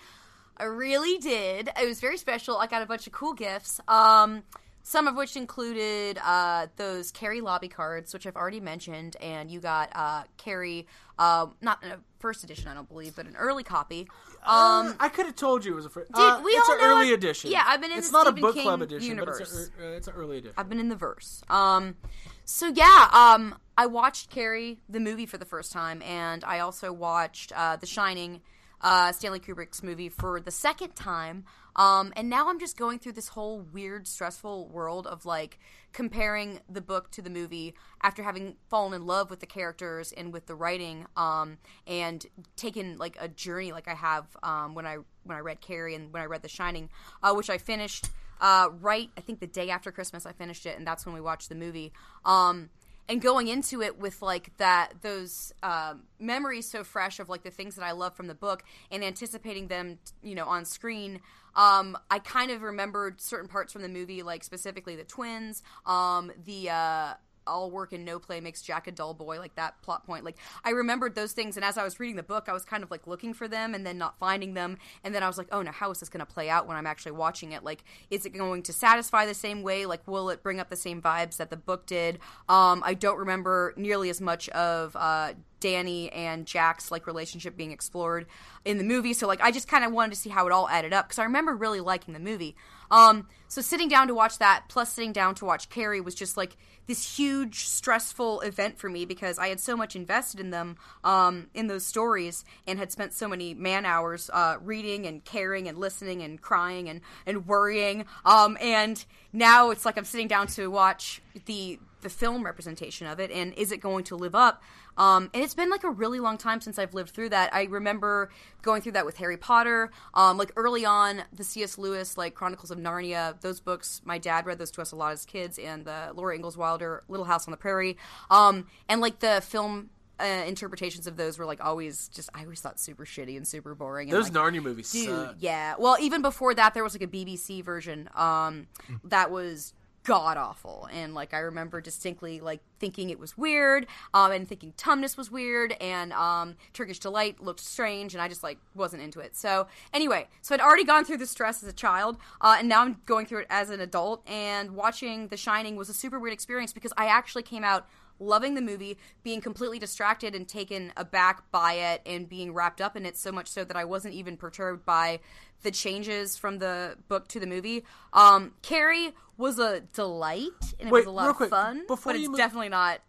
Speaker 10: I really did. It was very special. I got a bunch of cool gifts. Um, some of which included uh, those Carrie lobby cards, which I've already mentioned, and you got uh, Carrie, um, not in a first edition, I don't believe, but an early copy. Um,
Speaker 8: Uh, I could have told you it was a first.
Speaker 10: dude,
Speaker 8: uh,
Speaker 10: we
Speaker 8: it's
Speaker 10: all
Speaker 8: an
Speaker 10: know
Speaker 8: early
Speaker 10: it-
Speaker 8: edition.
Speaker 10: yeah, I've been in
Speaker 8: It's
Speaker 10: the
Speaker 8: not
Speaker 10: Stephen
Speaker 8: a book club
Speaker 10: King
Speaker 8: edition,
Speaker 10: universe.
Speaker 8: but it's, a, uh, it's an early edition.
Speaker 10: I've been in the verse. Um, so yeah, um, I watched Carrie the movie for the first time, and I also watched uh, The Shining, uh, Stanley Kubrick's movie for the second time. Um, and now I'm just going through this whole weird, stressful world of like comparing the book to the movie after having fallen in love with the characters and with the writing, um, and taken like a journey like I have um, when I when I read Carrie and when I read The Shining, uh, which I finished uh, right I think the day after Christmas I finished it and that's when we watched the movie um, and going into it with like that those um, memories so fresh of like the things that I love from the book and anticipating them you know on screen um, I kind of remembered certain parts from the movie like specifically the twins um, the uh, all work and no play makes Jack a dull boy, like that plot point. Like I remembered those things, and as I was reading the book, I was kind of like looking for them and then not finding them, and then I was like, oh no, how is this going to play out when I'm actually watching it? Like, is it going to satisfy the same way? Like, will it bring up the same vibes that the book did? Um, I don't remember nearly as much of uh, Danny and Jack's like relationship being explored in the movie. So like I just kind of wanted to see how it all added up because I remember really liking the movie. Um, so sitting down to watch that plus sitting down to watch Carrie was just like this huge stressful event for me because I had so much invested in them um, in those stories and had spent so many man hours uh, reading and caring and listening and crying and and worrying. Um, and now it's like I'm sitting down to watch the the film representation of it and is it going to live up Um, and it's been like a really long time since I've lived through that. I remember going through that with Harry Potter. Um, like early on, the C.S. Lewis, like Chronicles of Narnia, those books, my dad read those to us a lot as kids, and the Laura Ingalls Wilder, Little House on the Prairie. Um, and like the film uh, interpretations of those were like always just, I always thought super shitty and super boring. And,
Speaker 8: Those
Speaker 10: like,
Speaker 8: Narnia movies
Speaker 10: Dude,
Speaker 8: suck.
Speaker 10: yeah. Well, even before that, there was like a BBC version um, that was god awful, and like I remember distinctly like thinking it was weird, um, and thinking Tumnus was weird, and um, Turkish delight looked strange, and I just like wasn't into it. So anyway, so I'd already gone through the stress as a child, uh, and now I'm going through it as an adult. And watching The Shining was a super weird experience because I actually came out loving the movie, being completely distracted and taken aback by it, and being wrapped up in it so much so that I wasn't even perturbed by the changes from the book to the movie. Um, Carrie was a delight, and it
Speaker 8: Wait,
Speaker 10: was a lot
Speaker 8: real
Speaker 10: of
Speaker 8: quick,
Speaker 10: fun,
Speaker 8: before
Speaker 10: but
Speaker 8: you
Speaker 10: it's
Speaker 8: move-
Speaker 10: definitely not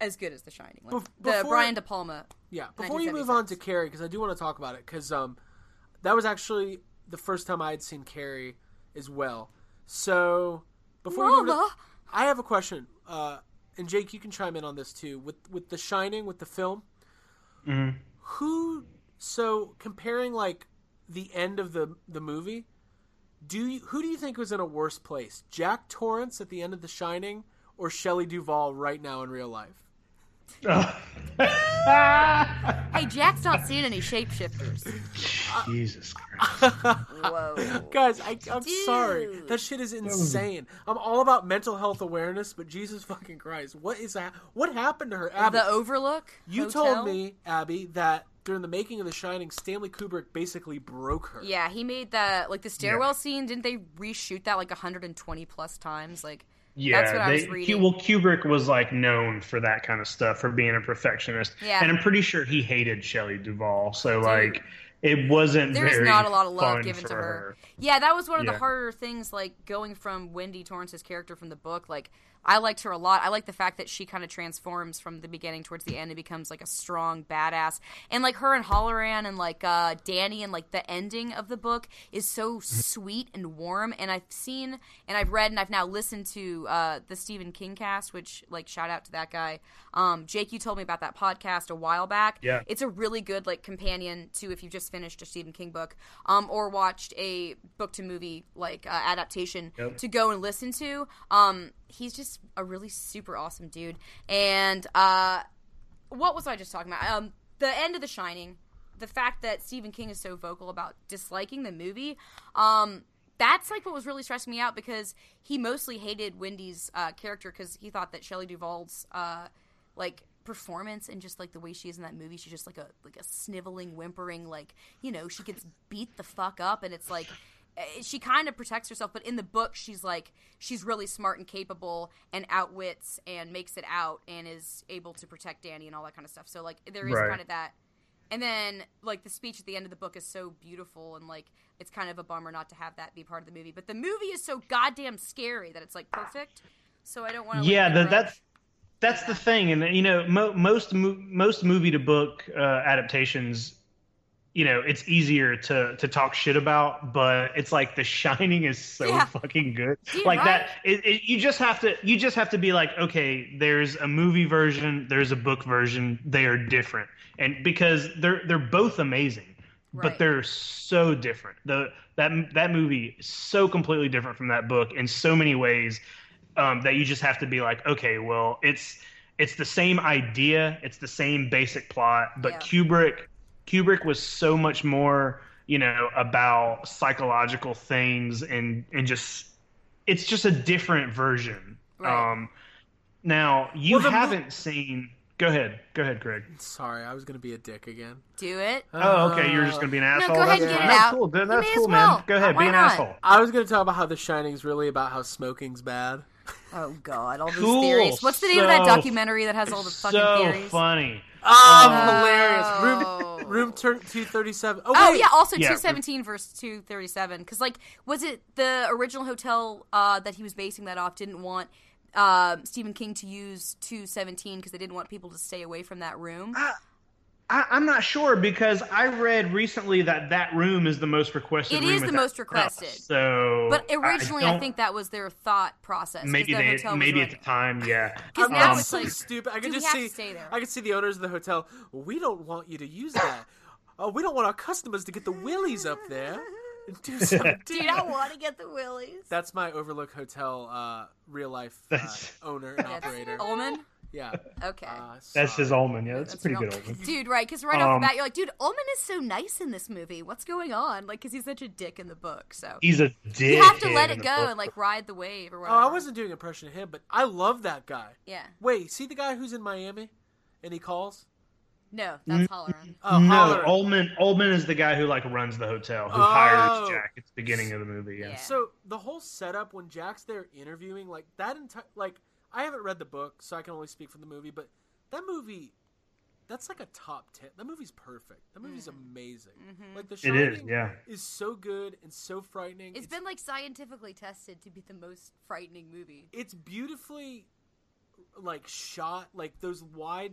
Speaker 10: as good as The Shining. Like,
Speaker 8: Bef-
Speaker 10: the
Speaker 8: before-
Speaker 10: Brian De Palma.
Speaker 8: Yeah. Before you move on to Carrie, because I do want to talk about it, because um, that was actually the first time I had seen Carrie as well. So before we move
Speaker 10: Mama.
Speaker 8: to, I have a question, uh, and Jake, you can chime in on this too. With with The Shining, with the film,
Speaker 9: Mhm.
Speaker 8: who? So comparing like the end of the the movie, do you, who do you think was in a worse place, Jack Torrance at the end of The Shining, or Shelley Duvall right now in real life?
Speaker 10: Hey, Jack's not seeing any shapeshifters.
Speaker 9: Jesus Christ.
Speaker 10: Whoa.
Speaker 8: Guys, I, I'm sorry. That shit is insane. I'm all about mental health awareness, but Jesus fucking Christ, what is that? What happened to her? Abby,
Speaker 10: The Overlook?
Speaker 8: you
Speaker 10: Hotel?
Speaker 8: told me, Abby, that during the making of The Shining, Stanley Kubrick basically broke her.
Speaker 10: Yeah, he made the like the stairwell scene. Didn't they reshoot that like 120 plus times? Like,
Speaker 9: Yeah,
Speaker 10: that's what I
Speaker 9: they-
Speaker 10: was
Speaker 9: Cu-
Speaker 10: reading.
Speaker 9: well, Kubrick was like known for that kind of stuff, for being a perfectionist.
Speaker 10: Yeah.
Speaker 9: and I'm pretty sure he hated Shelley Duvall. So like, it wasn't
Speaker 10: there was
Speaker 9: very
Speaker 10: not a lot of love
Speaker 9: fun
Speaker 10: given to
Speaker 9: for
Speaker 10: her. Yeah, that was one of the
Speaker 9: Yeah.
Speaker 10: harder things, like going from Wendy Torrance's character from the book. Like, I liked her a lot. I like the fact that she kind of transforms from the beginning towards the end and becomes like a strong badass. And like her and Holloran and like uh, Danny and like the ending of the book is so sweet and warm. And I've seen and I've read and I've now listened to uh, the Stephen King cast, which like shout out to that guy. Um, Jake, you told me about that podcast a while back.
Speaker 9: Yeah.
Speaker 10: It's a really good like companion to if you've just finished a Stephen King book um, or watched a book to movie like uh, adaptation
Speaker 9: Yep.
Speaker 10: to go and listen to. Um, he's just a really super awesome dude. And uh, what was I just talking about? Um, the end of The Shining, the fact that Stephen King is so vocal about disliking the movie. Um, that's like what was really stressing me out because he mostly hated Wendy's uh, character because he thought that Shelley Duvall's uh, like performance and just like the way she is in that movie she's just like a like a sniveling whimpering like you know she gets beat the fuck up and it's like eh, she kind of protects herself but in the book she's like she's really smart and capable and outwits and makes it out and is able to protect Danny and all that kind of stuff so like there is
Speaker 9: Right.
Speaker 10: kind of that and then like the speech at the end of the book is so beautiful and like it's kind of a bummer not to have that be part of the movie but the movie is so goddamn scary that it's like perfect so I don't want to
Speaker 9: yeah
Speaker 10: like,
Speaker 9: that,
Speaker 10: begrudge-
Speaker 9: that's that's the thing and you know mo- most mo- most movie to book uh, adaptations you know it's easier to to talk shit about but it's like the shining is so
Speaker 10: Yeah.
Speaker 9: fucking good
Speaker 10: Dude,
Speaker 9: like
Speaker 10: right?
Speaker 9: that it, it, you just have to you just have to be like okay there's a movie version there's a book version they are different and because they're they're both amazing
Speaker 10: Right.
Speaker 9: but they're so different the that that movie is so completely different from that book in so many ways um, that you just have to be like, okay, well, it's it's the same idea, it's the same basic plot, but
Speaker 10: Yeah.
Speaker 9: Kubrick Kubrick was so much more, you know, about psychological things and and just it's just a different version.
Speaker 10: Right.
Speaker 9: Um, now you
Speaker 8: Well, the mo-
Speaker 9: haven't seen. Go ahead, go ahead, Craig.
Speaker 8: Sorry, I was going to be a dick again. Uh,
Speaker 10: do it
Speaker 9: Oh, okay. You're just gonna be an
Speaker 10: Uh, No,
Speaker 9: asshole.
Speaker 10: go ahead
Speaker 9: That's
Speaker 10: and get
Speaker 9: fine.
Speaker 10: it
Speaker 9: That's
Speaker 10: out.
Speaker 9: cool, dude.
Speaker 10: You
Speaker 9: That's
Speaker 10: may
Speaker 9: cool,
Speaker 10: as well.
Speaker 9: man. Go ahead,
Speaker 10: Why
Speaker 9: be an
Speaker 10: not?
Speaker 9: asshole.
Speaker 8: I was going to talk about how The Shining's really about how smoking's bad.
Speaker 10: Oh God, all these
Speaker 9: Cool.
Speaker 10: theories. What's the name of that
Speaker 9: So-
Speaker 10: documentary that has all the fucking
Speaker 9: so
Speaker 10: theories?
Speaker 9: funny.
Speaker 8: Oh,
Speaker 10: Oh.
Speaker 8: hilarious. Room, room tur- 237. Oh,
Speaker 10: Oh
Speaker 8: wait.
Speaker 10: yeah, also
Speaker 9: Yeah.
Speaker 10: two seventeen verse two thirty seven. Because like, was it the original hotel uh, that he was basing that off didn't want uh, Stephen King to use two seventeen because they didn't want people to stay away from that room?
Speaker 9: I, I'm not sure because I read recently that that room is the most requested.
Speaker 10: It
Speaker 9: room
Speaker 10: is
Speaker 9: at
Speaker 10: the
Speaker 9: that
Speaker 10: most requested.
Speaker 9: house, so,
Speaker 10: But originally, I,
Speaker 9: don't-
Speaker 10: think that was their thought process. 'cause
Speaker 9: maybe
Speaker 10: the
Speaker 9: they
Speaker 10: hotel was
Speaker 9: maybe
Speaker 10: like-
Speaker 9: at the time, yeah.
Speaker 10: Because now
Speaker 9: Um,
Speaker 10: it's like
Speaker 8: stupid. I
Speaker 10: do
Speaker 8: could
Speaker 10: we
Speaker 8: just
Speaker 10: have
Speaker 8: see.
Speaker 10: to stay there?
Speaker 8: I could see the owners of the hotel. We don't want you to use that. Uh, we don't want our customers to get the willies up there. and Do something.
Speaker 10: Dude, I want to get the willies.
Speaker 8: That's my Overlook Hotel uh, real life uh,
Speaker 9: That's-
Speaker 8: owner and
Speaker 10: That's
Speaker 8: operator.
Speaker 10: Ullman.
Speaker 8: Yeah.
Speaker 10: Oh, Okay.
Speaker 8: Uh,
Speaker 9: that's his
Speaker 8: sorry.
Speaker 9: almond. Yeah, that's, a pretty
Speaker 10: real-
Speaker 9: good almond.
Speaker 10: Dude, right? Because right off
Speaker 9: Um,
Speaker 10: the bat, you're like, dude, Ullman is so nice in this movie. What's going on? Like, because he's such a dick in the book. So
Speaker 9: He's a dick.
Speaker 10: you have to let it go and like ride the wave or
Speaker 8: Oh,
Speaker 10: whatever.
Speaker 8: I wasn't doing an impression of him, but I love that guy.
Speaker 10: Yeah.
Speaker 8: Wait, see the guy who's in Miami, and he calls.
Speaker 9: Mm.
Speaker 10: No, that's hollering.
Speaker 8: Oh,
Speaker 9: no,
Speaker 8: holler.
Speaker 9: Oldman. Oldman is the guy who like runs the hotel, who
Speaker 8: Oh.
Speaker 9: hires Jack at the beginning of the movie. Yeah.
Speaker 10: Yeah.
Speaker 8: So the whole setup when Jack's there interviewing, like that entire, like I haven't read the book, so I can only speak from the movie. But that movie, that's like a top ten. That movie's perfect. That movie's
Speaker 10: Mm-hmm.
Speaker 8: amazing. Like the
Speaker 9: It
Speaker 8: Shining
Speaker 9: is, yeah.
Speaker 8: is so good and so frightening.
Speaker 10: It's been like scientifically tested to be the most frightening movie.
Speaker 8: it's beautifully like shot like those wide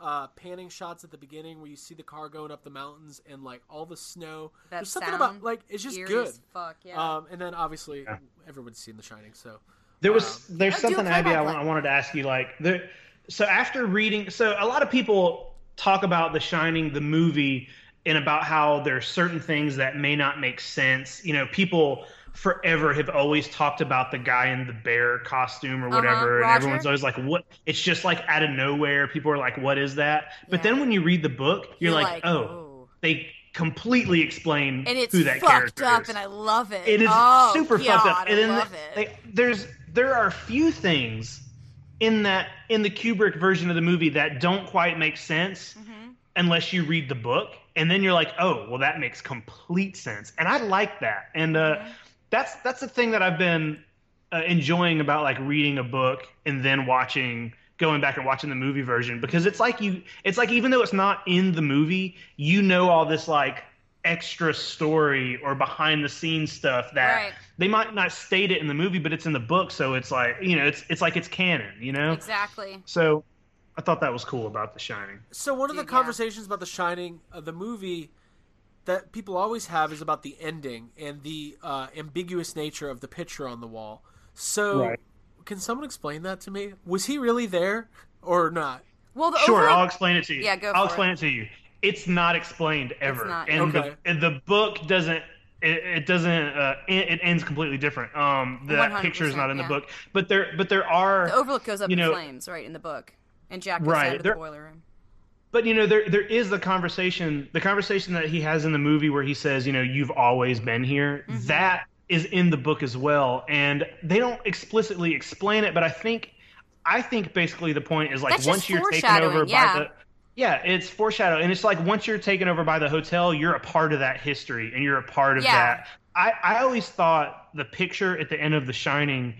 Speaker 8: uh, panning shots at the beginning where you see the car going up the mountains and like all the snow
Speaker 10: That
Speaker 8: there's something
Speaker 10: sound,
Speaker 8: about like it's just
Speaker 10: eerie
Speaker 8: good
Speaker 10: as fuck, yeah.
Speaker 9: Uh,
Speaker 8: um, and then obviously everyone's seen the shining so
Speaker 9: There was there's
Speaker 10: Oh, do
Speaker 9: something
Speaker 10: a
Speaker 9: Abby I,
Speaker 10: play-by-play.
Speaker 9: wa- I wanted to ask you like there, so after reading so a lot of people talk about The Shining the movie and about how there are certain things that may not make sense. You know, people forever have always talked about the guy in the bear costume or whatever and
Speaker 10: Uh-huh. Roger.
Speaker 9: everyone's always like what it's just like out of nowhere people are like what is that? But
Speaker 10: Yeah.
Speaker 9: then when you read the book you're,
Speaker 10: You're
Speaker 9: like,
Speaker 10: like,
Speaker 9: "Oh,
Speaker 10: oh."
Speaker 9: they completely explain
Speaker 10: And it's
Speaker 9: who that
Speaker 10: fucked
Speaker 9: character
Speaker 10: up,
Speaker 9: is."
Speaker 10: and I love it.
Speaker 9: It is
Speaker 10: oh,
Speaker 9: super fucked up.
Speaker 10: God,
Speaker 9: And then
Speaker 10: I love it.
Speaker 9: They, there's there are few things in that in the Kubrick version of the movie that don't quite make sense
Speaker 10: Mm-hmm.
Speaker 9: unless you read the book, and then you're like, oh, well, that makes complete sense. And I like that. And uh,
Speaker 10: Mm-hmm.
Speaker 9: that's that's the thing that I've been uh, enjoying about like reading a book and then watching going back and watching the movie version because it's like you it's like even though it's not in the movie you know all this like extra story or behind the scenes stuff that
Speaker 10: Right.
Speaker 9: they might not state it in the movie but it's in the book so it's like you know it's it's like it's canon you know
Speaker 10: exactly.
Speaker 9: so i thought that was cool about the shining
Speaker 8: so one of the
Speaker 10: Dude, yeah.
Speaker 8: conversations about the shining uh, the movie that people always have is about the ending and the uh, ambiguous nature of the picture on the wall so
Speaker 9: Right.
Speaker 8: can someone explain that to me was he really there or not
Speaker 10: Well, the
Speaker 9: Sure,
Speaker 10: overall-
Speaker 9: I'll explain it to you.
Speaker 10: Yeah, go
Speaker 9: I'll
Speaker 10: for
Speaker 9: explain it. to you. It's not explained ever,
Speaker 10: not.
Speaker 9: and
Speaker 8: Okay.
Speaker 9: the, and the book doesn't. It, it doesn't. Uh, it, it ends completely different. Um, that
Speaker 10: 100%,
Speaker 9: picture is not in the
Speaker 10: yeah.
Speaker 9: book, but there, but there are.
Speaker 10: the overlook goes up
Speaker 9: you know-
Speaker 10: in flames, right in the book, and Jack goes
Speaker 9: Right,
Speaker 10: down to the
Speaker 9: they're-
Speaker 10: boiler room.
Speaker 9: But you know, there there is the conversation, the conversation that he has in the movie where he says, you know, you've always been here.
Speaker 10: Mm-hmm.
Speaker 9: That is in the book as well, and they don't explicitly explain it. But I think, I think basically the point is like
Speaker 10: That's just
Speaker 9: once you're taken
Speaker 10: foreshadowing,
Speaker 9: over
Speaker 10: yeah.
Speaker 9: by the. Yeah, it's foreshadow, and it's like once you're taken over by the hotel, you're a part of that history, and you're a part of
Speaker 10: Yeah.
Speaker 9: that. I, I always thought the picture at the end of The Shining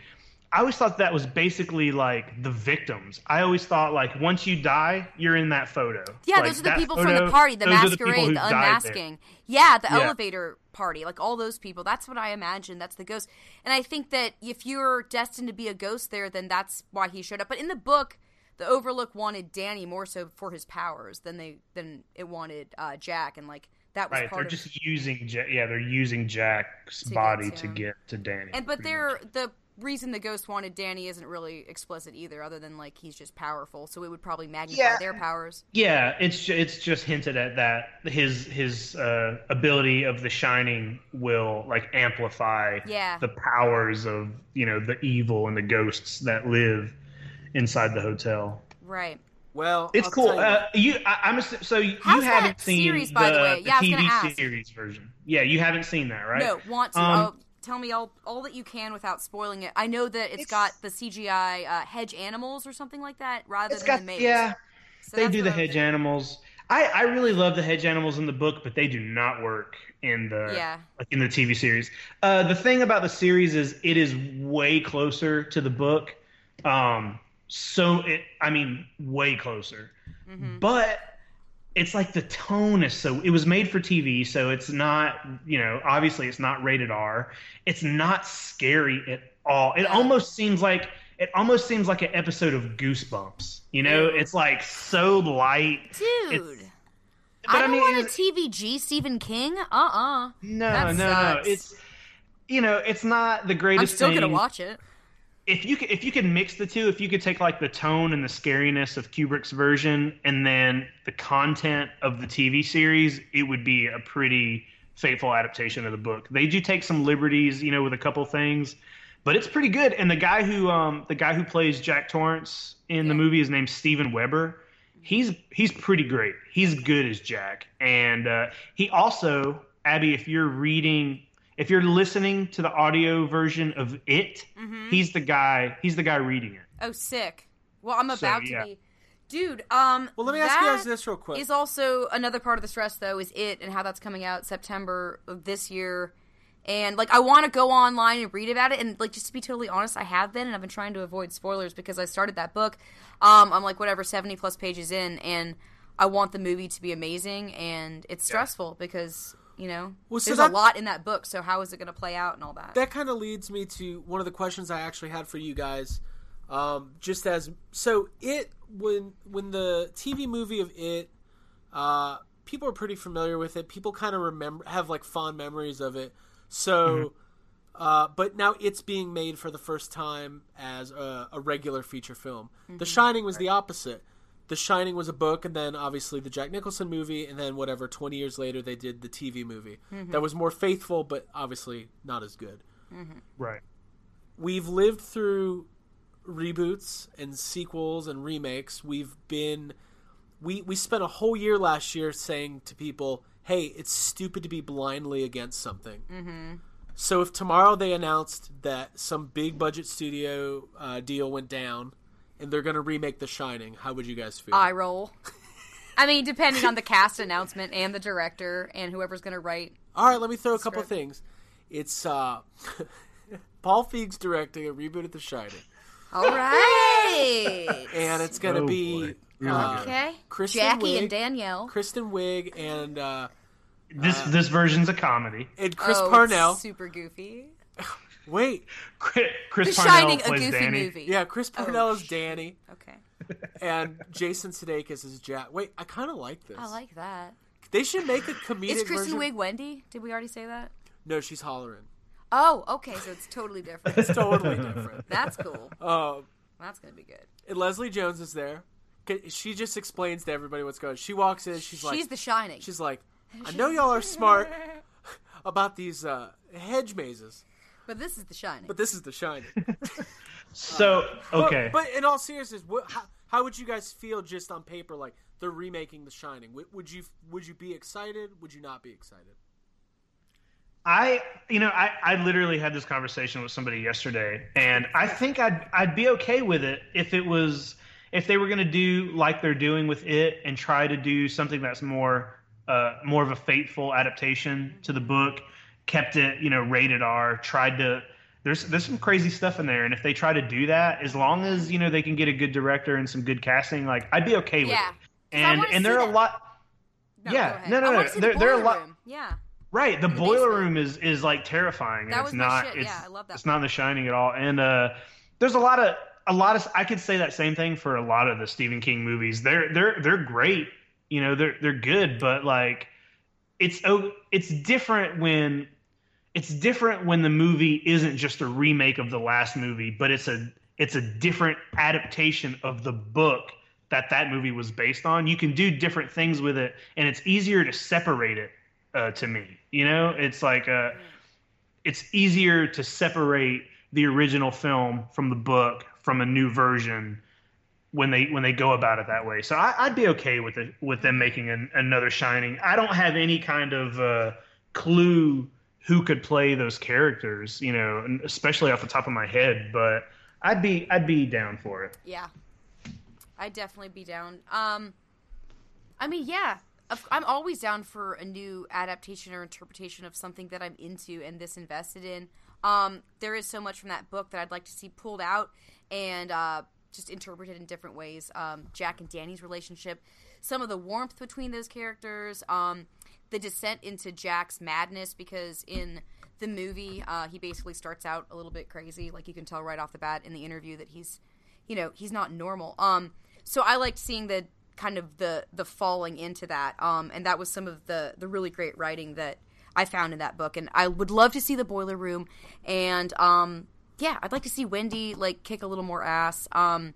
Speaker 9: I always thought that was basically like the victims. I always thought like once you die, you're in that photo.
Speaker 10: Yeah,
Speaker 9: Like,
Speaker 10: those are the
Speaker 9: that
Speaker 10: people from
Speaker 9: photo,
Speaker 10: the party, the
Speaker 9: those are people
Speaker 10: masquerade, the,
Speaker 9: who died there.
Speaker 10: unmasking. Yeah, the
Speaker 9: Yeah.
Speaker 10: elevator party, like all those people. That's what I imagine. That's the ghost. And I think that if you're destined to be a ghost there, then that's why he showed up. But in the book, the Overlook wanted Danny more so for his powers than they than it wanted uh, Jack, and like that was
Speaker 9: Right,
Speaker 10: part
Speaker 9: they're
Speaker 10: of.
Speaker 9: just using Ja- yeah, they're using Jack's
Speaker 10: get
Speaker 9: body
Speaker 10: to
Speaker 9: to
Speaker 10: him.
Speaker 9: get to Danny.
Speaker 10: and but
Speaker 9: pretty
Speaker 10: they're
Speaker 9: much.
Speaker 10: the reason the ghost wanted Danny isn't really explicit either, other than like he's just powerful, so it would probably magnify
Speaker 9: Yeah.
Speaker 10: their powers.
Speaker 9: yeah, it's ju- it's just hinted at that his his uh, ability of the Shining will like amplify
Speaker 10: Yeah.
Speaker 9: the powers of you know the evil and the ghosts that live inside the hotel.
Speaker 10: Right.
Speaker 8: well
Speaker 9: It's
Speaker 8: I'll
Speaker 9: cool.
Speaker 8: tell you.
Speaker 9: Uh, you, I, I'm ass- so you
Speaker 10: How's
Speaker 9: haven't
Speaker 10: that
Speaker 9: seen
Speaker 10: series, by the way? Yeah, I was
Speaker 9: TV
Speaker 10: gonna ask.
Speaker 9: series version. Yeah, you haven't seen that, right?
Speaker 10: No, want to.
Speaker 9: Um,
Speaker 10: oh, tell me all all that you can without spoiling it. I know that it's got the CGI uh, hedge animals or something like that, rather
Speaker 9: it's
Speaker 10: than
Speaker 9: got
Speaker 10: the maze.
Speaker 9: yeah.
Speaker 10: So
Speaker 9: they
Speaker 10: that's
Speaker 9: do
Speaker 10: what
Speaker 9: the
Speaker 10: I'm
Speaker 9: hedge
Speaker 10: thinking.
Speaker 9: animals. I, I really love the hedge animals in the book, but they do not work in the
Speaker 10: Yeah.
Speaker 9: like in the TV series. Uh, the thing about the series is it is way closer to the book. Um, so it, I mean, way closer.
Speaker 10: Mm-hmm.
Speaker 9: But it's like the tone is so. It was made for TV, so it's not you know obviously it's not rated R. It's not scary at all. It almost seems like it almost seems like an episode of Goosebumps. You know, it's like so light.
Speaker 10: Dude,
Speaker 9: It's- but
Speaker 10: I
Speaker 9: I
Speaker 10: don't
Speaker 9: mean,
Speaker 10: want a
Speaker 9: it's-
Speaker 10: TVG Stephen King. Uh uh
Speaker 9: No,
Speaker 10: That
Speaker 9: no,
Speaker 10: sucks.
Speaker 9: no. It's you know, it's not the
Speaker 10: I'm
Speaker 9: greatest.
Speaker 10: still
Speaker 9: thing.
Speaker 10: gonna watch it.
Speaker 9: If you could, if you could mix the two, if you could take like the tone and the scariness of Kubrick's version, and then the content of the TV series, it would be a pretty faithful adaptation of the book. They do take some liberties, you know, with a couple things, but it's pretty good. And the guy who um the guy who plays Jack Torrance in the movie is named Steven Weber. He's he's pretty great. He's good as Jack, and uh, he also Abby. If you're reading, if you're listening to the audio version of it,
Speaker 10: Mm-hmm.
Speaker 9: he's the guy. He's the guy reading it.
Speaker 10: Oh, sick. Well, I'm
Speaker 9: So,
Speaker 10: about
Speaker 9: yeah.
Speaker 10: to be. Dude, um.
Speaker 8: Well, let me ask you guys
Speaker 10: that
Speaker 8: this real quick.
Speaker 10: Is also another part of the stress, though, is it and how that's coming out September of this year. And, like, I want to go online and read about it. And, like, just to be totally honest, I have been, and I've been trying to avoid spoilers because I started that book. Um, I'm, like, whatever, 70 plus pages in, and I want the movie to be amazing. And it's stressful because, you know,
Speaker 8: Well, so
Speaker 10: there's
Speaker 8: that-
Speaker 10: a lot in that book. So, how is it going to play out and all that?
Speaker 8: that kind of leads me to one of the questions I actually had for you guys. Um, just as so, it when when the TV movie of it, uh, people are pretty familiar with it. People kind of remember have like fond memories of it. So, uh, but now it's being made for the first time as a, a regular feature film. The Shining was the opposite. The Shining was a book, and then obviously the Jack Nicholson movie, and then whatever. Twenty years later, they did the TV movie that was more faithful, but obviously not as good
Speaker 9: Right.
Speaker 8: we've lived through reboots and sequels and remakes. We've been we we spent a whole year last year saying to people, "Hey, it's stupid to be blindly against something." Mm-hmm. So if tomorrow they announced that some big budget studio uh, deal went down and they're going to remake The Shining, how would you guys feel?
Speaker 10: eye roll. I mean, depending on the cast announcement and the director and whoever's going to write.
Speaker 8: All right, let me throw a couple of things. It's uh, Paul Feig's directing a reboot of The Shining,
Speaker 10: All right.
Speaker 8: and it's going to
Speaker 9: Oh,
Speaker 8: be
Speaker 9: boy.
Speaker 8: uh,
Speaker 10: Okay.
Speaker 8: Kristen
Speaker 10: Jackie
Speaker 8: Wiig.
Speaker 10: and Danielle.
Speaker 8: Kristen Wiig and uh,
Speaker 9: This this version's a comedy.
Speaker 8: and Chris
Speaker 10: Oh, it's
Speaker 8: Parnell.
Speaker 10: Super goofy.
Speaker 8: Wait,
Speaker 9: Chris,
Speaker 10: The
Speaker 9: Chris Parnell
Speaker 10: Shining, a
Speaker 9: plays
Speaker 10: goofy
Speaker 9: Danny.
Speaker 10: movie.
Speaker 8: yeah, Chris Parnell is Danny,
Speaker 10: Oh, Okay.
Speaker 8: and Jason Sudeikis is Jack. Wait, I kind of like this.
Speaker 10: I like that.
Speaker 8: They should make a comedic
Speaker 10: Is Kristen
Speaker 8: version.
Speaker 10: Wiig Wendy? Did we already say that?
Speaker 8: No, she's hollering.
Speaker 10: Oh, okay. So it's totally different.
Speaker 8: Totally different.
Speaker 10: That's cool.
Speaker 8: Um,
Speaker 10: That's going to be good.
Speaker 8: and Leslie Jones is there. 'Kay, She just explains to everybody what's going. on. She walks in. She's like,
Speaker 10: She's the Shining.
Speaker 8: she's like, I know y'all are smart about these uh, hedge mazes,
Speaker 10: but this is the Shining.
Speaker 8: but this is the shining.
Speaker 9: So okay.
Speaker 8: But, but in all seriousness, what, how, how would you guys feel just on paper? Like they're remaking The Shining. Would, would you would you be excited? Would you not be excited?
Speaker 9: I, you know, I, I literally had this conversation with somebody yesterday, and I think I'd, I'd be okay with it if it was, if they were going to do like they're doing with it and try to do something that's more, uh, more of a faithful adaptation to the book, kept it, you know, rated R, tried to, there's, there's some crazy stuff in there, and if they try to do that, as long as you know they can get a good director and some good casting, like I'd be okay with
Speaker 10: Yeah. 'Cause
Speaker 9: it.
Speaker 10: I
Speaker 9: And
Speaker 10: wanna
Speaker 9: and
Speaker 10: see
Speaker 9: there are a
Speaker 10: that.
Speaker 9: lot.
Speaker 10: no,
Speaker 9: yeah,
Speaker 10: go ahead.
Speaker 9: no, no,
Speaker 10: I
Speaker 9: no,
Speaker 10: wanna see the
Speaker 9: there- there are a
Speaker 10: boiler
Speaker 9: lot-
Speaker 10: room. Yeah.
Speaker 9: Right, the
Speaker 10: in the
Speaker 9: boiler
Speaker 10: basement.
Speaker 9: room is is like terrifying. and
Speaker 10: That
Speaker 9: it's
Speaker 10: was my
Speaker 9: not.
Speaker 10: shit,
Speaker 9: It's,
Speaker 10: yeah, I love that
Speaker 9: It's not in The Shining at all. And uh, there's a lot of a lot of I could say that same thing for a lot of the Stephen King movies. They're they're they're great. You know, they're they're good, but like it's oh, it's different when it's different when the movie isn't just a remake of the last movie, but it's a it's a different adaptation of the book that that movie was based on. You can do different things with it, and it's easier to separate it uh, to me. You know, it's like uh, it's easier to separate the original film from the book from a new version when they when they go about it that way. So I, I'd be okay with it with them making an, another Shining. I don't have any kind of uh, clue who could play those characters, you know, and especially off the top of my head. But I'd be I'd be down for it.
Speaker 10: Yeah. I'd definitely be down. Um I mean, yeah. Of- I'm always down for a new adaptation or interpretation of something that I'm into and this invested in. Um there is so much from that book that I'd like to see pulled out and uh just interpreted in different ways. Um Jack and Danny's relationship, some of the warmth between those characters, um the descent into Jack's madness because in the movie, uh, he basically starts out a little bit crazy. Like you can tell right off the bat in the interview that he's, you know, he's not normal. Um, so I liked seeing the kind of the the falling into that. Um, and that was some of the the really great writing that I found in that book. And I would love to see the boiler room. And um, yeah, I'd like to see Wendy like kick a little more ass. Um,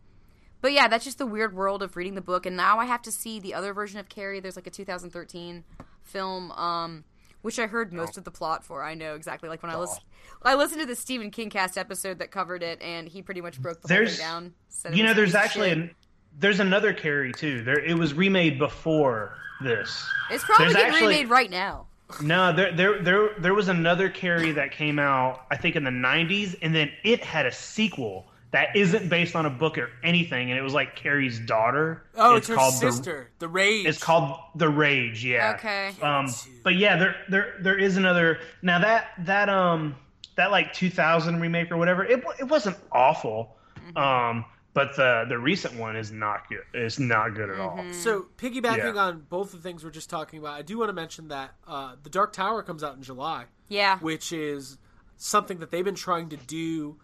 Speaker 10: but yeah, that's just the weird world of reading the book. And now I have to see the other version of Carrie. There's like a 2013 film. Um, which I heard
Speaker 9: Oh.
Speaker 10: most of the plot for. I know exactly. Like when I listened, I listened to the Stephen King cast episode that covered it, and he pretty much broke the whole
Speaker 9: There's-
Speaker 10: thing down. said it
Speaker 9: you
Speaker 10: was
Speaker 9: know,
Speaker 10: a
Speaker 9: there's
Speaker 10: piece of
Speaker 9: actually
Speaker 10: shit.
Speaker 9: an, there's another Carrie too. There, it was remade before this.
Speaker 10: it's probably
Speaker 9: there's
Speaker 10: getting
Speaker 9: actually-
Speaker 10: remade right now.
Speaker 9: No, there, there, there, there was another Carrie that came out, I think, in the '90s, and then it had a sequel that isn't based on a book or anything, and it was like Carrie's daughter.
Speaker 8: Oh, it's, her
Speaker 9: The-
Speaker 8: sister, the, Rage.
Speaker 9: It's called The Rage, yeah.
Speaker 10: Okay.
Speaker 9: Um, but yeah, there there there is another. Now that that um that like 2000 remake or whatever, it wa- it wasn't awful. Um, but the the recent one is not good. It's not good at all. Um,
Speaker 8: So piggybacking
Speaker 9: Yeah.
Speaker 8: on both the things we're just talking about, I do want to mention that uh, the Dark Tower comes out in July,
Speaker 10: Yeah.
Speaker 8: which is something that they've been trying to do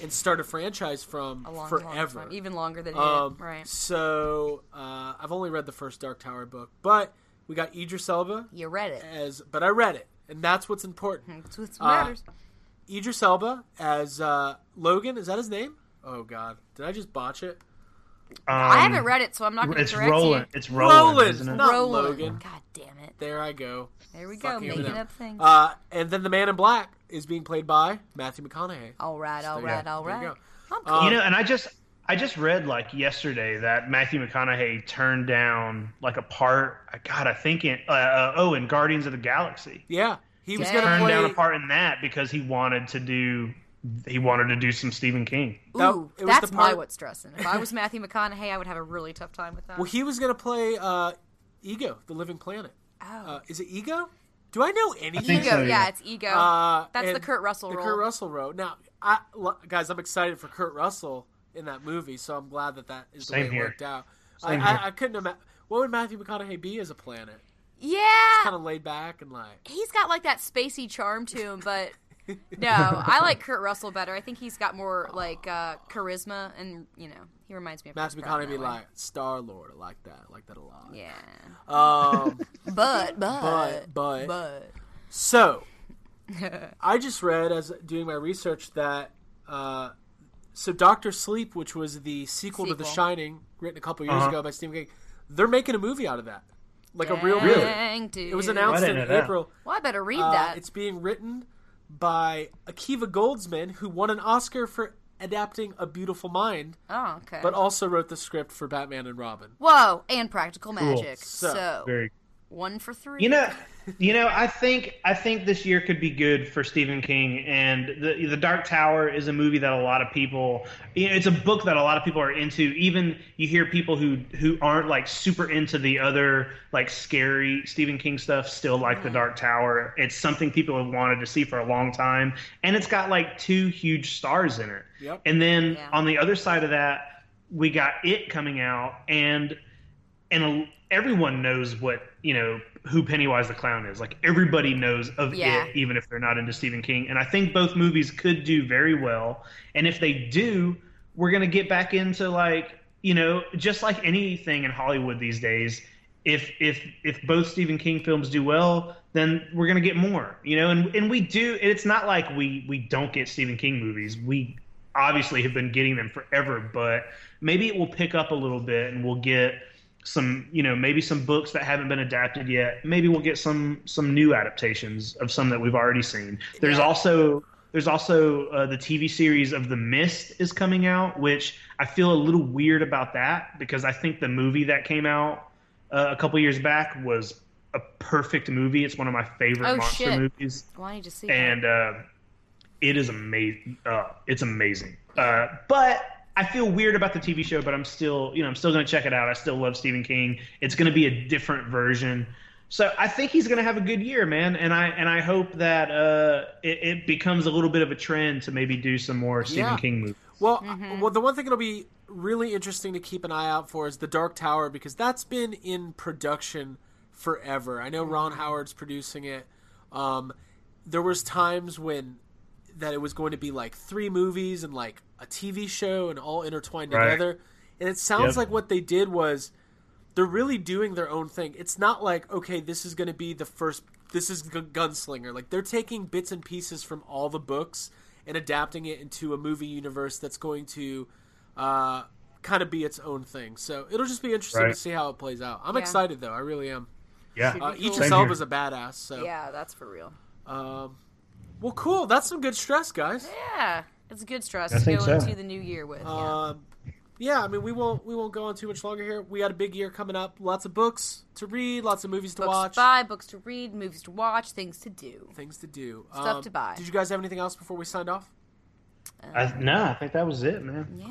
Speaker 8: and start a franchise from
Speaker 10: A long, long
Speaker 8: forever.
Speaker 10: time, even longer than
Speaker 8: Um,
Speaker 10: it. Right.
Speaker 8: So uh, I've only read the first Dark Tower book, but we got Idris Elba
Speaker 10: You read it.
Speaker 8: as, but I read it, and that's what's important.
Speaker 10: That's what
Speaker 8: uh,
Speaker 10: matters.
Speaker 9: Mm-hmm.
Speaker 8: Idris Elba as uh, Logan. Is that his name? Oh God, did I just botch it?
Speaker 10: I haven't read it, so I'm not going to
Speaker 9: um, It's
Speaker 10: correct
Speaker 9: Roland.
Speaker 10: you.
Speaker 9: It's Roland.
Speaker 8: Roland,
Speaker 9: isn't it?
Speaker 8: not
Speaker 10: Roland.
Speaker 8: Logan.
Speaker 10: God damn it.
Speaker 8: There I go.
Speaker 10: There we go,
Speaker 8: Fucking
Speaker 10: making
Speaker 8: Eminem.
Speaker 10: up things.
Speaker 8: Uh, and then the Man in Black is being played by Matthew McConaughey.
Speaker 10: all right, all
Speaker 8: there you
Speaker 10: right,
Speaker 8: go.
Speaker 10: all
Speaker 8: There you
Speaker 10: right.
Speaker 8: go.
Speaker 10: I'm
Speaker 8: Um,
Speaker 9: you know, and I just I just read like yesterday that Matthew McConaughey turned down like a part. I- God, I think in uh, uh, oh, in Guardians of the Galaxy,
Speaker 8: yeah, he was
Speaker 10: Dang.
Speaker 8: going to
Speaker 9: turned
Speaker 8: play.
Speaker 9: down a part in that because he wanted to do he wanted to do some Stephen King.
Speaker 8: that-
Speaker 10: Ooh,
Speaker 8: it was
Speaker 10: that's
Speaker 8: the
Speaker 10: my
Speaker 8: part-
Speaker 10: what's stressing. If I was Matthew McConaughey, I would have a really tough time with that.
Speaker 8: Well, he was going to play uh, Ego, the Living Planet.
Speaker 9: Oh.
Speaker 8: Uh, is it Ego? Do I know anything?
Speaker 10: Oh. ego,
Speaker 9: so,
Speaker 10: yeah.
Speaker 9: yeah.
Speaker 10: it's ego.
Speaker 8: Uh,
Speaker 10: That's the
Speaker 8: and
Speaker 10: Kurt Russell
Speaker 8: the
Speaker 10: role.
Speaker 8: Kurt Russell role. Now, I, lo- guys, I'm excited for Kurt Russell in that movie, so I'm glad that that is the
Speaker 9: Same
Speaker 8: way
Speaker 9: here.
Speaker 8: it worked out. I,
Speaker 9: Same here.
Speaker 8: I, I couldn't imagine. What would Matthew McConaughey be as a planet?
Speaker 10: yeah,
Speaker 8: Kind of laid back and like.
Speaker 10: he's got like that spacey charm to him, but no, I like Kurt Russell better. I think he's got more like uh, charisma, and you know, he reminds me of
Speaker 8: Matthew
Speaker 10: Chris Pratt
Speaker 8: McConaughey
Speaker 10: in
Speaker 8: be
Speaker 10: that way.
Speaker 8: like Star Lord. I like that. I like that a lot.
Speaker 10: yeah,
Speaker 8: Um,
Speaker 10: but but
Speaker 8: But- but-
Speaker 10: but
Speaker 8: so, I just read as doing my research that uh, so Doctor Sleep, which was the sequel, to The
Speaker 10: Sequel.
Speaker 8: Shining, written a couple
Speaker 9: Uh-huh.
Speaker 8: years ago by Stephen King, they're making a movie out of that, like a real movie.
Speaker 10: Dang, dude.
Speaker 8: It was announced
Speaker 9: I didn't
Speaker 8: in
Speaker 9: know that.
Speaker 8: April.
Speaker 10: Well, I better read
Speaker 8: Uh,
Speaker 10: that.
Speaker 8: It's being written by Akiva Goldsman, who won an Oscar for adapting A Beautiful Mind,
Speaker 10: oh, okay.
Speaker 8: but also wrote the script for Batman and Robin.
Speaker 10: Whoa, and practical magic.
Speaker 8: So,
Speaker 10: So,
Speaker 9: Very
Speaker 10: one for three.
Speaker 9: You know, you know, I think I think this year could be good for Stephen King, and the the Dark Tower is a movie that a lot of people, you know, it's a book that a lot of people are into. Even you hear people who who aren't like super into the other like scary Stephen King stuff still like the Dark Tower. It's something people have wanted to see for a long time, and it's got like two huge stars in it.
Speaker 8: Yep.
Speaker 9: And then
Speaker 10: Yeah.
Speaker 9: on the other side of that, we got it coming out, and and a, everyone knows what you know who Pennywise the clown is. Like everybody knows of
Speaker 10: Yeah.
Speaker 9: it, even if they're not into Stephen King. And I think both movies could do very well. And if they do, we're gonna get back into like you know just like anything in Hollywood these days. If if if both Stephen King films do well, then we're gonna get more. You know, and and we do. And it's not like we we don't get Stephen King movies. We obviously have been getting them forever, but maybe it will pick up a little bit and we'll get some you know maybe some books that haven't been adapted yet maybe we'll get some some new adaptations of some that we've already seen there's also there's also uh, the tv series of the mist is coming out which i feel a little weird about that because i think the movie that came out uh, a couple years back was a perfect movie it's one of my favorite
Speaker 10: Oh,
Speaker 9: monster
Speaker 10: shit.
Speaker 9: movies
Speaker 10: Well, I need to see. that.
Speaker 9: and uh, it is amazing. Uh, it's amazing. Uh, but I feel weird about the TV show, but I'm still, you know, I'm still going to check it out. I still love Stephen King. It's going to be a different version. So I think he's going to have a good year, man, and I and I hope that uh, it, it becomes a little bit of a trend to maybe do some more Stephen
Speaker 8: Yeah.
Speaker 9: King movies.
Speaker 8: Well, I- well, the one thing it'll be really interesting to keep an eye out for is the Dark Tower because that's been in production forever. I know Ron Howard's producing it. Um, there was times when that it was going to be like three movies and like a TV show and all intertwined
Speaker 9: Right.
Speaker 8: together. And it sounds
Speaker 9: Yep.
Speaker 8: like what they did was they're really doing their own thing. It's not like okay, this is going to be the first. This is Gun- Gunslinger. Like they're taking bits and pieces from all the books and adapting it into a movie universe that's going to uh, kind of be its own thing. So it'll just be interesting
Speaker 9: Right.
Speaker 8: to see how it plays out. I'm
Speaker 10: Yeah.
Speaker 8: excited though. I really am.
Speaker 9: Yeah.
Speaker 8: Uh,
Speaker 10: Should be cool.
Speaker 8: Idris
Speaker 9: Same here.
Speaker 8: Elba's a badass. So
Speaker 10: Yeah, that's for real.
Speaker 8: Um, well, cool. That's some good stress, guys.
Speaker 10: Yeah, it's good stress
Speaker 9: I
Speaker 10: to
Speaker 9: think
Speaker 10: go
Speaker 9: so.
Speaker 10: into the new year with. yeah.
Speaker 8: Um, yeah, I mean, we won't we won't go on too much longer here. We got a big year coming up. Lots of books to read, lots of movies to
Speaker 10: Books
Speaker 8: watch,
Speaker 10: to buy, books to read, movies to watch, things to do.
Speaker 8: things to do,
Speaker 10: Stuff
Speaker 8: Um,
Speaker 10: to buy.
Speaker 8: Did you guys have anything else before we signed off?
Speaker 9: I, no, I think that was it, man.
Speaker 10: Yeah.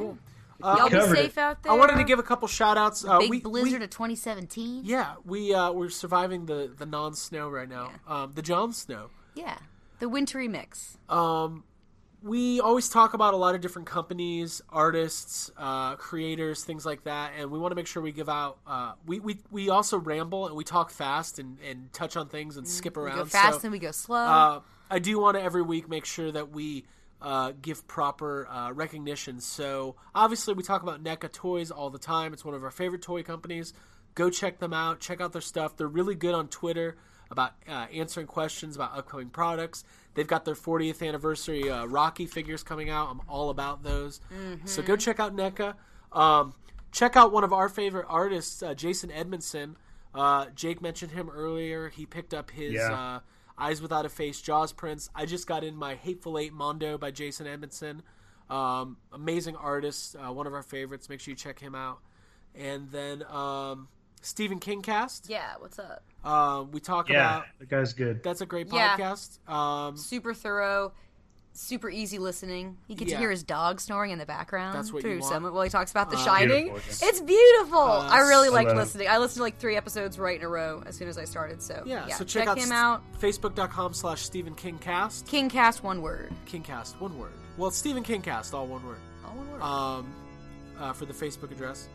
Speaker 8: Uh,
Speaker 10: Y'all be
Speaker 9: covered
Speaker 10: safe
Speaker 9: it.
Speaker 10: out there.
Speaker 8: I wanted to give a couple shout outs. Uh,
Speaker 10: big
Speaker 8: we,
Speaker 10: blizzard
Speaker 8: we-
Speaker 10: of 2017.
Speaker 8: yeah, we uh, we're surviving the the non snow right now. Um, the John Snow.
Speaker 10: Yeah. The wintry mix.
Speaker 8: we always talk about a lot of different companies, artists, uh, creators, things like that, and we want to make sure we give out. Uh, we, we we also ramble and we talk fast and, and touch on things and skip
Speaker 10: Mm, We
Speaker 8: around.
Speaker 10: go fast
Speaker 8: So,
Speaker 10: and we go slow.
Speaker 8: uh, I do want to every week make sure that we uh, give proper uh, recognition. So obviously, we talk about NECA toys all the time. It's one of our favorite toy companies. Go check them out. Check out their stuff. They're really good on Twitter about uh, answering questions about upcoming products. They've got their 40th anniversary uh, Rocky figures coming out. I'm all about those. So go check out NECA. Um, check out one of our favorite artists, uh, Jason Edmondson. Uh, Jake mentioned him earlier. He picked up his
Speaker 9: Yeah.
Speaker 8: uh, Eyes Without a Face, Jaws Prints. I just got in my Hateful Eight Mondo by Jason Edmondson. Um, amazing artist, uh, one of our favorites. Make sure you check him out. And then um, Stephen King cast.
Speaker 10: yeah, what's up?
Speaker 8: Uh, we talk
Speaker 9: Yeah,
Speaker 8: about
Speaker 9: that guy's good.
Speaker 8: that's a great
Speaker 10: Yeah.
Speaker 8: podcast. Um,
Speaker 10: Super thorough, super easy listening. You get
Speaker 8: Yeah.
Speaker 10: to hear his dog snoring in the background
Speaker 8: That's what you
Speaker 10: through
Speaker 8: want.
Speaker 10: some while he talks about The Shining.
Speaker 9: Beautiful.
Speaker 10: It's beautiful.
Speaker 8: Uh,
Speaker 10: I really
Speaker 9: I
Speaker 10: like
Speaker 9: love it.
Speaker 10: listening. I listened to like three episodes right in a row as soon as I started. So
Speaker 8: yeah, so check, out
Speaker 10: him
Speaker 8: st-
Speaker 10: out.
Speaker 8: Facebook.com slash Stephen King cast.
Speaker 10: Kingcast, one word.
Speaker 8: Kingcast, one word. Well, it's Stephen Kingcast, all one word.
Speaker 10: All one word.
Speaker 8: Um, uh, for the Facebook address,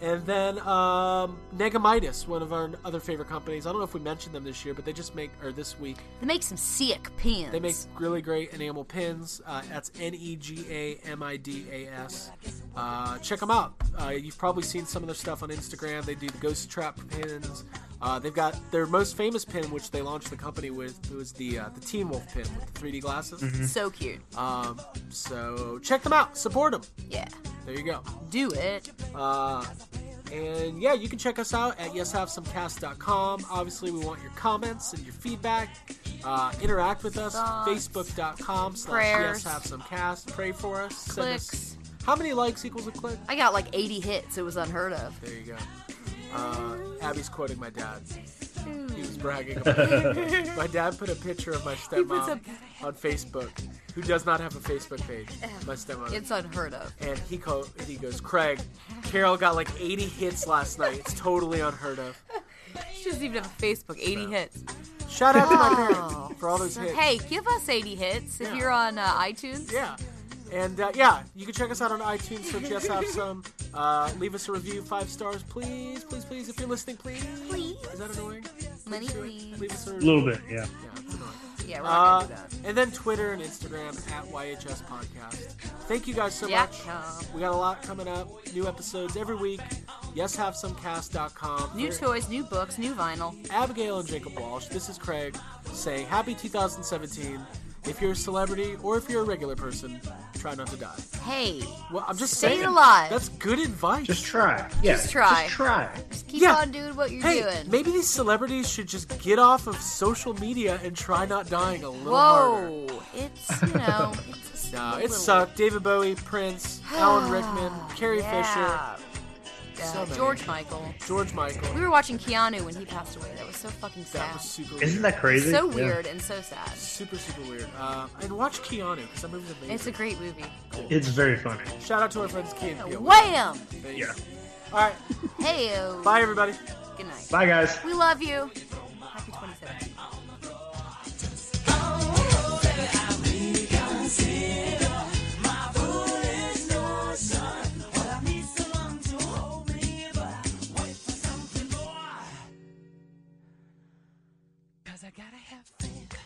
Speaker 8: and then um, Negamitis, one of our other favorite companies. I don't know if we mentioned them this year, but they just make or this week
Speaker 10: they make some sick pins.
Speaker 8: they make really great enamel pins. Uh, that's N E G A M I D A S. Uh, check them out. Uh, you've probably seen some of their stuff on Instagram. They do the ghost trap pins. Uh, they've got their most famous pin, which they launched the company with, was the uh, the Teen Wolf pin with the 3D glasses.
Speaker 10: so cute.
Speaker 8: Um, so check them out. Support them.
Speaker 10: Yeah,
Speaker 8: There you go.
Speaker 10: do it.
Speaker 8: Uh, and yeah, you can check us out at yeshavesomecast.com. Obviously, we want your comments and your feedback. Uh, interact with us.
Speaker 10: Thoughts.
Speaker 8: Facebook.com slash
Speaker 10: Prayers.
Speaker 8: yeshavesomecast. Pray for us. Send us.
Speaker 10: Clicks.
Speaker 8: How many likes equals a click?
Speaker 10: I got like 80 hits. It was unheard of.
Speaker 8: There you go. Uh, Abby's quoting my dad. He was bragging about it. My dad put a picture of my
Speaker 10: Hmm. puts
Speaker 8: stepmom on Facebook, who does not have a Facebook page. My stepmom
Speaker 10: It's unheard of.
Speaker 8: and he co- and he goes, Craig, Carol got like 80 hits last night. It's totally unheard of.
Speaker 10: She doesn't even have a Facebook. 80 hits.
Speaker 8: Shout out to my parents for all those hits.
Speaker 10: Hey, give us 80 hits if
Speaker 8: Yeah.
Speaker 10: you're on uh, iTunes.
Speaker 8: Yeah. And uh, yeah, you can check us out on iTunes. Search Yes Have Some. Uh, leave us a review, five stars, please, please, please. If you're listening, please. Please. Is that annoying?
Speaker 10: Money, please.
Speaker 8: Leave us a
Speaker 9: A
Speaker 8: review.
Speaker 9: little bit, yeah.
Speaker 8: Yeah, it's annoying.
Speaker 10: Yeah, we're not
Speaker 8: Uh,
Speaker 10: gonna do that.
Speaker 8: and then Twitter and Instagram at YHS Podcast. Thank you guys so
Speaker 10: Yeah,
Speaker 8: much.
Speaker 10: come.
Speaker 8: We got a lot coming up. New episodes every week. YesHaveSomeCast.com.
Speaker 10: New
Speaker 8: For-
Speaker 10: toys, new books, new vinyl.
Speaker 8: Abigail and Jacob Walsh. This is Craig saying happy 2017. If you're a celebrity or if you're a regular person, try not to die.
Speaker 10: Hey,
Speaker 8: Well, I'm just
Speaker 10: Stay
Speaker 8: saying.
Speaker 10: alive.
Speaker 8: That's good advice.
Speaker 9: Just try. Yeah,
Speaker 10: Just try.
Speaker 9: Just try.
Speaker 10: just keep
Speaker 8: Yeah.
Speaker 10: on doing what you're
Speaker 8: hey,
Speaker 10: doing.
Speaker 8: maybe these celebrities should just get off of social media and try not dying a little harder.
Speaker 10: Whoa, it's you know, it's just
Speaker 8: Nah,
Speaker 10: a
Speaker 8: it
Speaker 10: little-
Speaker 8: sucked. David Bowie, Prince, Alan Rickman, Carrie
Speaker 10: ah, Yeah.
Speaker 8: Fisher,
Speaker 10: Yeah,
Speaker 8: so many.
Speaker 10: George Michael.
Speaker 8: George Michael.
Speaker 10: We were watching Keanu when he passed away. That was so fucking
Speaker 8: That
Speaker 10: sad.
Speaker 8: was super.
Speaker 9: Isn't
Speaker 8: weird.
Speaker 9: that crazy?
Speaker 10: So
Speaker 9: Yeah.
Speaker 10: weird and so sad.
Speaker 8: super super weird? Uh, and watch Keanu because that movie's amazing.
Speaker 10: It's a great movie.
Speaker 9: It's very funny.
Speaker 8: Shout out to our friends Key and Peele.
Speaker 10: Wham!
Speaker 9: Yeah.
Speaker 8: All right,
Speaker 10: Hey,
Speaker 8: bye everybody.
Speaker 10: Good night.
Speaker 9: Bye, guys.
Speaker 10: We love you. Happy 2017.
Speaker 12: Cause I gotta have faith.